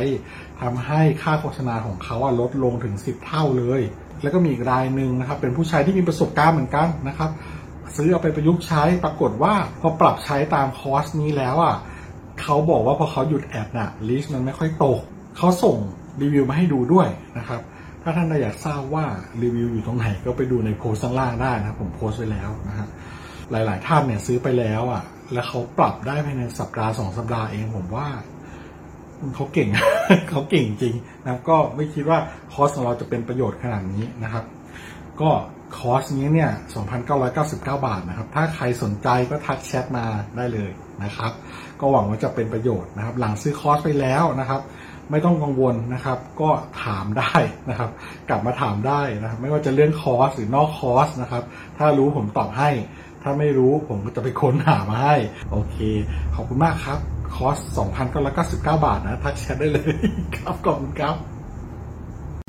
Speaker 15: ทำให้ค่าโฆษณาของเขาอะลดลงถึง 10 เท่าเลย แล้วก็มีอีกรายหนึ่งนะครับ เป็นผู้ใช้ที่มีประสบการณ์เหมือนกันนะครับ ซื้อเอาไปประยุกต์ใช้ปรากฏว่าพอปรับใช้ตามคอร์สนี้แล้วอ่ะเขาบอกว่าพอเขาหยุดแอดน่ะลิสต์มันไม่ค่อยตกเขาส่งรีวิวมาให้ดูด้วยนะครับ ถ้าท่านอยากทราบว่ารีวิวอยู่ตรงไหนก็ไปดูในโพสต์ข้างล่างได้นะครับผมโพสต์ไว้แล้วนะครับ หลาย ๆ ท่านเนี่ยซื้อไปแล้วอ่ะ แล้วเขาปรับได้ภายในสัปดาห์สองสัปดาห์เองผมว่า เขาเก่ง เขาเก่งจริงนะครับก็ไม่คิดว่าคอร์สของเราจะเป็นประโยชน์ขนาดนี้นะครับ ก็คอร์สนี้เนี่ย 2,999 บาทนะครับ ถ้าใครสนใจก็ทักแชทมาได้เลยนะครับ ก็หวังว่าจะเป็นประโยชน์นะครับ หลังซื้อคอร์สไปแล้วนะครับ ไม่ต้องกังวลนะครับ ก็ถามได้นะครับ กลับมาถามได้นะครับ ไม่ว่าจะเรื่องคอร์สหรือนอกคอร์สนะครับ ถ้ารู้ผมตอบให้ ถ้าไม่รู้ผมก็จะไปค้นหามาให้ โอเค ขอบคุณมากครับ คอร์ส 2,999 บาทนะ ทักแชทได้เลย ครับ ขอบคุณครับ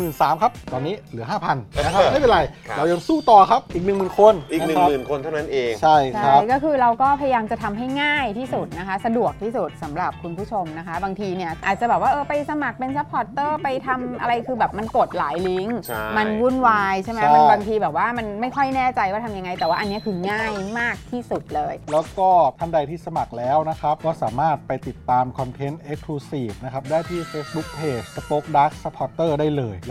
Speaker 15: มื่นสามครับ ตอนนี้เหลือ 5,000นะครับ ไม่เป็นไร
Speaker 1: ครับ
Speaker 15: เรายังสู้ต่อครับ อีก 1 0,000 คน
Speaker 1: อีก 1
Speaker 15: ะครับ
Speaker 1: 0,000 คนเท่านั้นเอง
Speaker 15: ใช่
Speaker 16: ใช่ก็คือเราก็พยายามจะทำให้ง่ายที่สุดนะคะ สะดวกที่สุดสำหรับคุณผู้ชมนะคะ บางทีเนี่ยอาจจะแบบว่าเออไปสมัครเป็นส ซัพพอร์ตเตอร์ไปทำอะไรคือแบบมันกดหลายลิงก์
Speaker 1: ใช่
Speaker 16: มันวุ่นวายใช่ไหม
Speaker 15: ใช่
Speaker 16: มันบางทีแบบว่ามันไม่ค่อยแน่ใจว่าทำยังไง แต่ว่าอันเนี้ยคือง่ายมากที่สุดเลย
Speaker 15: แล้วก็ท่านใดที่สมัครแล้วนะครับ ก็สามารถไปติดตามคอนเทนต์ Exclusive นะครับ ได้ที่ Facebook Page Spoke Dark Supporter ได้เลย แ